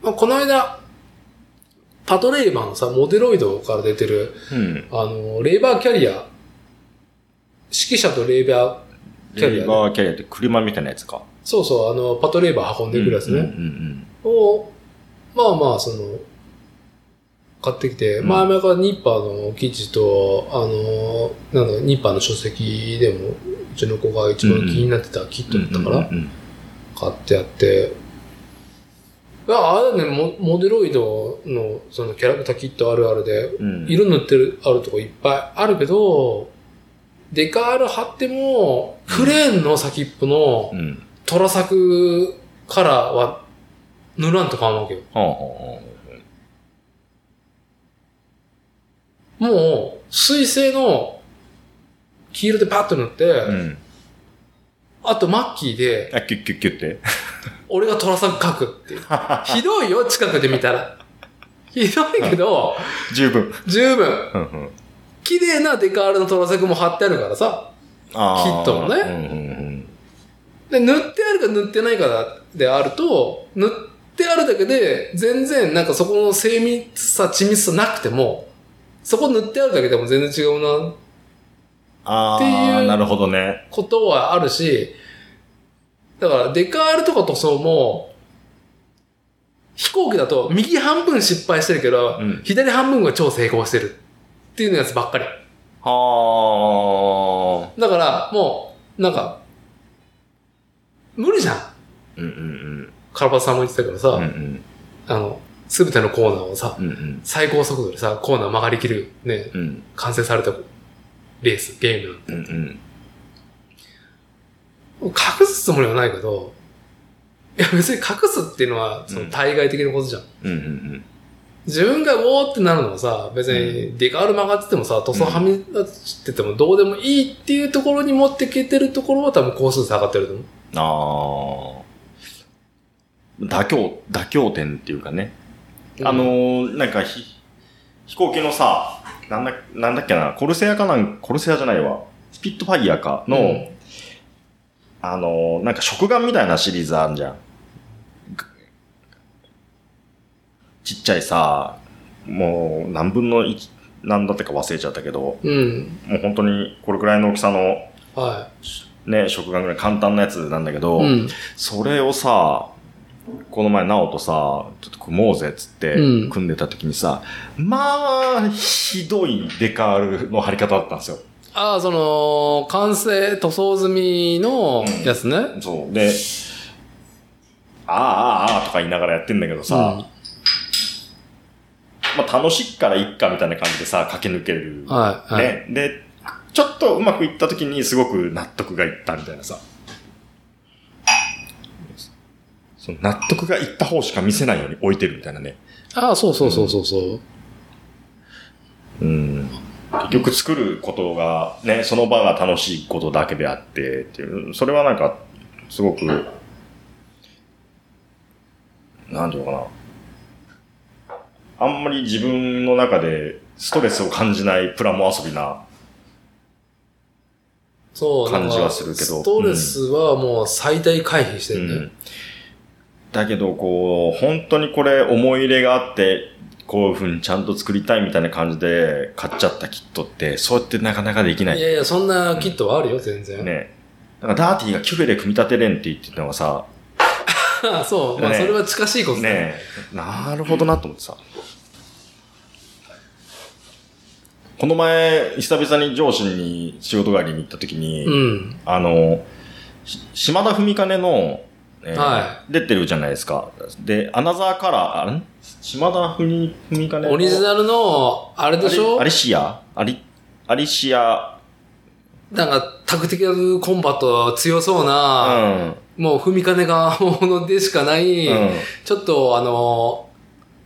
S1: まあ、この間、パトレイバーのさ、モデロイドから出てる、
S2: うん。
S1: あの、レーバーキャリア、指揮者とレーバー、キャリアね
S2: レバーキャリアって車みたいなやつか。
S1: そうそう、あの、パトレイバー運んでくるやつ
S2: うんう
S1: ね。
S2: ん
S1: を、まあまあ、その、買ってきて、
S2: うん
S1: 前々からニッパーの記事と、あの、なんだ、ニッパーの書籍でも、うちの子が一番気になってたキッ
S2: う
S1: ト
S2: ん
S1: だったから、
S2: うんうん
S1: 買ってやって、ああれだねモ、モデロイドのそのキャラクターキットあるあるで、
S2: うん
S1: 色塗ってるあるとこいっぱいあるけど、デカール貼っても、クレーンの先っぽの
S2: うん
S1: トラ作カラーは塗らんと買うわけよ。
S2: はあは
S1: もう、水性の黄色でパッと塗って、
S2: あはあうん
S1: あとマッキーで、
S2: あキュッキュッキュッって [laughs]
S1: 俺がトラ作描くっていう。ひどいよ、近くで見たら。ひどいけど、
S2: 十分
S1: 十分。
S2: うんうん
S1: 綺麗なデカールのトラ作も貼ってあるからさ。
S2: あー
S1: キットもね
S2: うん
S1: で、塗ってあるか塗ってないかであると、塗ってあるだけで、全然なんかそこの精密さ、緻密さなくても、そこ塗ってあるだけでも全然違うな、っ
S2: あ
S1: てい
S2: あ
S1: う
S2: なるほどね
S1: ことはあるし、だからデカールとか塗装も、飛行機だと右半分失敗してるけど、
S2: うん
S1: 左半分が超成功してるっていうやつばっかり。
S2: はあ
S1: だから、もう、なんか、無理じゃん。
S2: うんうん
S1: カラパスさんも言ってたけどさ、
S2: うん。うんうん。
S1: あの、すべてのコーナーをさ、
S2: うんうん。
S1: 最高速度でさ、コーナー曲がりきる、ね、
S2: うん
S1: 完成されたレース、ゲームなんて
S2: うんうん。
S1: 隠すつもりはないけど、いや別に隠すっていうのは、その対外的なことじゃん。
S2: うんうん
S1: 自分がウォーってなるのはさ、別にデカール曲がっててもさ、塗装はみ出しててもどうでもいいっていうところに持ってけてるところは多分高数下がってると思う。
S2: うん。あー。妥協、妥協点っていうかね。あの、ー、なんかひ、飛行機のさ、なんだ、なんだっけな、コルセアかなん、コルセアじゃないわ。スピットファイアかの、
S1: うん
S2: あのー、なんか食玩みたいなシリーズあんじゃん。ちっちゃいさ、もう何分の1、何だったか忘れちゃったけど、も
S1: うん。
S2: う本当にこれくらいの大きさの
S1: は
S2: ね、食玩ぐらい簡単なやつなんだけ
S1: い。
S2: ど、
S1: うん。
S2: それをさ、この前、ナオとさ、ちょっと組もうぜっつって
S1: う、ん
S2: 組んでた時にさ、まあ、ひどいデカールの貼り方だったんですよ。
S1: ああ、その、完成、塗装済みのやつね。
S2: そう。で、あーあーあーとか言いながらやってんだけどさ、まあ楽しいからいっかみたいな感じでさ、駆け抜ける
S1: うん、。はい。はい。
S2: ね。で、ちょっとうまくいった時にすごく納得がいったみたいなさ。その納得がいった方しか見せないように置いてるみたいなね。
S1: ああ、そうそうそうそうそう。
S2: うん結局作ることが、ね、その場が楽しいことだけであってっていう、それはなんか、すごく、なんていうのかな。あんまり自分の中でストレスを感じないプラモ遊びな。
S1: そう、
S2: 感じは
S1: なんか
S2: するけど
S1: ストレスはもう最大回避して
S2: う
S1: るね。
S2: んだけど、こう、本当にこれ思い入れがあって、こういうふうにちゃんと作りたいみたいな感じで買っちゃったキットって、そうやってなかなかできない
S1: い。やいや、そんなキットはあるよ、全然。
S2: ね。なんかダーティーがキュベで組み立てれんって言ってたのがさ、
S1: ああ [laughs] そう、まあ、
S2: ね
S1: それは近しいことだね。
S2: ねえ、なるほどなと思ってさ。この前、久々に上司に仕事帰りに行った時に、
S1: うん。
S2: あの、し島田文兼の、えー
S1: は
S2: 出てるじゃないですか。で、アナザーカラー、あん島田文文兼の
S1: オリジナルの、あれでしょ
S2: アリシアアリ、アリシア、
S1: なんか、タクティカルコンバット強そう
S2: う
S1: な、
S2: ん。
S1: もう踏み金がものでしかない、
S2: うん
S1: ちょっとあの、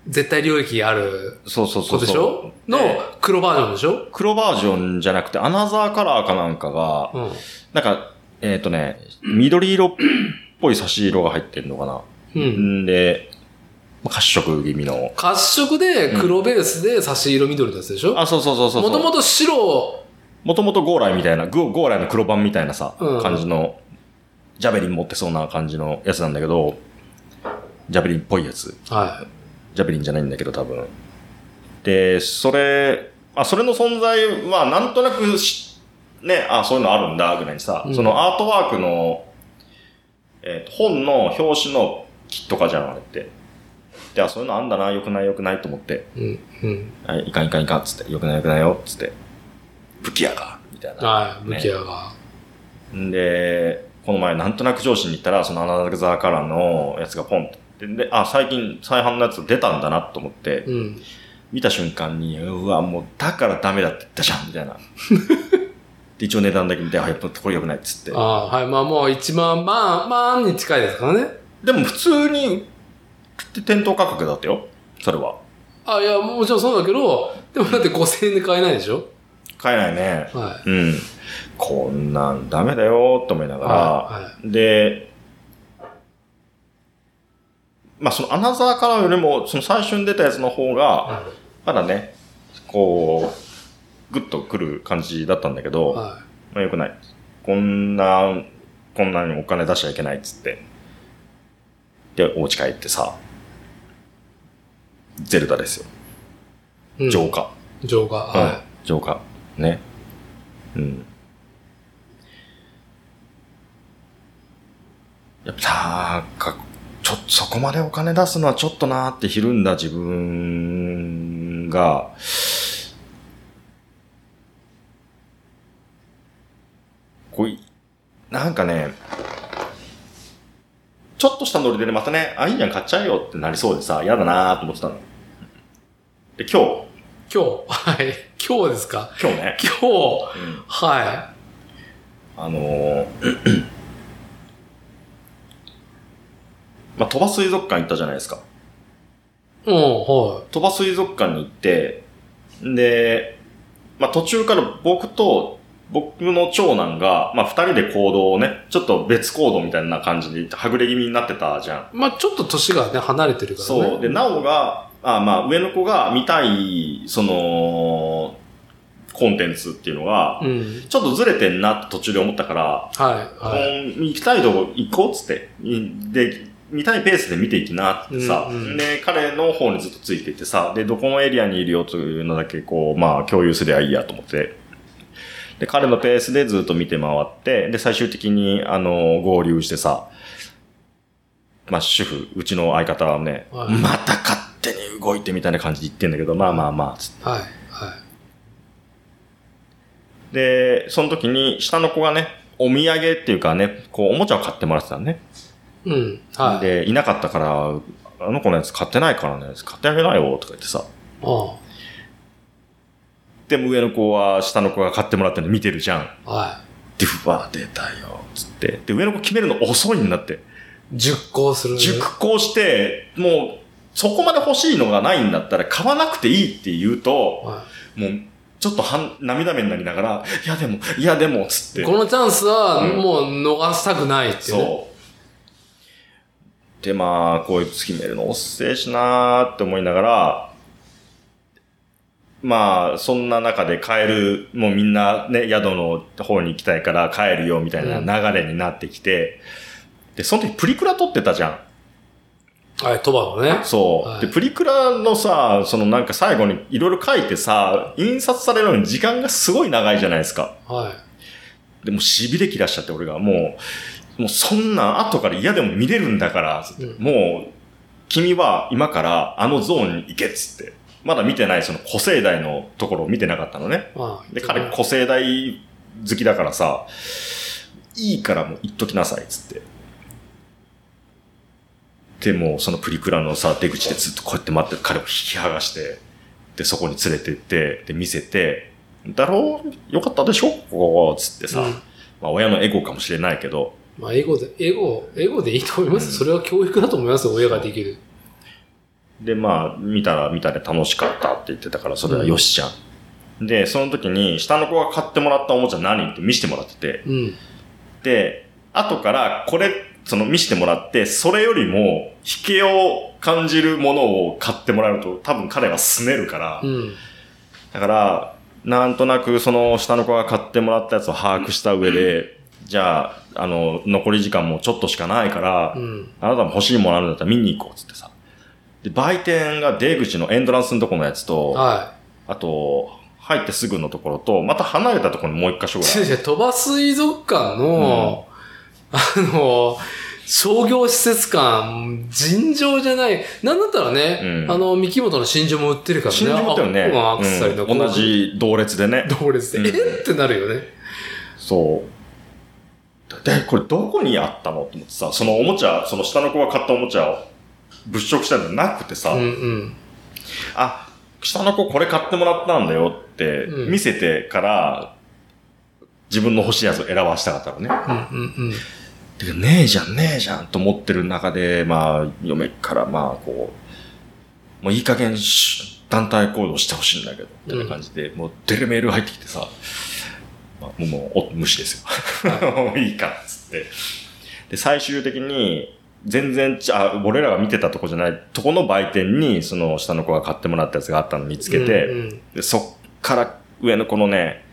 S1: 絶対領域ある
S2: そうそう
S1: 子
S2: そうそう。
S1: でしょの
S2: で
S1: 黒バージョンでしょ
S2: 黒バージョンじゃなくて、アナザーカラーかなんかが、
S1: うん。
S2: なんか、えっ、とね、緑色っぽい差し色が入ってるのかな。
S1: うん。
S2: んで、まあ褐色気味の。
S1: 褐色で黒ベースで差し色緑のやつでしょ
S2: あ、そうそうそうそうそ
S1: も
S2: う。
S1: ともと白、
S2: もともとゴーライみたいな、ゴゴーライの黒版みたいなさ、
S1: うん
S2: 感じの、ジャベリン持ってそうな感じのやつなんだけど、ジャベリンっぽいやつ。
S1: は
S2: ジャベリンじゃないんだけど、多分。で、それ、あ、それの存在は、なんとなくし、ね、あ、そういうのあるんだ、ぐらいにさ、
S1: うん
S2: そのアートワークの、えー本の表紙のキットかじゃん、あれって。で、あ、そういうのあんだな、よくないよくないと思って、
S1: い。うん。うん。
S2: はい、いかんいかんいかん、つって、よくないよくないよ、つって、武器屋か、みたいな。
S1: はい。武器屋が。
S2: んで、この前なんとなく上司に行ったら、そのアナザーカラーのやつがポンって。で、あ、最近再販のやつ出たんだなと思って、
S1: うん。
S2: 見た瞬間に、うわ、もうだからダメだって言ったじゃん、みたいな。で、一応値段だけ見て、あ、やっぱこれ良くないっつって
S1: あ。あ、はい。まあもう1万、まあ、まあに近いですからね。
S2: でも普通に、店頭価格だったよ。それは。
S1: あ、いや、もちろんそうだけど、でもだって5000円で買えないでしょ
S2: 買えないね。
S1: は。
S2: うん。こんなんダメだよ、と思いないがら、
S1: は
S2: で、まあそのアナザーカラーよりも、その最初に出たやつの方
S1: い。
S2: が、
S1: は
S2: まだね、こう、グッとくる感じだったんだけ
S1: い。
S2: ど、
S1: は
S2: まあ、よくない。こんな、こんなにお金出しちゃいけないっつって。で、お家帰ってさ、ゼルダですよ。
S1: い。うん
S2: 浄。化。
S1: 浄化。は
S2: 浄化。ね。うん。やっぱ、なんか、ちょ、そこまでお金出すのはちょっとなーってひるんだ自分が、こうい、なんかね、ちょっとしたノリでね、またね、あ、いいじゃん、買っちゃえよってなりそうでさ、嫌だなーと思ってたの。で、今日、
S1: 今日、はい。今日ですか
S2: 今日ね、
S1: 今日、
S2: うん
S1: は
S2: あのー、 [clears throat] まあ、鳥羽水族館行ったじゃないですか。
S1: い。うん、は
S2: 鳥羽水族館に行って、で、まあ、途中から僕と、僕の長男が、まあ、二人で行動をね、ちょっと別行動みたいな感じで、はぐれ気味になってたじゃん。
S1: い。まあちょっと年がね、離れてるからね。
S2: そう。で、なおが、あまあ、上の子が見たい、その、コンテンツっていうのが、
S1: うん。
S2: ちょっとずれてんなって途中で思ったから、
S1: はい、はい。
S2: うん行きたいとこ行こうっつって、いで、見たいペースで見ていきなってさ、
S1: うんうん
S2: で、彼の方にずっとついていってさ、で、どこのエリアにいるよというのだけこう、まあ共有すりゃいいやと思って、で、彼のペースでずっと見て回って、で、最終的に、あの、合流してさ、まあ主婦、うちの相方はね、
S1: はい
S2: また勝手に動いてみたいな感じで言ってんだけど、まあまあまあ、つって
S1: はい、は
S2: で、その時に下の子がね、お土産っていうかね、こう、おもちゃを買ってもらってたのね。
S1: い。うん、はい。
S2: で、いなかったから、あの子のやつ買ってないからね、買ってあげないよ、とか言ってさ。
S1: あ
S2: でも上の子は下の子が買ってもらってるの見てるじゃん。
S1: あは
S2: で、うわ、出たよ、つって。で、上の子決めるの遅いんだって。
S1: い。熟考する。
S2: 熟考して、もう、そこまで欲しいのがないんだったら買わなくていいって言うと、
S1: は
S2: もう、ちょっとはん涙目になりながら、いやでも、いやでも、つって
S1: い。こ。のチャンスは、
S2: うん
S1: もう逃したくないっていうね。
S2: そう。で、まあ、こいつ決めるの遅えしなーって思いながら、まあ、そんな中で帰る、もうみんなね、宿の方に行きたいから帰るよみたいな流れになってきて、で、その時プリクラ撮ってたじゃん。
S1: はい、鳥羽のね。
S2: そう。
S1: はい
S2: で、プリクラのさ、そのなんか最後にいろいろ書いてさ、印刷されるのに時間がすごい長いじゃないですか。
S1: はい。
S2: でもう痺れ切らしちゃって、俺が。もう、もうそんなん後から嫌でも見れるんだから、つって
S1: うん
S2: もう、君は今からあのゾーンに行けっつって。まだ見てないその古生代のところを見てなかったのね。
S1: まあ、
S2: で、彼古生代好きだからさ、いいからもう行っときなさい、つって。で、もうそのプリクラのさ、出口でずっとこうやって待って彼を引き剥がして、で、そこに連れてって、で、見せて、だろうよかったでしょここ、つってさ、
S1: うん
S2: まあ親のエゴかもしれないけど、
S1: まあ、エゴで、エゴ、エゴでいいと思います。
S2: うん
S1: それは教育だと思いますよ、親ができる。
S2: で、まあ、見たら見たで楽しかったって言ってたから、それはよしじゃん。で、その時に、下の子が買ってもらったおもちゃ何って見せてもらってて、
S1: うん。
S2: で、後からこれ、その見せてもらって、それよりも、引けを感じるものを買ってもらうと、多分彼は拗ねるから、
S1: うん。
S2: だから、なんとなくその下の子が買ってもらったやつを把握した上で、じゃあ、あの、残り時間もちょっとしかないから
S1: う、ん。
S2: あなたも欲しいものあるんだったら見に行こうっつってさ。で、売店が出口のエントランスのとこのやつと、
S1: は
S2: あと、入ってすぐのところと、また離れたところにもう一箇所
S1: い。
S2: ぐ
S1: [laughs]
S2: らい
S1: 先生、鳥羽水族館の、あの、商業施設館、尋常じゃない。なんだったらね、
S2: うん
S1: あの、三木本の真珠も売ってるからね。
S2: 新宿ってね、
S1: あアクセサリーの、
S2: うん同。じ同列でね。
S1: 同列で、
S2: うん
S1: えってなるよね。
S2: そう。で、これどこにあったのと思ってさ、そのおもちゃ、その下の子が買ったおもちゃを物色したんじゃなくてさ、
S1: うんうん。
S2: あ、下の子これ買ってもらったんだよって
S1: うん
S2: 見せてから、自分の欲しいやつを選ばしたかったのね。
S1: うんうんうん。
S2: でねえじゃん、ねえじゃんと思ってる中で、まあ、嫁からまあ、こう、もういい加減し、団体行動してほしいんだけど、みたいな感じで、もう出るメール入ってきてさ、まあ、もうもう、お無視ですよ。 [laughs] もういいか、つって。で、最終的に、全然ち、あ、俺らが見てたとこじゃない、とこの売店に、その下の子が買ってもらったやつがあったの見つけて、
S1: うんうん
S2: で、そっから上の子のね、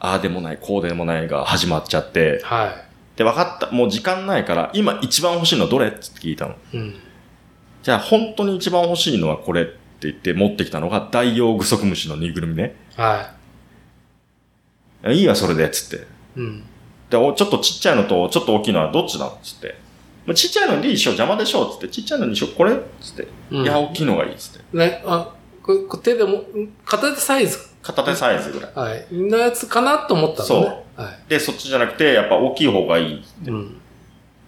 S2: ああでもない、こうでもないが始まっちゃって、
S1: は
S2: で、分かった。もう時間ないから、今一番欲しいのどれって聞いたの。
S1: い。うん。
S2: じゃあ、本当に一番欲しいのはこれって言って持ってきたのが、大用具足虫のぬいぐるみね。
S1: はい
S2: いわ、それで、つって。
S1: い。うん。
S2: で、おちょっとちっちゃいのと、ちょっと大きいのはどっちなのつって。まあちっちゃいのでいいでしょ邪魔でしょつって。ちっちゃいのにしようこれつって。
S1: うん
S2: いや、大きいのがいい。つって。
S1: ね、あ、ここ手でも、ん片手サイズ、
S2: 片手サイズぐらい。
S1: はい、のやつかなと思ったのね。はい。
S2: で、そっちじゃなくて、やっぱ大きい方がいい。
S1: うん。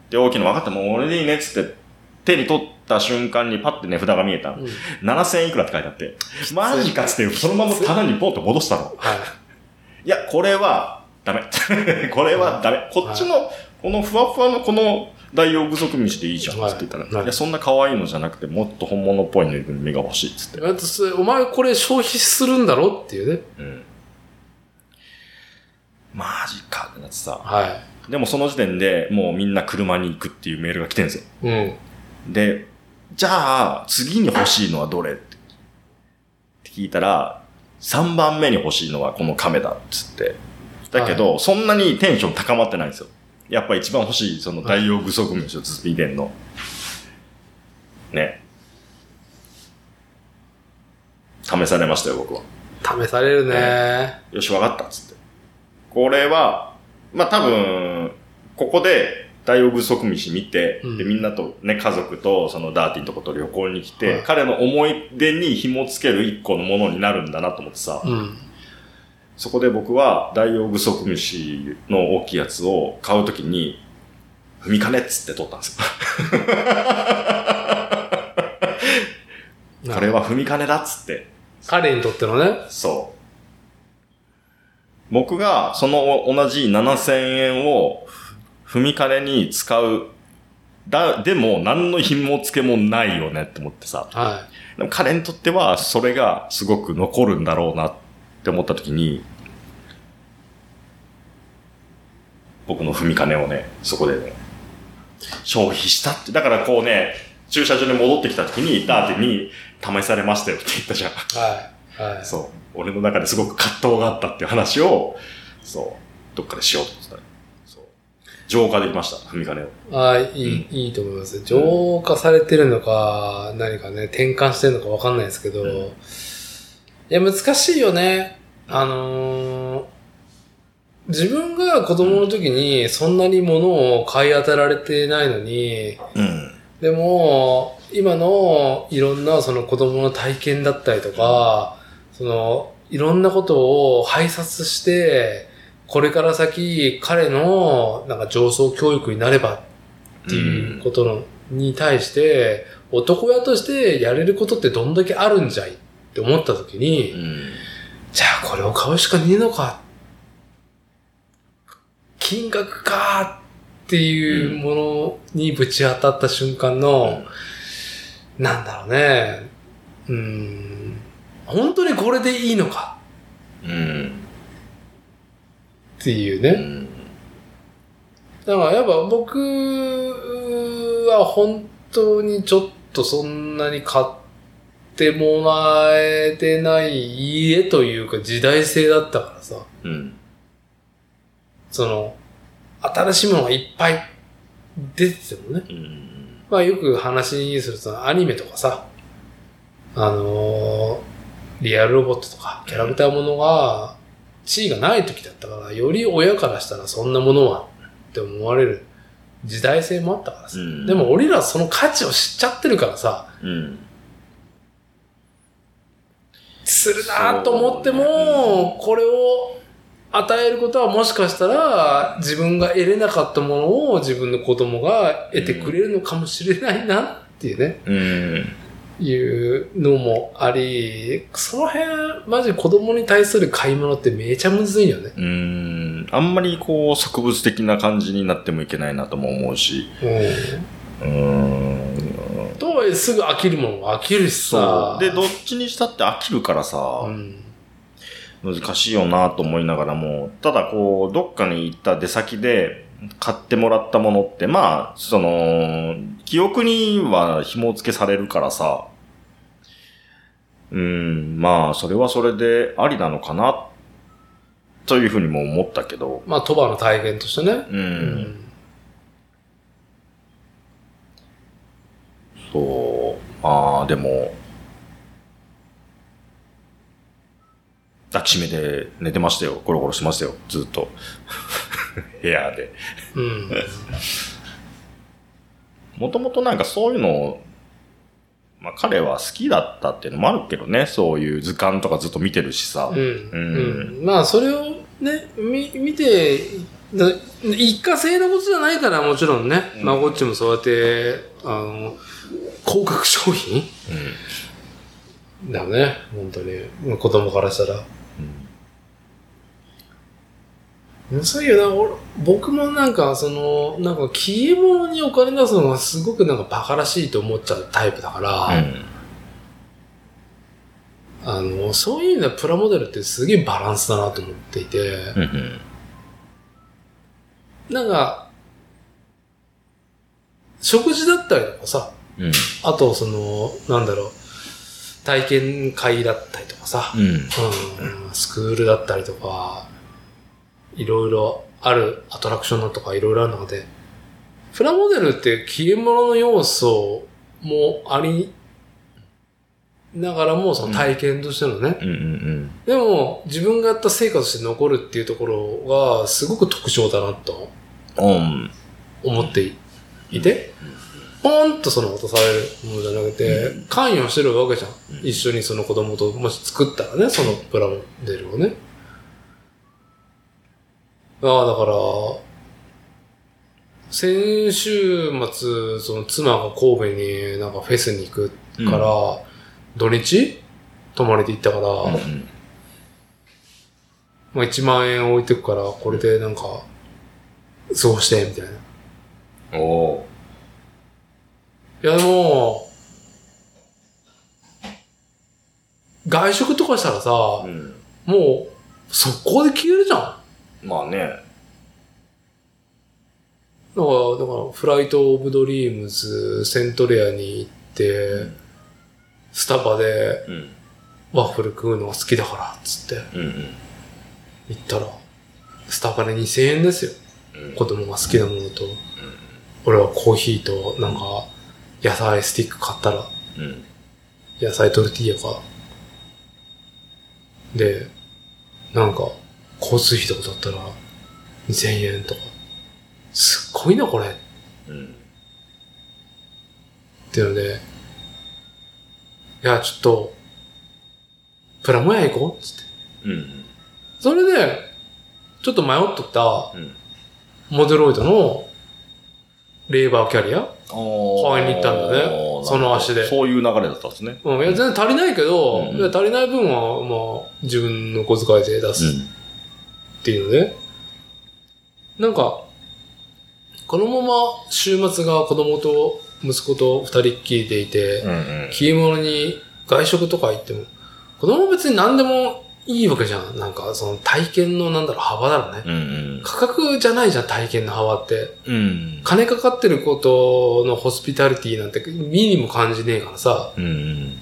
S2: で、大きいの分かった、もう俺でいいねっつって、手に取った瞬間にパッてね、札が見えた。
S1: うん
S2: 7000いくらって書いてあって、マジかっつって、そのまま棚にポンと戻したの。
S1: はい。
S2: いや、これは、ダメ。 [laughs] これはダメ。こっちの、このふわふわのこの大用具足虫でいいじゃん、つって言ったら。
S1: はいはい
S2: いや、そんな可愛いのじゃなくて、もっと本物っぽいぬいぐるみが欲しい、つって。
S1: あとそれ、お前これ消費するんだろっていうね。
S2: うん。マジかってなってさ。
S1: は
S2: でもその時点でもうみんな車に行くっていうメールが来てるんですよ。
S1: い。うん。
S2: で、じゃあ、次に欲しいのはどれって聞いたら、3番目に欲しいのはこの亀だっつって。だけど、そんなにテンション高まってないんですよ。やっぱ一番欲しい、その大用具足虫をずっと見てんの。ね。試されましたよ、僕は。
S1: 試されるね。
S2: よし、わかった、っつって。これは、まあ、多分、ここで、大王具足飯見て、
S1: うん
S2: で、みんなとね、家族と、そのダーティンとこと旅行に来て、
S1: はい
S2: 彼の思い出に紐つける一個のものになるんだなと思ってさ、
S1: うん。
S2: そこで僕は、大王具足飯の大きいやつを買うときに、踏み金っつって取ったんですよ。これは踏み金だっつって。
S1: 彼にとってのね。
S2: そう。僕がその同じ7000円を踏み金に使う。だ、でも何の紐付けもないよねって思ってさ。
S1: は
S2: でも彼にとってはそれがすごく残るんだろうなって思った時に、僕の踏み金をね、そこでね、消費したって。だからこうね、駐車場に戻ってきた時に、ダーティに試されましたよって言ったじゃん。
S1: い。はい。はい。
S2: そう。俺の中ですごく葛藤があったっていう話を、そう。どっかでしようと思ってた。そう。浄化できました、踏み金を。
S1: ああ、いい、いいと思います。浄化されてるのか、何かね、転換してるのかわかんないですけど、
S2: うん
S1: いや、難しいよね。あのー自分が子供の時にそんなに物を買い与えられてないのに、
S2: うん。
S1: でも、今のいろんなその子供の体験だったりとか、その、いろんなことを拝察して、これから先彼のなんか上層教育になればっていうことの、に対して、男親としてやれることってどんだけあるんじゃいって思った時に、
S2: うん。
S1: じゃあこれを買うしかねえのか。金額かっていうものにぶち当たった瞬間の、なんだろうね。うーん。本当にこれでいいのか
S2: うん。
S1: っていう
S2: う
S1: ね。
S2: ん。
S1: だからやっぱ僕は本当にちょっとそんなに買ってもらえてない家というか時代性だったからさ。
S2: うん。
S1: その、新しいものがいっぱい出ててもね。
S2: うん。
S1: まあよく話にするとアニメとかさ、あのーリアルロボットとかキャラクターものが地位がない時だったから、より親からしたらそんなものはって思われる時代性もあったからさ。
S2: うん
S1: でも俺らその価値を知っちゃってるからさ、
S2: うん。
S1: するなと思って
S2: そうね
S1: も、これを与えることはもしかしたら自分が得れなかったものを自分の子供が得てくれるのかもしれないなっていうね、
S2: うん。
S1: いうのもあり、その辺、マジ子供に対する買い物ってめちゃむずいよね。
S2: うん。あんまりこう、植物的な感じになってもいけないなとも思うし。うん。
S1: とはいえすぐ飽きるもんは飽きるし
S2: そ
S1: さ。
S2: う。で、どっちにしたって飽きるからさ。
S1: うん。
S2: 難しいよなと思いながらも、ただこう、どっかに行った出先で買ってもらったものって、まあ、その、記憶には紐付けされるからさ、うん、まあ、それはそれでありなのかな、というふうにも思ったけど、
S1: まあ、鳥羽の体験としてね。
S2: うん、
S1: うん。
S2: そう、まあ、でも、抱きしめで寝てましたよ。ゴロゴロしてましたよ。ずっと。 [laughs] 部屋で。
S1: うん。
S2: もともとなんかそういうのを、まあ彼は好きだったっていうのもあるけどね、そういう図鑑とかずっと見てるしさ。
S1: うん
S2: うん
S1: うんまあそれをねみ見てだ一過性のことじゃないから、もちろんね。まあ、こっちもそうやって、あの、広角商品だよね。本当に。子供からしたら。むずいよな、俺、僕もなんか、その、なんか消え物にお金出すのがすごくなんかバカらしいと思っちゃうタイプだから、あの、そういう意味ではプラモデルってすげえバランスだなと思っていて、
S2: うん。うん。
S1: なんか、食事だったりとかさ、
S2: うん。
S1: あとその、なんだろう、体験会だったりとかさ、
S2: うん。
S1: うん、スクールだったりとか、いろいろあるアトラクションだとかいろいろある中で、プラモデルって消え物の要素もありながらもその体験としてのね、
S2: うん。うん。
S1: でも自分がやった成果として残るっていうところがすごく特徴だなと
S2: うん。
S1: 思っていて、ポンとその渡されるものじゃなくて、関与してるわけじゃん。一緒にその子供と、もし作ったらね、そのプラモデルをね。ああ、だから、先週末、その妻が神戸になんかフェスに行くから、土日泊まりで行ったから、
S2: うん。
S1: まあ1万円置いてくから、これでなんか、過ごして、みたいな。
S2: おお
S1: いや、でも、外食とかしたらさ、
S2: ー。うん。
S1: もう、速攻で消えるじゃん。だか
S2: まあね。
S1: ら、だから、フライト・オブ・ドリームズ、セントレアに行って、
S2: ん
S1: スタバで
S2: うん。
S1: ワッフル食うのが好きだから、つって、
S2: うん。
S1: 行ったら、スタバで2000円ですよ。
S2: うん。
S1: 子供が好きなものと。俺はコーヒーと、なんか、野菜スティック買ったら、
S2: うん。
S1: 野菜トルティーヤか。で、なんか、交通費とかだったら、2000円とか。すっごいな、これ。っ
S2: うん。
S1: ていうので、いや、ちょっと、プラモ屋行こうっつって。
S2: うん。
S1: それで、ちょっと迷っとった、
S2: うん。
S1: モデロイドの、レーバーキャリア
S2: 買
S1: いに行ったんだねその足で
S2: そういう流れだったんですね。
S1: うん、いや、全然足りないけど、
S2: うん
S1: いや足りない分は、まあ、自分の小遣いで出すっていうので、なんか、このまま週末が子供と息子と二人っきりでいて、
S2: うん。うん。
S1: 消え物に外食とか行っても、子供別に何でもいいわけじゃん。なんか、その体験のなんだろう、幅だろうね。
S2: うん。
S1: 価格じゃないじゃん、体験の幅って。
S2: うん。
S1: 金かかってることのホスピタリティなんて、身にも感じねえからさ、
S2: うん。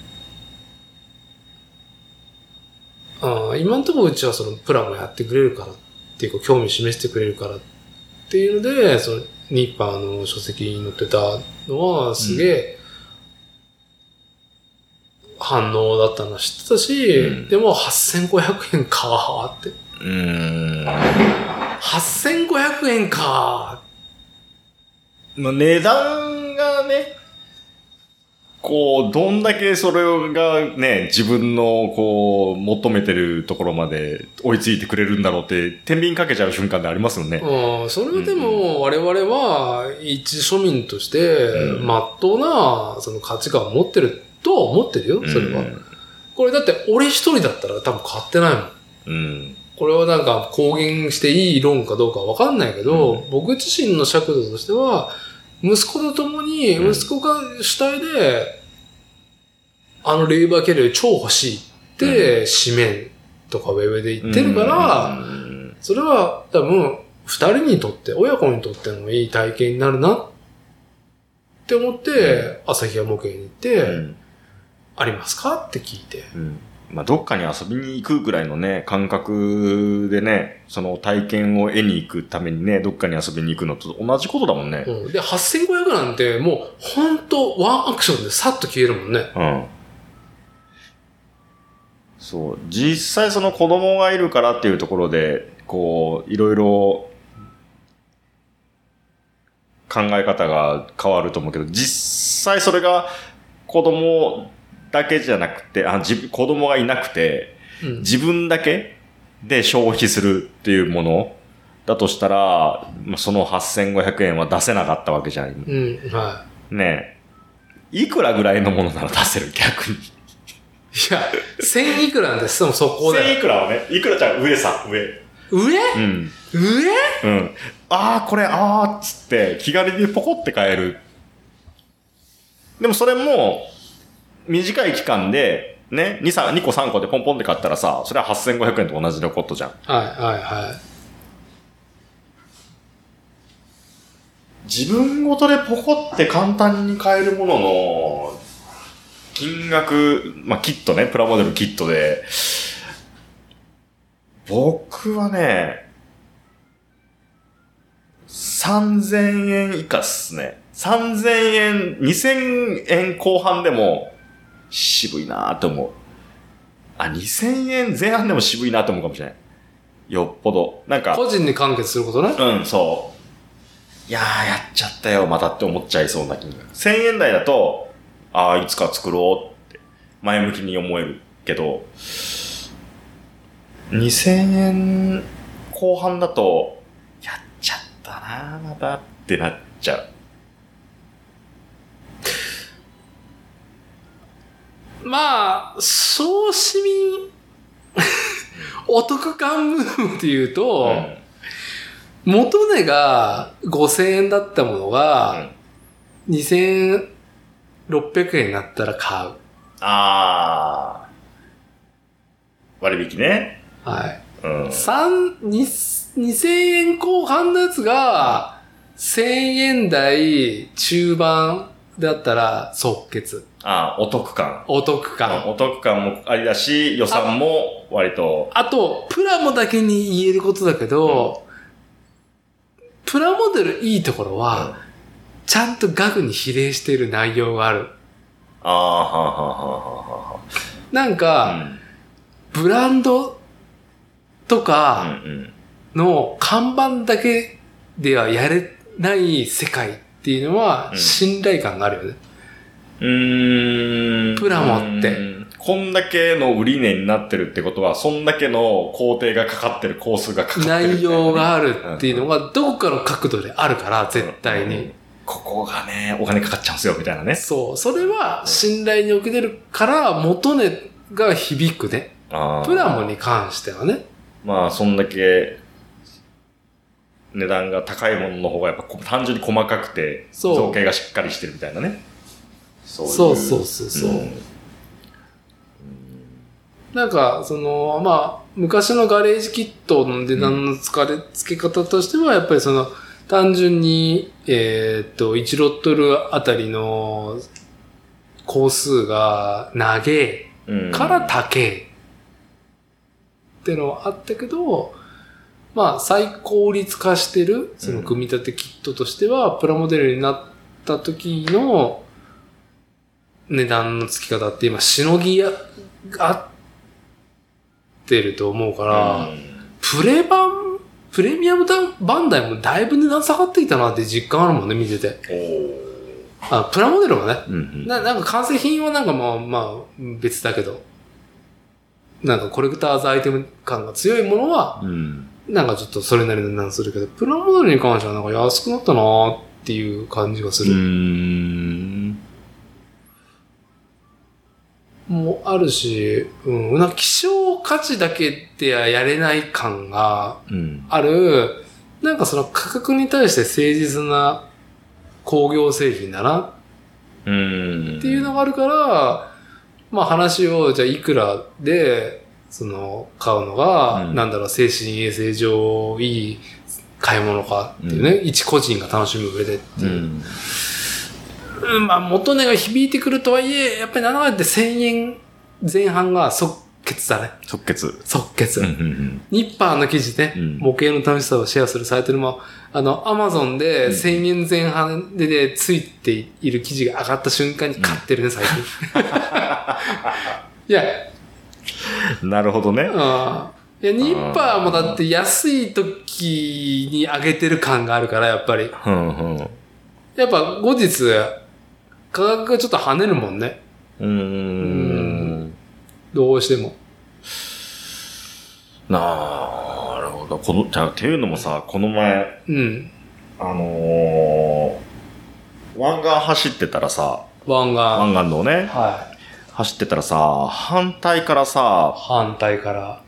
S1: あー今んところうちはそのプラもやってくれるからっていうこう興味示してくれるからっていうので、そのニッパーの書籍に載ってたのはすげえ反応だったのは知ってたし、
S2: うん
S1: でも8500円かーって。
S2: うん。
S1: 8500円か
S2: まあ、値段がね、こう、どんだけそれがね、自分のこう、求めてるところまで追いついてくれるんだろうって、天秤かけちゃう瞬間でありますよね。
S1: ーうん、それはでも我々は一庶民として
S2: うん
S1: 真っ当なその価値観を持ってるとは思ってるよ、それは。これだって俺一人だったら多分買ってないもん。
S2: うん。
S1: これはなんか公言していい論かどうかわかんないけど、
S2: う
S1: 僕自身の尺度としては、息子と共に、
S2: うん
S1: 息子が主体で、あのレーバーキャリア超欲しいって、紙面とかウェブで言ってるから、
S2: うん、
S1: それは多分、二人にとって、親子にとってもいい体験になるなって思って、朝日屋模型に行って、
S2: うん
S1: ありますかって聞いて。
S2: うんまあ、どっかに遊びに行くぐらいのね、感覚でね、その体験を得に行くためにね、どっかに遊びに行くのと同じことだもんね。
S1: うん、で、8500なんて、もう、ほんと、ワンアクションでさっと消えるもんね。
S2: うん。そう。実際その子供がいるからっていうところで、こう、いろいろ考え方が変わると思うけど、実際それが子供だけじゃなくて、あ、自分子供がいなくて、
S1: うん
S2: 自分だけで消費するっていうものだとしたら、まあその8500円は出せなかったわけじゃん。
S1: うん、は
S2: ねえ。いくらぐらいのものなら出せる逆に。
S1: い。いや、千いくらなんです、でもそこで。
S2: いくらはね、いくらじゃん上さ、上。
S1: 上
S2: うん。
S1: 上
S2: うん。ああ、これ、ああ、つって、気軽にポコって買える。でもそれも、短い期間で、ね、2, さ2個3個でポンポンって買ったらさ、それは8500円と同じのことじゃん。
S1: はい、はい、は
S2: 自分ごとでポコって簡単に買えるものの、金額、まあ、キットね、プラモデルキットで、僕はね、3000円以下っすね。3000円、2000円後半でも渋いなぁと思う。あ、2000円前半でも渋いなぁと思うかもしれない。よっぽど。なんか
S1: い。、個人に完結することね。
S2: うん、そう。いやー、やっちゃったよ、またって思っちゃいそうな金額。1000円台だと、ああ、いつか作ろうって、前向きに思えるけど、2000円後半だと、やっちゃったなー、またってなっちゃう。
S1: まあ、小市民、お得感ブームっていうと、
S2: うん
S1: 元値が5000円だったものが、2600円になったら買う。
S2: あー。割引ね。
S1: はい。
S2: うん。
S1: 三二2000円後半のやつが、1000円台中盤だったら即決。
S2: あー、お得感。
S1: お得感。
S2: お得感もありだし、予算も割と、
S1: あと、プラモだけに言えることだけど、プラモデルいいところは、
S2: うん
S1: ちゃんと額に比例している内容がある。
S2: あー、はーはーはーはーはーはー。
S1: なんか、ブランドとか
S2: うんうん
S1: の看板だけではやれない世界っていうのは
S2: うん
S1: 信頼感があるよね。
S2: うーん
S1: プラモって
S2: うんこんだけの売り値になってるってことは、そんだけの工程がかかってる、工数がかかってる、
S1: 内容があるっていうのがどこかの角度であるから、絶対
S2: うん
S1: に。。
S2: ここがね、お金かかっちゃうんすよ、みたいなね。
S1: そう。それは信頼におけてるから元値が響くね。
S2: あー
S1: プラモに関してはね。
S2: まあ、そんだけ、値段が高いものの方がやっぱこ単純に細かくて、
S1: そう
S2: 造形がしっかりしてるみたいなね。そ
S1: そうそうそうそう。なんか、その、まあ、昔のガレージキットの値段の付かれ、付け方としては、やっぱりその、単純に、えーっと、1ロットルあたりの、工数が長え
S2: うん
S1: から高えってのはあったけど、まあ、最効率化してる、その組み立てキットとしては、プラモデルになった時の値段の付き方って今、しのぎや、が合ってると思うから、
S2: うん
S1: プレ版、プレミアムバンダイもだいぶ値段下がってきたなって実感あるもんね、見てて。
S2: おー
S1: あ、プラモデルもね。
S2: うんうん
S1: な、なんか完成品はなんかまあ、まあ、別だけど、なんかコレクターズアイテム感が強いものは、
S2: うん
S1: なんかちょっとそれなりの値段するけど、プラモデルに関してはなんか安くなったなーっていう感じがす
S2: うー
S1: る。
S2: ん。
S1: もうあるし、うん、なんか希少価値だけではやれない感が
S2: うん。
S1: ある、なんかその価格に対して誠実な工業製品だな
S2: うん。
S1: っていうのがあるから、まあ話を、じゃあいくらで、その、買うのが、
S2: うん
S1: なんだろう、精神衛生上いい買い物かっていうね、一個人が楽しむ上でって
S2: う
S1: いう。
S2: ん。
S1: うん、まあ元値が響いてくるとはいえ、やっぱり7割って1000円前半が即決だね。
S2: 即決。
S1: 即決。
S2: うんうん
S1: ニッパーの記事ね、
S2: うん
S1: 模型の楽しさをシェアするサイトにも、あの、アマゾンで
S2: うん
S1: 1000円前半で、でついている記事が上がった瞬間に買ってるね、最近。いや、
S2: うん。なるほどね。
S1: あーいや、ニッパーもだって安い時に上げてる感があるから、やっぱり。
S2: うん
S1: やっぱ後日、価格がちょっと跳ねるもんね。
S2: うん。うーん。
S1: どうしても。
S2: なるほそうだ、この、じゃあっていうのもさ、この前、
S1: うん。
S2: あのー、湾岸走ってたらさ、
S1: 湾
S2: 湾
S1: が、
S2: 岸のね、
S1: はい。
S2: 走ってたらさ、反対からさ、
S1: 反対から。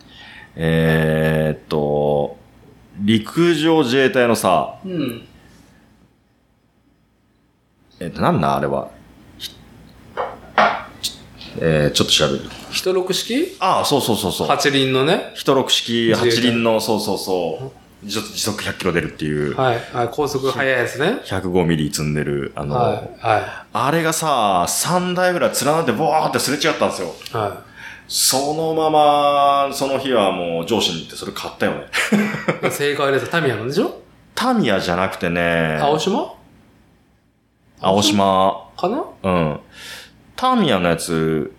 S2: えー、っと、陸上自衛隊のさ、
S1: うん。
S2: えっと、なんだあれは。ひえー、ちょっと調べる。
S1: 一六式
S2: ああ、そうそうそうそう。
S1: 八輪のね。
S2: 一六
S1: 自
S2: 式
S1: 衛隊
S2: 八輪の、そうそうそう。時速時速100キロ出るっていう、
S1: はい。はい、高速速いですね。
S2: 105ミリ積んでる、あの、
S1: はい。は
S2: あれがさ、3台ぐらい連なってボワーってすれ違ったんですよ。
S1: い。は
S2: そのまま、その日はもう上司に言ってそれ買ったよね。
S1: い。正解です。タミヤなんでしょ
S2: タミヤじゃなくてね、
S1: 青島
S2: 青島、
S1: かな
S2: うん。タミヤのやつ、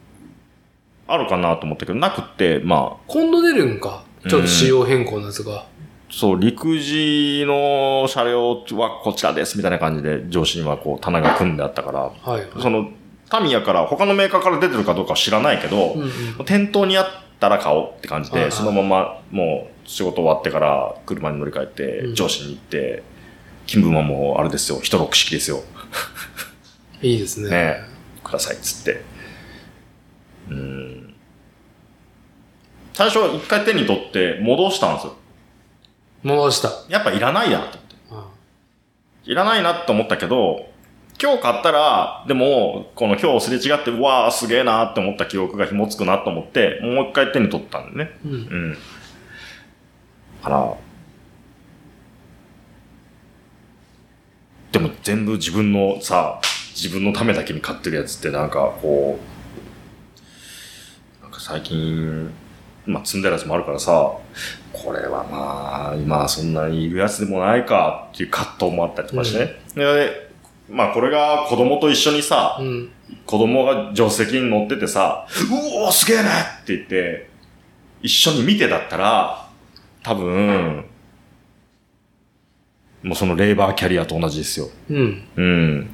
S2: あるかなと思ったけど、なくって、まあ、
S1: 今度出るんか。ちょっと仕様変更のやつが。
S2: そう、陸自の車両はこちらです、みたいな感じで、上司にはこう、棚が組んであったから、
S1: はい。
S2: その、タミヤから、他のメーカーから出てるかどうかは知らないけど、
S1: うんうん。
S2: 店頭にあったら買おうって感じ
S1: はい
S2: で、
S1: はい
S2: そのままもう仕事終わってから車に乗り換え
S1: う
S2: て、
S1: ん
S2: 上司に行って、金文はもうあれですよ、一六式ですよ、
S1: いいですね。
S2: ねくださいっつって。うん。最初一回手に取って戻したんですよ。
S1: 戻した。
S2: やっぱいらないやと思って。いらないなと思ったけど、今日買ったら、でも、この今日すれ違って、うわーすげえなーって思った記憶が紐つくなと思って、もう一回手に取ったんでね。
S1: うん。うん
S2: うん。から、でも全部自分のさ、自分のためだけに買ってるやつってなんかこう、なんか最近、まあ積んでるやつもあるからさ、これはまあ、今そんなにいるやつでもないかっていう葛藤もあったりとかしてね。で、まあこれが子供と一緒にさ、
S1: うん。
S2: 子供が助手席に乗っててさ、うおーすげえねって言って、一緒に見てだったら、多分、もうそのレーバーキャリアと同じですよ。
S1: うん。
S2: うん。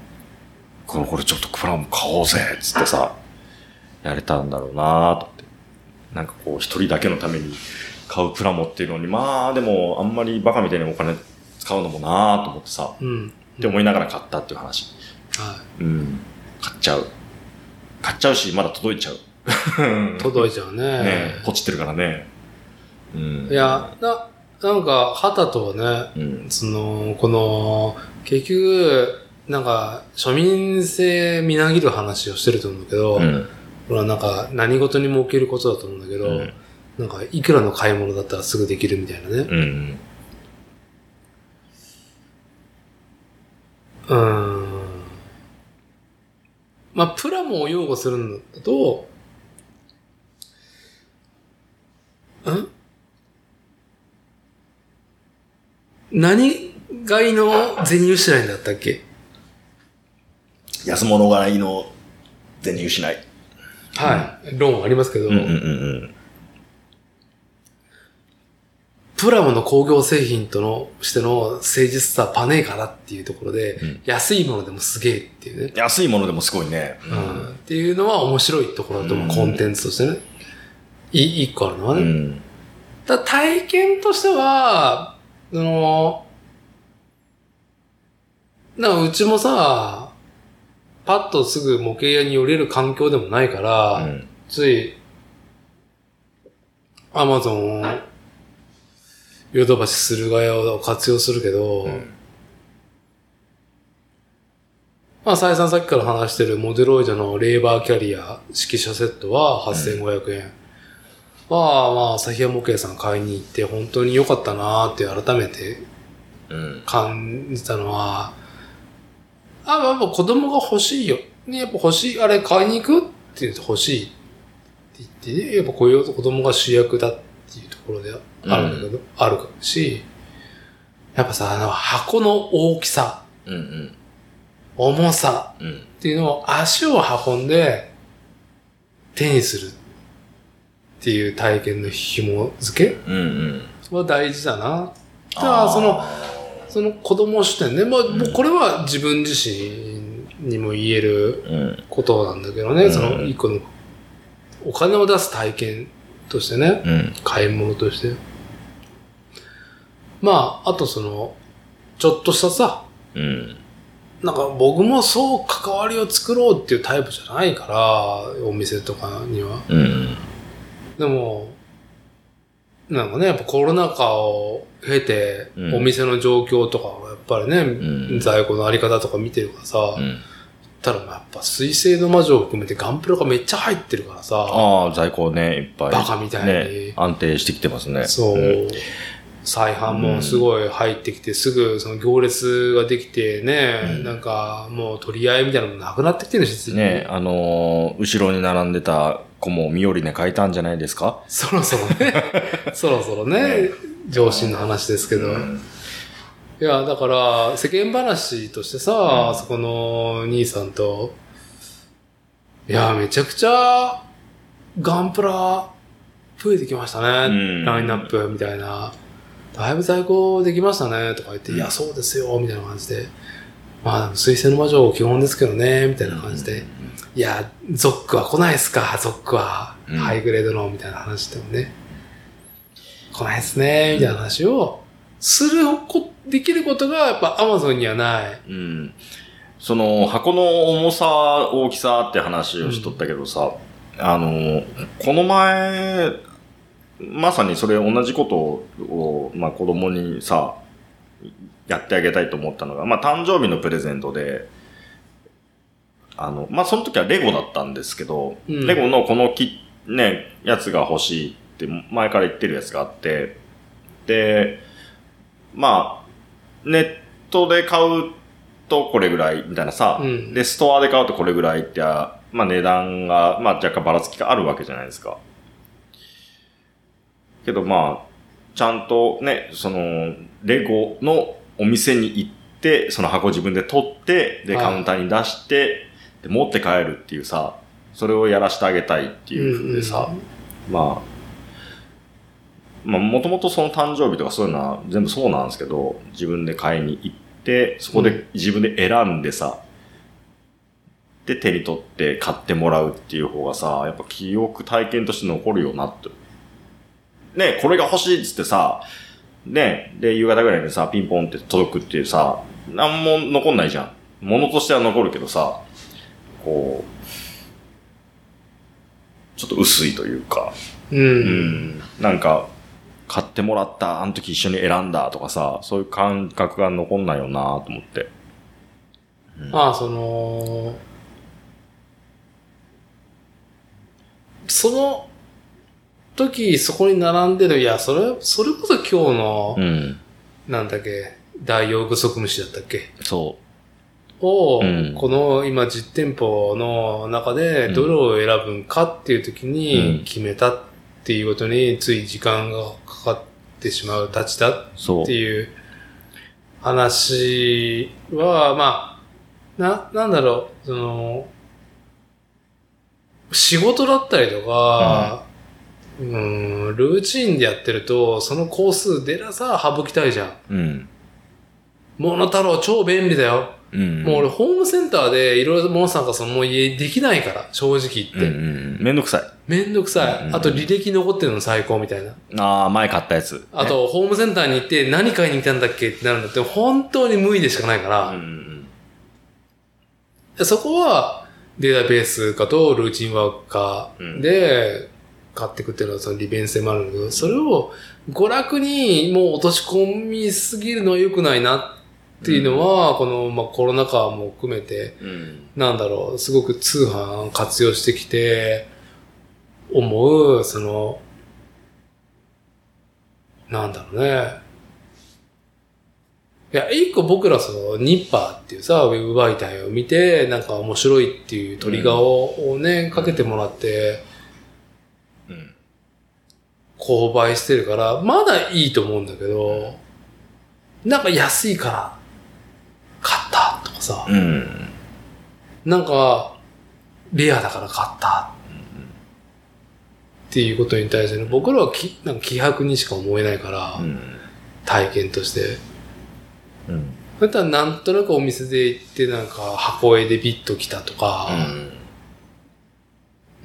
S2: これ、これちょっとプラも買おうぜっつってさ、やれたんだろうなと思って。なんかこう、一人だけのために買うプラモっていうのに、まあでも、あんまりバカみたいにお金使うのもなと思ってさ、
S1: うん。
S2: って思いながら買ったっていう話。
S1: は
S2: うん。買っちゃう。買っちゃうし、まだ届いちゃう。
S1: い。届いちゃうね。
S2: ねポチってるからね。うん。
S1: い、や、な、なんか、旗とはね、
S2: うん。
S1: その、この、結局、なんか、庶民性みなぎる話をしてると思うんだけど、
S2: うん。
S1: ほら、なんか、何事にも起きることだと思うんだけど、
S2: うん
S1: なんか、いくらの買い物だったらすぐできるみたいなね。
S2: うん。
S1: うーん。まあ、プラモを擁護するんだと、ん何買いの税入してないんだったっけ
S2: 安物がいいの、全入しない。
S1: はい。論はありますけど、
S2: うんうんうん
S1: プラモの工業製品との、しての誠実さはパネーかなっていうところで、
S2: うん
S1: 安いものでもすげえっていうね。
S2: うん。安いものでもすごいね。
S1: うんっていうのは面白いところだと思う、
S2: うん
S1: コンテンツとしてね。い一個あるのは
S2: う
S1: ね。
S2: ん。
S1: ただ体験としては、その、なんかうちもさ、パッとすぐ模型屋に寄れる環境でもないから、
S2: うん。
S1: つい、アマゾン、ヨドバシ駿河屋を活用するけど、
S2: うん
S1: まあ、再三さっきから話してるモデロイドのレーバーキャリア指揮者セットは8500円。まあまあ、旭山模型さん買いに行って本当に良かったなーって改めて
S2: うん。
S1: 感じたのは、あ、やっぱ子供が欲しいよ。ね、やっぱ欲しい。あれ買いに行くって言うと欲しいって言って、ね、やっぱこういう子供が主役だっていうところであるんだけど、あるし、やっぱさ、あの箱の大きさ、
S2: うんうん。
S1: 重さ、
S2: う
S1: っ
S2: ん。
S1: ていうのを足を運んで手にするっていう体験の紐付
S2: うんうん。
S1: けは大事だな。じゃあその、その子供視点ね。まあ、もうこれは自分自身にも言える
S2: うん。
S1: ことなんだけどね。
S2: うん
S1: その一個のお金を出す体験としてね。
S2: うん。
S1: 買い物として。まあ、あとその、ちょっとしたさ、
S2: うん。
S1: なんか僕もそう関わりを作ろうっていうタイプじゃないから、お店とかには。
S2: うん。
S1: でも、なんかね、やっぱコロナ禍を経て
S2: う、ん
S1: お店の状況とかをやっぱりね、
S2: ん
S1: 在庫のあり方とか見てるからさ、
S2: うん。
S1: たらやっぱ水星の魔女を含めてガンプラがめっちゃ入ってるからさ、
S2: ああ、在庫ね、いっぱい。
S1: バカみたいに。
S2: ね、安定してきてますね。
S1: そう。
S2: ん
S1: 再販もすごい入ってきて、すぐその行列ができてね、
S2: うん
S1: なんかもう取り合いみたいなのもなくなってきてるし、
S2: ね、あのー後ろに並んでた子もミオリネ書いたんじゃないですか
S1: そろそろ
S2: [laughs]
S1: ね、そろそろね
S2: ね、
S1: 上心の話ですけど。
S2: うん
S1: いや、だから、世間話としてさ、
S2: ん
S1: あそこの兄さんと、いや、めちゃくちゃ、ガンプラ、増えてきましたね、
S2: うん
S1: ラインナップ、みたいな。だいぶ在庫できましたね、とか言って、
S2: うん
S1: いや、そうですよ、みたいな感じで。まあ、でも水星の魔女基本ですけどね、みたいな感じで。いや、ゾックは来ないっすか、ゾックは。
S2: うん
S1: ハイグレードの、みたいな話でもね。来ないっすね、みたいな話を、するこ、できることが、やっぱアマゾンにはない。
S2: うん。その、箱の重さ、大きさって話をしとったけどさ、あの、この前、まさにそれ同じことを、まあ子供にさ、やってあげたいと思ったのが、まあ誕生日のプレゼントで、あの、まあその時はレゴだったんですけど、
S1: うん
S2: レゴのこのき、ね、やつが欲しいって前から言ってるやつがあって、で、まあ、ネットで買うとこれぐらいみたいなさ、
S1: うん
S2: で、ストアで買うとこれぐらいって、あまあ値段が、まあ若干ばらつきがあるわけじゃないですか。けどまあ、ちゃんとね、その、レゴのお店に行って、その箱自分で取って、で、
S1: はい
S2: カウンターに出して、で、持って帰るっていうさ、それをやらしてあげたいっていう風でさ、まあ、まあ、もともとその誕生日とかそういうのは全部そうなんですけど、自分で買いに行って、そこで自分で選んでさ、で、手に取って買ってもらうっていう方がさ、やっぱ記憶体験として残るよなって。ねこれが欲しいっつってさ、ねで、夕方ぐらいにさ、ピンポンって届くっていうさ、なんも残んないじゃん。物としては残るけどさ、こう、ちょっと薄いというか。
S1: うん。う。
S2: うんん、なんか、買ってもらった、あの時一緒に選んだとかさ、そういう感覚が残んないよなと思って。
S1: まあ、その、その時、そこに並んでる、いや、それ、それこそ今日の、
S2: うん。
S1: なんだっけ、大用具足虫だったっけ
S2: そ
S1: を、
S2: うん
S1: この今実店舗の中でどれを選ぶんかっていう時
S2: う
S1: に
S2: ん
S1: 決めたっていうことについ時間がかかってしまうたちだっ
S2: う。そう
S1: て。いう話は、まあ、な、なんだろう、その、仕事だったりとか、うん、ルーチンでやってると、その工数出らさ、省きたいじゃん。
S2: うん。
S1: モノタロウ超便利だよ。
S2: うん。
S1: もう俺、ホームセンターでいろいろ物探すのもう家できないから、正直
S2: うんう
S1: 言って。
S2: ん、めんどくさい。
S1: めんどくさ
S2: う
S1: い。
S2: ん
S1: あと履歴残ってるの最高みたいな。
S2: ああ、前買ったやつ。
S1: あと、ホームセンターに行って何買いに来たんだっけってなるんだって、本当に無意でしかないか
S2: ね、う
S1: ら、
S2: ん。
S1: でそこはデータベース化とルーチンワーク化で買っていくっていうのはその利便性もあるんだけど、それを娯楽にもう落とし込みすぎるのは良くないなっていうのは、この、まあ、コロナ禍も含めて、
S2: うん。
S1: なんだろう、すごく通販活用してきて、思う、その、なんだろうね。いや、一個僕らその、ニッパーっていうさ、ウェブ媒体を見て、なんか面白いっていうトリガーををね、かけてもらって、
S2: うん。
S1: 購買してるから、まだいいと思うんだけど、なんか安いから、買ったとかさ、
S2: うん。
S1: なんか、レアだから買った。っていうことに対してね、僕らはきなんか気迫にしか思えないから、
S2: うん。
S1: 体験として。
S2: うん。
S1: だったらなんとなくお店で行ってなんか箱絵でビッと来たとか、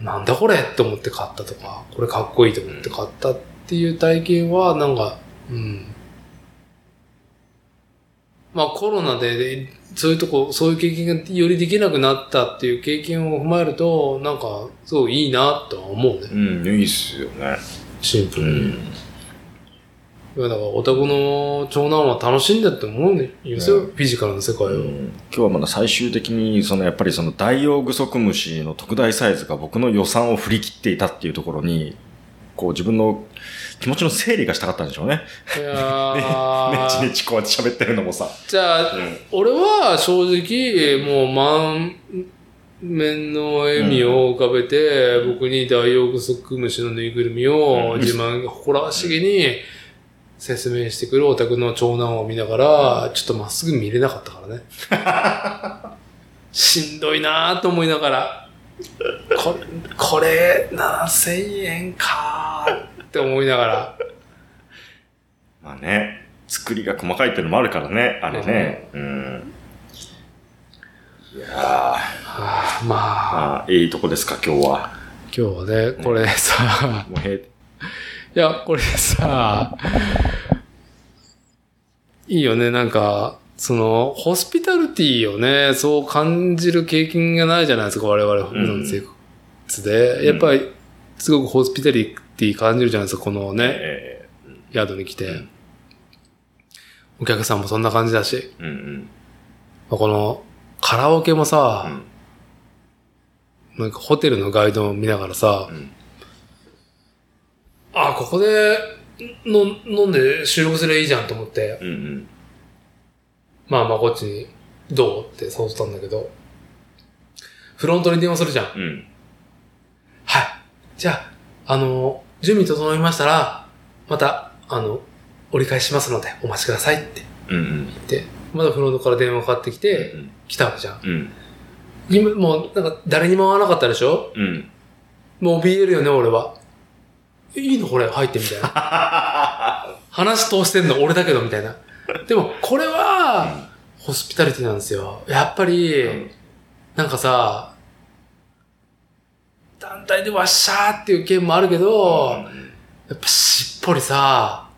S1: なんだこれって思って買ったとか、これかっこいいと思って買ったっていう体験はなんか、うん、まあコロナで、ね、そういうとこ、そういう経験がよりできなくなったっていう経験を踏まえると、なんか、すごいいいなとは思うね。
S2: うん、いいっすよね。
S1: シンプ
S2: う
S1: ルに。
S2: ん。
S1: いや、だから、オタクの長男は楽しんだって思うね。いいですよ、
S2: ね
S1: フィジカルの世界を。
S2: 今日はまだ最終的に、そのやっぱりそのダイオウグソクムシの特大サイズが僕の予算を振り切っていたっていうところに、こう自分の気持ちの整理がしたかったんでしょうね。
S1: いや [laughs]
S2: ねちね
S1: ー。
S2: ちこうやって喋ってるのもさ。
S1: じゃあ、
S2: うん
S1: 俺は正直、もう満面の笑みを浮かべて、僕にダイオウグソクムシのぬいぐるみを
S2: うん
S1: 自慢、誇らしげに説明してくるオタクの長男を見ながら、ちょっとまっすぐ見れなかったからね。
S2: [laughs]
S1: しんどいなぁと思いながら、これ、これ7000円かーって思いながら。
S2: まあね、作りが細かいっていうのもあるからね、あれね。うん。いやー、
S1: はあまあ、
S2: まあ、いいとこですか、今日は。
S1: 今日はね、これさ、
S2: もう閉
S1: いや、これさ、いいよね、なんか、その、ホスピタリティをね、そう感じる経験がないじゃないですか、我々、普段の生活で。
S2: うん
S1: やっぱり、すごくホスピタリティ感じるじゃないですか、このね、
S2: え
S1: 宿に来て
S2: うん。
S1: お客さんもそんな感じだし、
S2: ー、うん
S1: この、カラオケも
S2: う
S1: さ、
S2: ん。
S1: なんかホテルのガイドを見ながらさ、
S2: うん
S1: あ、ここで、の、飲んで収録すればいいじゃんと思って、
S2: うん。うん。
S1: まあまあこっちに、どうって誘ったんだけど、フロントに電話するじゃん。はい。
S2: うん。
S1: じゃあ、あの、準備整いましたら、また、あの、折り返しますので、お待ちくださいって
S2: うん。うん。
S1: 言って、まだフロントから電話かかってきて、
S2: うん
S1: 来たわけじゃん。
S2: うん。
S1: 今、もう、なんか、誰にも会わなかったでしょ
S2: うん。
S1: もう怯えるよね、俺は。えいいのこれ、入ってみたい
S2: [laughs]
S1: な。話通してんの、俺だけど、みたいな。でも、これは、ホスピタリティなんですよ。やっぱり、
S2: うん
S1: なんかさ、団体でわっしゃーっていう件もあるけど、やっぱしっぽりさ、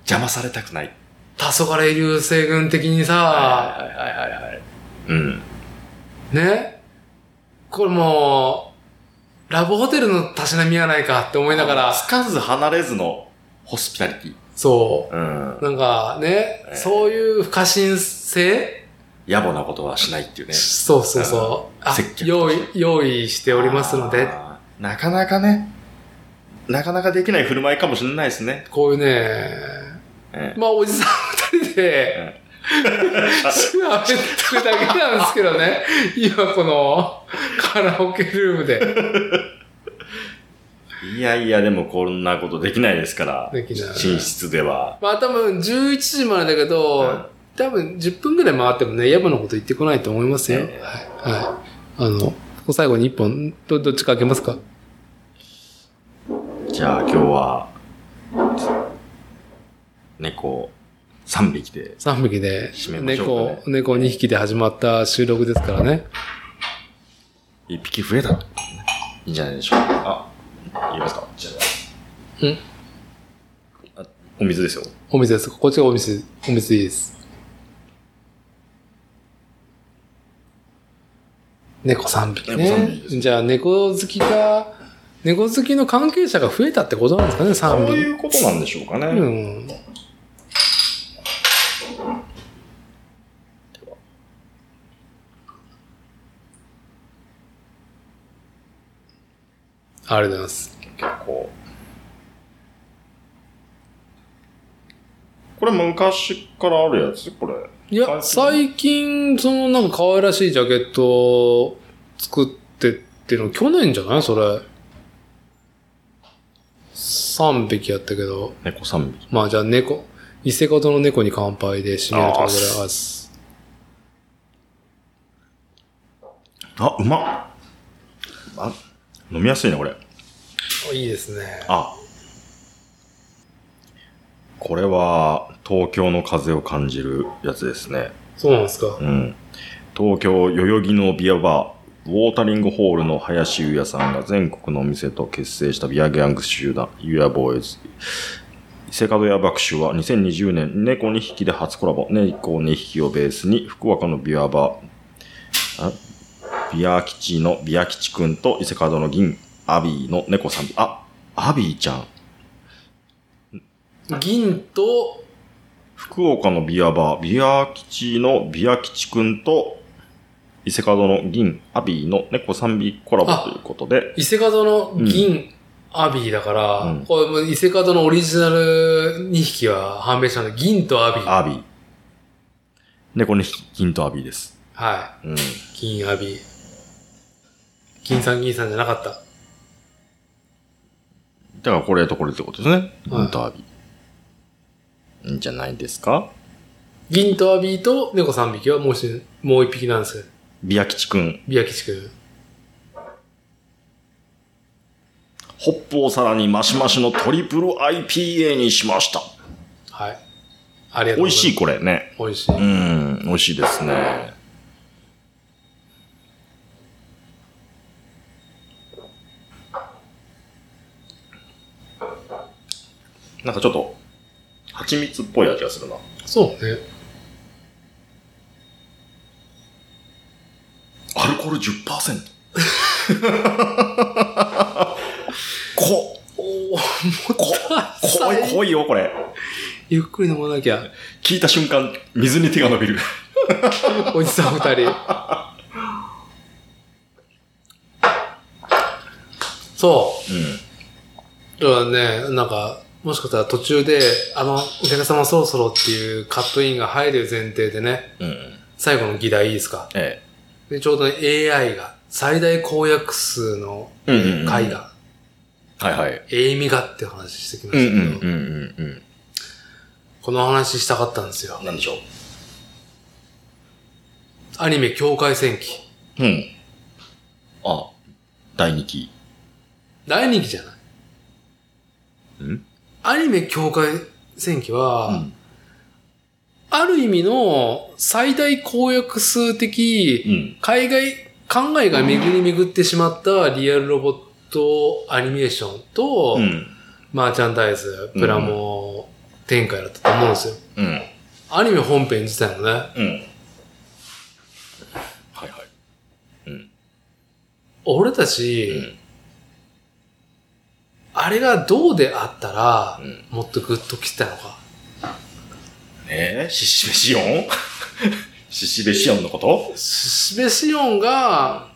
S2: 邪魔されたくない。
S1: 黄昏流星群的にさ、
S2: はいはいはいはい。うん。
S1: ねこれもう、ラブホテルのたしなみやないかって思いながら、
S2: つかず離れずのホスピタリティ。
S1: そ
S2: う
S1: う。。
S2: ん
S1: なんかね、
S2: ええ
S1: そういう不可侵性
S2: 野暮なことはしないっていうね。
S1: そうそうそう。あ
S2: 接、客
S1: 用意、用意しておりますので、
S2: あー。なかなかね、なかなかできない振る舞いかもしれないですね。
S1: こういうね、
S2: ええ
S1: まあ、おじさん二人で
S2: え、
S1: 調べてるだけなんですけどね。
S2: [laughs]
S1: 今、この、カラオケルームで。
S2: いやいや、でもこんなことできないですから。
S1: できない
S2: 寝室では。
S1: まあ、多分、11時までだけど、
S2: うん
S1: 多分、10分ぐらい回ってもね、野暮なこと言ってこないと思いますよ。
S2: ええ
S1: はい。はい。あの、最後に一本、ど、どっちか開けますか
S2: じゃあ今日は、猫3匹で。
S1: ?3 匹で
S2: 締、めましょう
S1: 猫
S2: かね、
S1: 猫2匹で始まった収録ですからね。
S2: 一匹増えた。いいんじゃないでしょうか。あ、いいですかじゃ
S1: うん
S2: あ。あお水ですよ。
S1: お店です。こっちがお店、お店いいです。猫3匹ね。
S2: 猫三匹です
S1: じゃあ、猫好きが、猫好きの関係者が増えたってことなんですかね、
S2: そう
S1: 3
S2: い
S1: 匹。
S2: うことなんでしょうかね。
S1: うん。ありがとうございます。
S2: 結構。これ昔からあるやつこれ。
S1: いや、最近、そのなんか可愛らしいジャケットを作ってっていうの、去年じゃないそれ。3匹やったけど。
S2: 猫3匹。
S1: まあじゃあ猫、伊勢ことの猫に乾杯で締めるところで
S2: あー
S1: あっす。
S2: あ、うまっ。あ、飲みやすいね、これ。
S1: いいですね。
S2: あ。これは、東京の風を感じるやつですね。
S1: そうなんですか。
S2: うん。東京代々木のビアバー、ウォータリングホールの林優也さんが全国のお店と結成したビアギャング集団、ユアボーイズ、セカドヤ爆酒は2020年、猫2匹で初コラボ。猫2匹をベースに、福岡のビアバー、あビア吉のビア吉くんと伊勢門の銀、アビーの猫さん。あ、アビーちゃん。
S1: 銀と、
S2: 福岡のビアバー、ビア吉のビア吉くんと、伊勢門の銀、アビーの猫3匹コラボということで、
S1: 伊勢門の銀、アビーだから、
S2: うん
S1: これもう伊勢門のオリジナル2匹は判明したので、銀とアビー。
S2: アビー。猫2匹、銀とアビーです。
S1: は
S2: うん。
S1: い。銀アビー。銀さん銀さんじゃなかった。
S2: だからこれとこれってことですね。
S1: はい
S2: 銀とアビー。んじゃないですか
S1: 銀とアビーと猫3匹はもう一もう一匹なんですよ。
S2: ビア吉くん、
S1: ビアキチ君。
S2: ホップをさらにマシマシのトリプル IPA にしました。
S1: はい。ありがとう
S2: 美
S1: ござい
S2: 味
S1: ます。
S2: しい、これね。
S1: 美味しい。
S2: うん、美味しいですね。なんかちょっと、蜂蜜っぽい味がするな。
S1: そうね。
S2: アルコール10%。こ、
S1: おー
S2: 怖い、怖いよ、これ。
S1: ゆっくり飲まなきゃ。
S2: 聞いた瞬間、水に手が伸びる。
S1: おじさん二人。そ
S2: うん。
S1: う。だからね、なんか、もしかしたら途中で、あの、お客様そろそろっていうカットインが入る前提でね、
S2: うん。
S1: 最後の議題いいですか。
S2: え
S1: で、ちょうどね AI が、最大公約数の
S2: え。うんうんうん
S1: 回。が、
S2: はいはい。
S1: エイミがっていう話してきま
S2: うん
S1: し
S2: う
S1: たけど、
S2: んうんうん
S1: この話したかったんですよ
S2: うん。。なんでしょ
S1: アニメ境界戦記。
S2: う。うん。あ、第2期。
S1: 第2期じゃない
S2: ん
S1: アニメ境界戦記は、
S2: うん
S1: ある意味の最大公約数
S2: う
S1: 的、
S2: ん。
S1: 海外、考えが巡り巡ってしまったリアルロボットアニメーションと、
S2: うん。
S1: マーチャンダイズ、プラモ展開だったと思うんですよ。
S2: うん。
S1: アニメ本編自体もね、
S2: うん。はいはい。
S1: 俺たち、
S2: うん
S1: あれがどうであったら、
S2: うん
S1: もっとグッときたのか。
S2: ねえ、シシベシオン [laughs] シシベシオンのこと
S1: シベシオンが、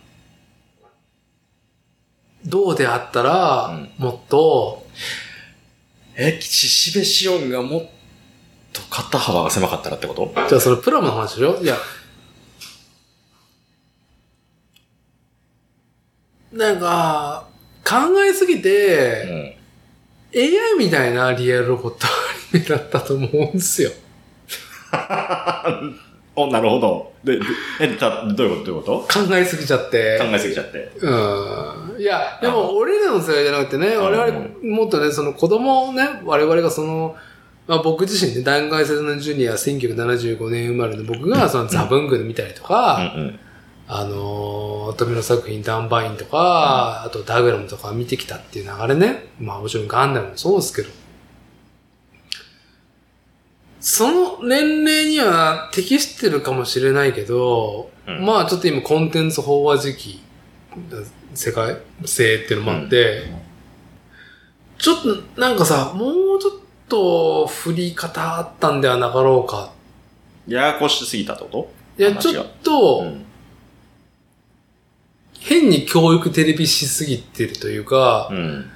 S1: どうであったら、もっと、
S2: え、シシベシオンがもっと肩幅が狭かったらってこと
S1: じゃあそのプラムの話でしょいや、なんか、考えすぎ
S2: う
S1: て、
S2: ん。
S1: AI みたいなリアルロボットアニメだったと思うんですよ。
S2: お、なるほど。で、でえ、た、どういうことどういうこと
S1: 考えすぎちゃって。
S2: 考えすぎちゃって。
S1: うんいや、でも俺らの世代じゃなくてね、
S2: ん
S1: 我々、もっとね、その子供をね、我々がその、まあ、僕自身ね、断崖世代のジュニア、1975年生まれの僕が、そのザ・ブングル見たりと
S2: うんう
S1: か、
S2: ん。
S1: あのー、富野作品、ダンバインとか、あとダグラムとか見てきたっていう流れね。まあもちろんガンダムもそうですけど。その年齢には適してるかもしれないけど、
S2: うん
S1: まあちょっと今コンテンツ飽和時期、世界性っていうのもあって、ちょっとなんかさ、もうちょっと振り方あったんではなかろうか。
S2: ややこしすぎたってこ
S1: いや、
S2: 話が
S1: ちょっと、
S2: とん。
S1: 変に教育テレビしすぎてるというか
S2: う、ん。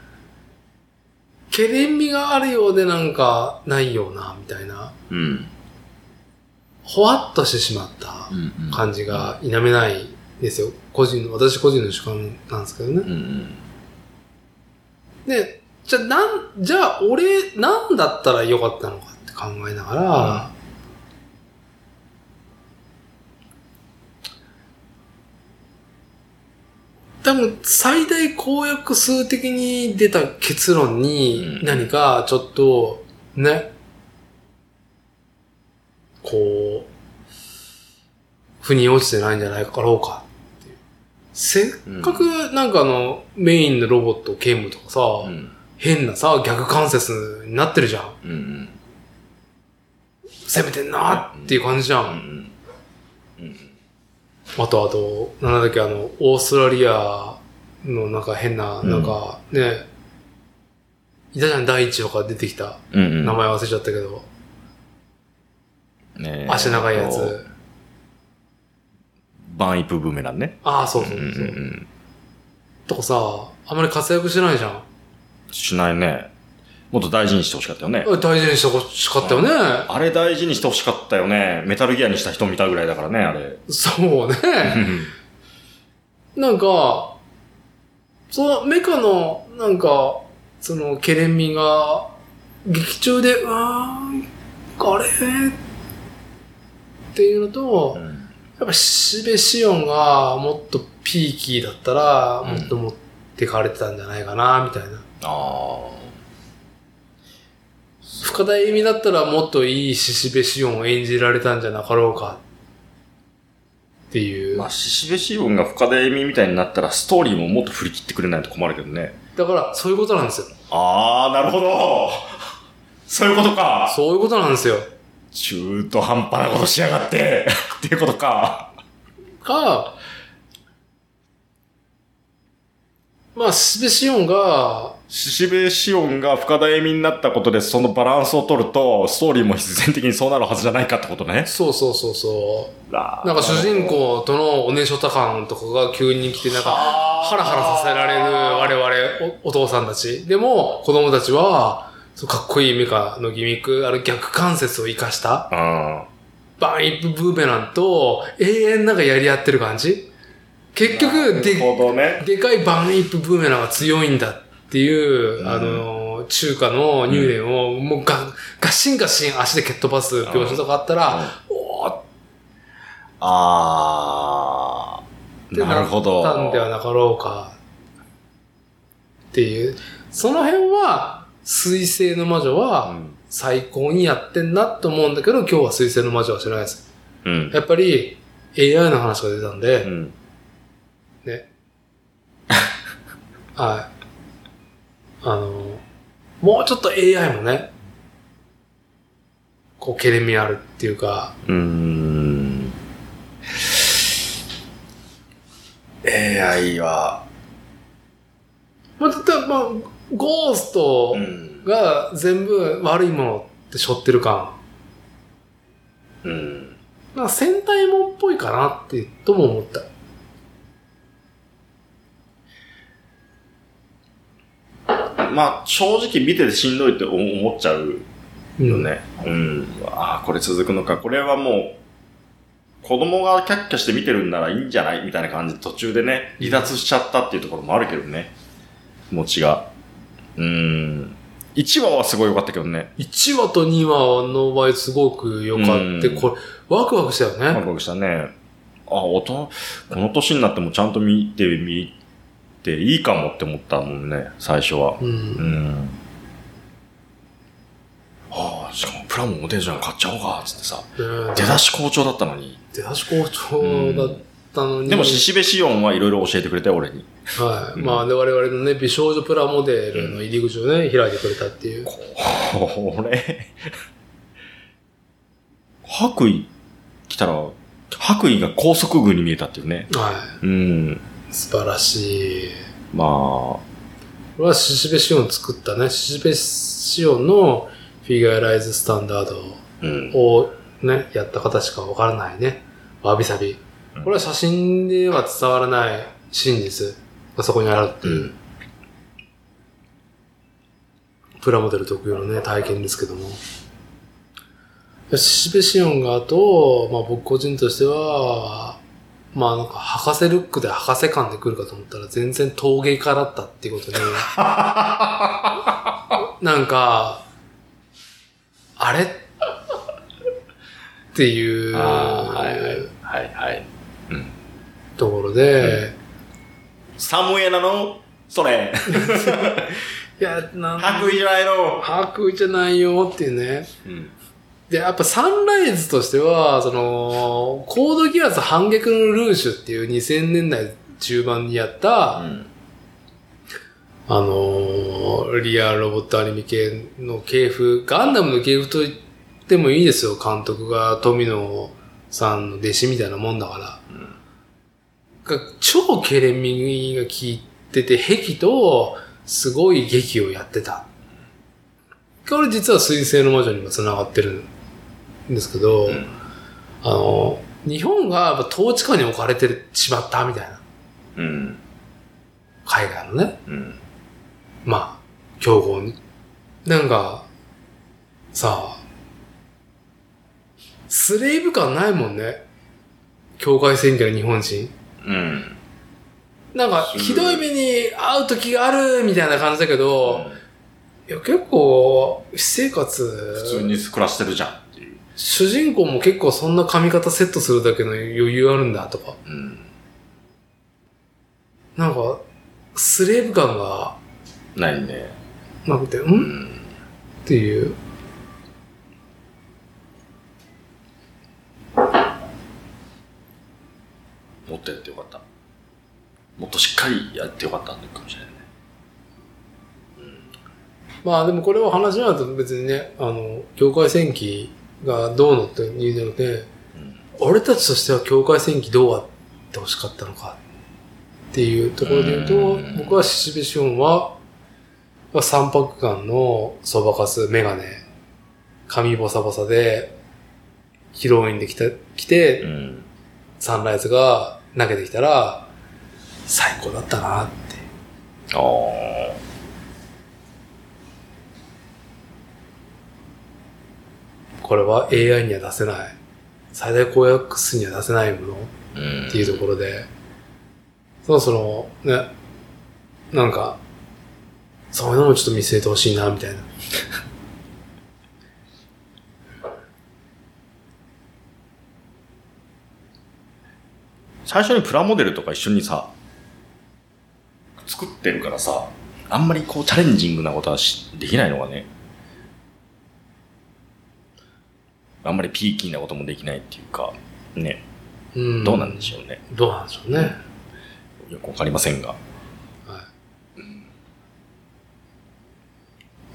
S1: 懸念味があるようでなんかないような、みたいな、
S2: うん。
S1: ほわっとしてしまった
S2: うん
S1: 感じが否めないですよ。個人の、私個人の主観なんですけど
S2: う
S1: ね。
S2: んうん。
S1: で、じゃあなん、じゃあ俺、なんだったらよかったのかって考えながら、多分最大公約数的に出た結論に
S2: うん
S1: 何かちょっとね、こう、腑に落ちてないんじゃないかろうかっていう。せっかくなんかあのメインのロボット、ケムとかさ、
S2: うん。
S1: 変なさ、逆関節になってるじゃん。
S2: うん
S1: 攻めてんなっていう感じじゃ。
S2: うんうんん
S1: あと、あと、なんだっけ、あの、オーストラリアのなんか変な、
S2: うん
S1: なんか、ね、いたじゃん、第一話から出てきた。
S2: うんうん
S1: 名前忘れちゃったけど、
S2: ねえ
S1: 足長いや
S2: えっと
S1: つ。
S2: バンイプブーメランね
S1: ああ、そう
S2: う
S1: そ
S2: ん
S1: う
S2: うん
S1: そうう。
S2: ん
S1: とかさ、あんまり活躍してないじゃん。
S2: しないねもっと大事にしてほしかったよね
S1: 大事にしてほしかったよね。
S2: あれ大事にしてほしかったよねメタルギアにした人見たぐらいだからねあれ
S1: そうね。なんか、そのメカの、なんか、その、ケレン味が、劇中で、うわーん、あれっていうのと、
S2: うん
S1: やっぱしべしおんがもっとピーキーだったら、
S2: うん
S1: もっと持ってかれてたんじゃないかな、みたいな。
S2: ああ
S1: 深田意味だったらもっといいししべしおんを演じられたんじゃなかろうか。っていう。
S2: まあ、ししべしぶんが深田恵美みたいになったら、ストーリーももっと振り切ってくれないと困るけどね。
S1: だから、そういうことなんですよ。
S2: あー、なるほどそういうことか
S1: そういうことなんですよ。
S2: 中途半端なことしやがって [laughs] っていうことか。
S1: か、まあ、スペシオンが、
S2: ししべしおんが深田恵美になったことで、そのバランスを取ると、ストーリーも必然的にそうなるはずじゃないかってことね。
S1: そうそうそうそう。
S2: な
S1: なんか主人公とのおねしょた感とかが急に来て、なんか、ハ
S2: ハ
S1: ラハラさせられる我々お、お父さんたち。でも、子供たちは、そうかっこいいメカのギミック、あの逆関節を生かした、
S2: 々。
S1: バンイプブーメランと永遠なんかやり合ってる感じ結
S2: な
S1: 局、
S2: る
S1: で、
S2: ほどね。
S1: でかいバンイップブーメランが強いんだっていう、
S2: うん
S1: あの、中華の入連を、もうガンガシンガシン足で蹴っ飛ばす描写とかあったら、おーっ
S2: あ
S1: て
S2: ー、なるほど。
S1: たんではなかろうか。っていう。その辺は、水星の魔女
S2: う
S1: は
S2: ん
S1: 最高にやってんなと思うんだけど、今日は水星の魔女は知らないです。
S2: うん。
S1: やっぱり AI の話が出たんで、
S2: うん
S1: ね。はい。あの、もうちょっと AI もね、こう、ケレミあるっていうか、
S2: うーん。AI は、
S1: まあ、だって、まあ、ゴースト
S2: うん。
S1: が全部悪いものって背負ってる感。
S2: うん。
S1: なんか戦隊もんっぽいかなって、とも思った。
S2: まあ、正直見ててしんどいって思思っちゃう
S1: うん
S2: よ。ね。うん。ああ、これ続くのか。これはもう、子供がキャッキャして見てるんならいいんじゃないみたいな感じで途中でね、離脱しちゃったっていうところもあるけどね。気持ちが。うーん。1話はすごい良かったけどね。
S1: 1話と2話の場合すごく良かって、
S2: うん
S1: これ、ワクワクしたよ
S2: ワ
S1: ね。
S2: クワクしたね。あ、大人、この年になってもちゃんと見てみていいかもって思ったもんね、最初は。
S1: う。
S2: うんん。ああ、しかもプラモモデルじゃん買っちゃおうか、つってさ。
S1: うん
S2: 出だし好調だったのに。
S1: 出だし好調だったのに。
S2: でも、ししべしおんはいろいろ教えてくれたよ、俺に。
S1: はい。
S2: うん
S1: まあ、で、我々のね、美少女プラモデルの入り口をね、開いてくれたっていう。
S2: これ。白衣来たら、白衣が高速軍に見えたっていうね。
S1: は
S2: うん。
S1: い。素晴らしい。
S2: まあ、
S1: これはシシベシオン作ったね、シシベシオンのフィギュアライズスタンダー
S2: うん。
S1: ドをね、やった方しかわからないね。わびさび
S2: うん。
S1: これは写真では伝わらない真実がそこにあるっていう、プラモデル特有のね、体験ですけども。シシベシオンがあと、まあ僕個人としては、まあなんか博士ルックで博士感で来るかと思ったら全然陶芸家だったっていうこと
S2: [laughs]
S1: に、なんか、あれっていう
S2: あーはいはいはいはい。
S1: ところで、
S2: サムエなのそれ。
S1: いや、なん
S2: 白衣じゃないの。
S1: 把握じゃないよっていうね。
S2: うん。
S1: で、やっぱサンライズとしては、その、コードギアス反逆のルーシュっていう2000年代中盤にやった、あのーリアルロボットアニメ系の系譜、ガンダムの系譜と言ってもいいですよ。監督が富野さんの弟子みたいなもんだから。が超ケレミが効いてて、壁とすごい劇をやってた。これ実は水星の魔女にも繋がってるんですけど、
S2: ん
S1: あのー日本がやっぱ統治下に置かれてしまったみたいな。
S2: うん。
S1: 海外のね。
S2: うん。
S1: まあ、競合に。なんか、さあ、スレイブ感ないもんね。境界線じゃ日本人。
S2: うん。
S1: なんか、
S2: うん
S1: ひどい目に遭う時があるみたいな感じだけど、いや、結構、私生活、
S2: 普通に暮らしてるじゃんっていう。
S1: 主人公も結構そんな髪型セットするだけの余裕あるんだとか、
S2: うん。
S1: なんか、スレイブ感が
S2: ないね。
S1: なくて、
S2: うん
S1: っ
S2: ん。
S1: ていう。
S2: もっとやってよかった。もっとしっかりやってよかったんだかもしれないね。
S1: まあでもこれは話になると別にね、あの、境界線記がどうのって言うんじゃなくて、俺たちとしては境界線記どうあってほしかったのかっていうところで言うと、
S2: うん
S1: 僕はシシビシオンは、まあ三白眼のそばかす、メガネ、髪ボサボサで、ヒロインで来た、来て、
S2: うん。
S1: サンライズが投げてきたら、最高だったなって。
S2: ああ。
S1: これは AI には出せない。最大公約数には出せないもの
S2: うん。
S1: っていうところで、そろそろ、ね、なんか、そういうのもちょっと見据えてほしいな、みたいな。
S2: 最初にプラモデルとか一緒にさ、作ってるからさ、あんまりこうチャレンジングなことはしできないのがね。あんまりピーキーなこともできないっていうか、ね、
S1: うん。
S2: どうなんで
S1: ょ
S2: しょうね。
S1: うどうなんでしょうね。
S2: よくわかりませんが。
S1: はい。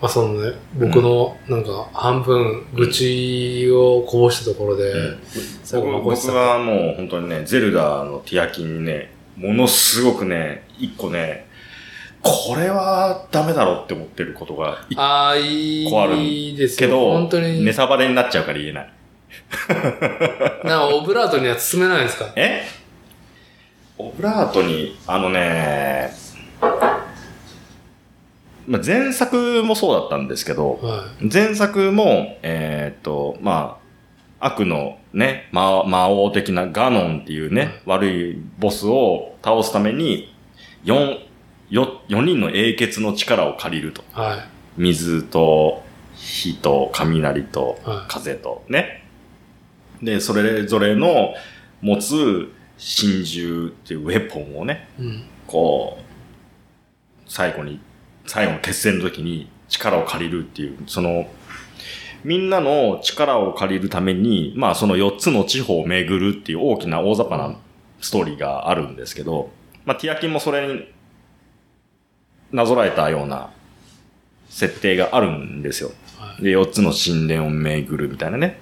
S1: まあそのね、僕のなんか半分愚痴をこぼしたところで、最後
S2: 僕
S1: まこいつさ
S2: 僕
S1: ん
S2: はもう本当にね、ゼルダのティアキンにね、ものすごくね、一個ね、これはダメだろうって思ってることが一個
S1: ああ、い
S2: こうある
S1: いです
S2: け
S1: よ。
S2: ど、
S1: 本当に、
S2: ネタバレになっちゃうから言えない。
S1: なんかオブラートには包めないんですか
S2: えオブラートに、あのね、まあ、前作もそうだったんですけど、
S1: は
S2: 前作も、えーっと、まあ、悪のね、魔魔王的なガノンっていうね、悪いボスを倒すために、4、よ4人の英傑の力を借りると。
S1: い。はい。
S2: 水と火と雷と
S1: はい
S2: 風とね。で、それぞれの持つ真珠っていうウェポンをね、
S1: うん。
S2: こう、最後に、最後の決戦の時に力を借りるっていう、その、みんなの力を借りるために、まあその4つの地方を巡るっていう大きな大雑把なストーリーがあるんですけど、まあティアキンもそれになぞらえたような設定があるんですよ。
S1: はい
S2: で、4つの神殿を巡るみたいなね。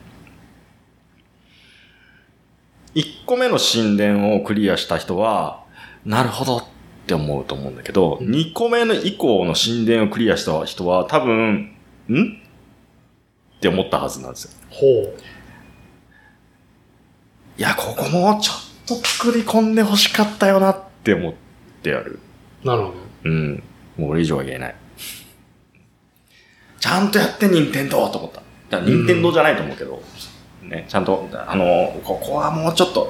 S2: 1個目の神殿をクリアした人は、なるほどって思うと思うんだけど、
S1: うん
S2: 2個目の以降の神殿をクリアした人は多分、んって思ったはずなんですよ。
S1: ほ
S2: いや、ここもちょっと作り込んで欲しかったよなって思ってやる。
S1: う。なるほど。
S2: うん。もう俺以上は言えない。ちゃんとやって、任天堂と思った。だから任天堂じゃないと思うけど、ね、ちゃんと、あの、ここはもうちょっと、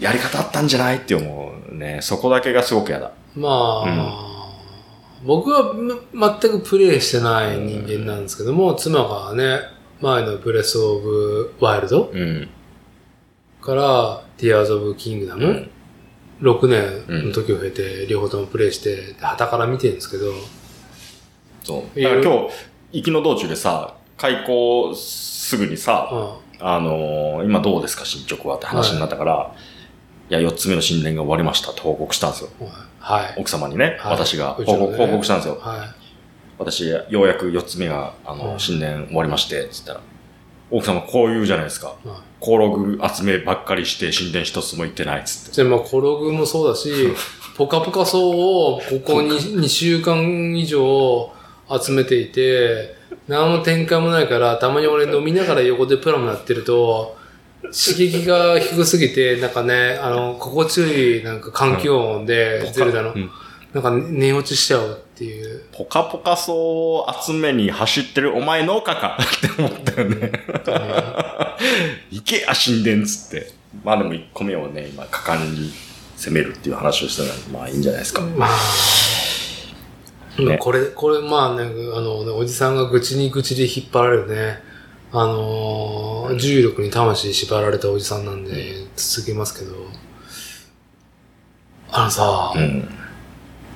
S2: やり方あったんじゃないって思うね。そこだけがすごく嫌だ。
S1: まあ、僕はま全くプレイしてない人間なんですけども、妻がね、前のブレスオブワイルド
S2: うん。
S1: から、ティアーズオブキングダ
S2: う
S1: ム、
S2: ん。
S1: 6年の時を経て、両方ともプレイして、で旗から見てるんですけど、
S2: そう。だから今日、行きの道中でさ、開校すぐにさ、
S1: あ
S2: あのー今どうですか、進捗はって話になったから、い、や、4つ目の神殿が終わりましたって報告したんですよ。
S1: あはい。
S2: 奥様にね、
S1: はい
S2: 私が
S1: う
S2: 報
S1: ちのね
S2: 告,、報告したんですよ。
S1: は
S2: 私、ようやく4つ目が、あの、
S1: うん
S2: 新年終わりまして、つったら、奥様こう言うじゃないですか。
S1: い。まあ
S2: コログ集めばっかりして、新年一つも行ってない、つって。
S1: じゃあ、まあ、コログもそうだし、ポカポカ層をここに2週間以上集めていて、何も展開もないから、たまに俺飲みながら横でプラムやってると、刺激が低すぎて、なんかね、あの、心地よいなんか環境音で、ゼルダの
S2: う、ん
S1: なんか寝落ちしちゃうっていう。
S2: ポカポカ層を集めに走ってるお前農家かって思ったよね。行けや、神殿つって。まあでも1個目をね、今、果敢に攻めるっていう話をしたので、まあいいんじゃないですか。
S1: まあ、
S2: ね
S1: これ、これ、まあね、あのね、おじさんが愚痴に愚痴で引っ張られるね、あのー重力に魂縛られたおじさんなんで、続けますけど、あのさ
S2: う、ん。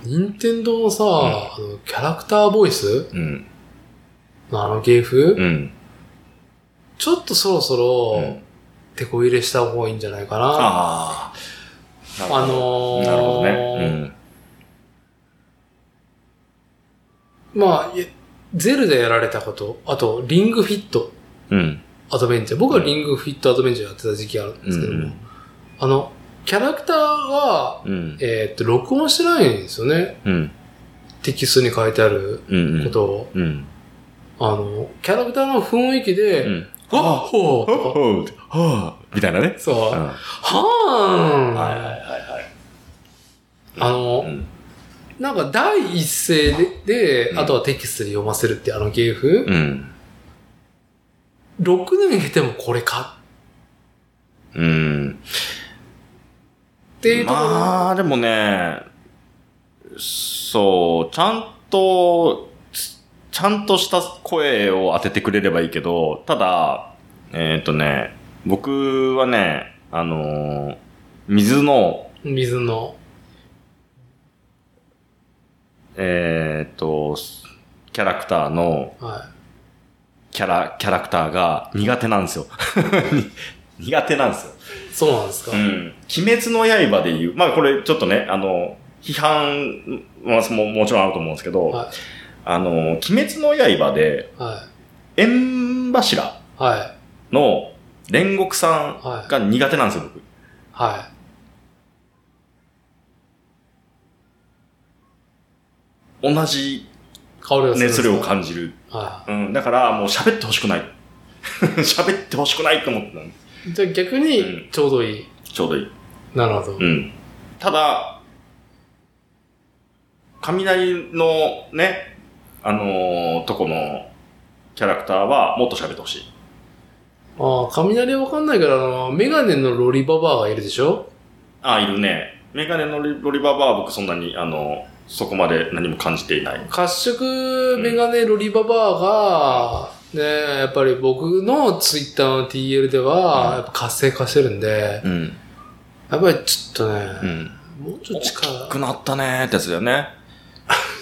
S1: 任天堂のさ、あのキャラクターボイス
S2: うん。
S1: のあの芸風、
S2: うん。
S1: ちょっとそろそうろ
S2: ん、
S1: 手こ入れした方がいいんじゃないかな。
S2: ああ。
S1: あのー
S2: なるほどね。
S1: まあ、いゼルでやられたこと、あと、リングフィット。
S2: うん。うん。
S1: アドベンチャー。僕はリングフィットアドベンチャーやってた時期あるんですけども、
S2: うんうん
S1: あの、キャラクターが、
S2: うん。
S1: えーっと、録音してないんですよね。
S2: うん。
S1: テキストに書いてある
S2: うん。
S1: ことを。
S2: うん。
S1: あの、キャラクターの雰囲気
S2: う
S1: で、
S2: ん。
S1: はっほー
S2: ほっ
S1: とか、
S2: ほーはぁみたいなね。
S1: そう、
S2: うん。
S1: はーん、あの、
S2: うん
S1: なんか第一声で、で
S2: うん
S1: あとはテキストで読ませるってあの芸風、
S2: うん。
S1: 6年経てもこれか
S2: うん。
S1: っていうところ、
S2: まあ、でもね、そう、ちゃんと、つちゃんとした声を当ててくれればいいけど、ただ、えっ、とね、僕はね、あのー水の、
S1: 水の、
S2: えっ、と、キャラクターの、
S1: は
S2: キャラ、キャラクターが苦手なんですよ。 [laughs] 苦手なんですよ。
S1: い。そうなんですか。
S2: うん。鬼滅の刃で言う、まあこれちょっとね、あの、批判はももちろんあると思うんですけど、
S1: はい
S2: あの、鬼滅の刃で、
S1: は
S2: 縁柱
S1: い。はい。
S2: の煉獄さ
S1: はい
S2: ん。が苦手なんですよ、僕。
S1: は
S2: 同じ
S1: い。香りがするんです
S2: 熱
S1: か
S2: 量を感じる。
S1: は
S2: うん。だからもう喋ってほしくない。 [laughs] 喋ってほしくないと思ってたんです。
S1: い。じゃあ逆
S2: う
S1: にちょうどいい。
S2: ちょうどいい。
S1: なるほど。
S2: うん。ただ、雷のね、あのーとこのキャラクターはもっと喋ってほしい。
S1: ああ、雷わかんないから、あの、メガネのロリババアがいるでしょ
S2: ああ、いるね。メガネのリロリババは僕そんなに、あのそこまで何も感じていない。
S1: 褐色メガネロリババアが、ね、やっぱり僕のツイッターの TL では、
S2: うん
S1: やっぱ活性化してるんで、
S2: うん。
S1: やっぱりちょっとね、
S2: うん。
S1: もうちょっと
S2: 大き
S1: 力、 [laughs]
S2: くなったねーってやつだよね。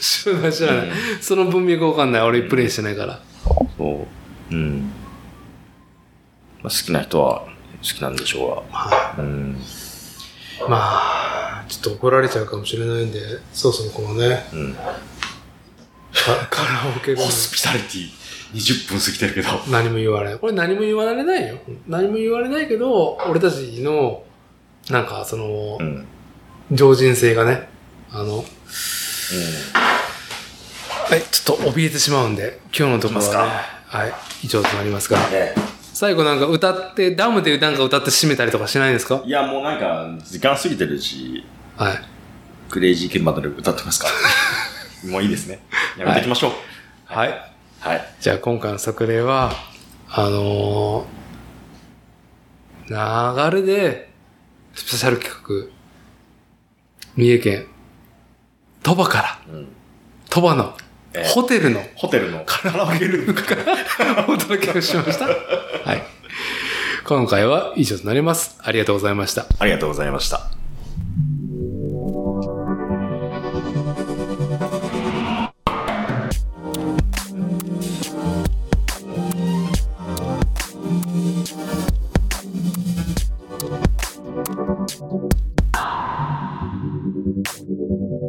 S1: 知らない知
S2: う
S1: らない。
S2: ん。
S1: その文脈わかんない。俺プレイしてないから。
S2: そう。うん。まあ、好きな人は好きなんでしょ
S1: は
S2: うが。うん。
S1: い。まあ、ちょっと怒られちゃうかもしれないんで、そうそうこのね、
S2: うん。
S1: カカラオケが
S2: ホスピタリティ20分過ぎてるけど。
S1: 何も言われない。これ何も言われないよ。何も言われないけど、俺たちの、なんかその
S2: う、ん。
S1: 常人性がね、あの、はい、ちょっと怯えてしまうんで、今日のところ
S2: いき
S1: は、ね
S2: ま、
S1: はい、以上となりますが、
S2: え
S1: 最後なんか歌って、ダムでなんか歌って締めたりとかしないんですか
S2: えいや、もうなんか、時間過ぎてるし、
S1: はい。
S2: クレイジーケンバトル歌ってますか [laughs] もういいですね。やめていきましょう。
S1: はい。
S2: はい。
S1: じゃあ今回の作例は、あのー、流れで、スペシャル企画、三重県、鳥羽から、
S2: うん
S1: 鳥羽の、
S2: ええ
S1: ホテルの
S2: ホテルのカラオケルームから。
S1: お届けをしました。はい。今回は以上となります。ありがとうございました。
S2: ありがとうございました。
S1: う。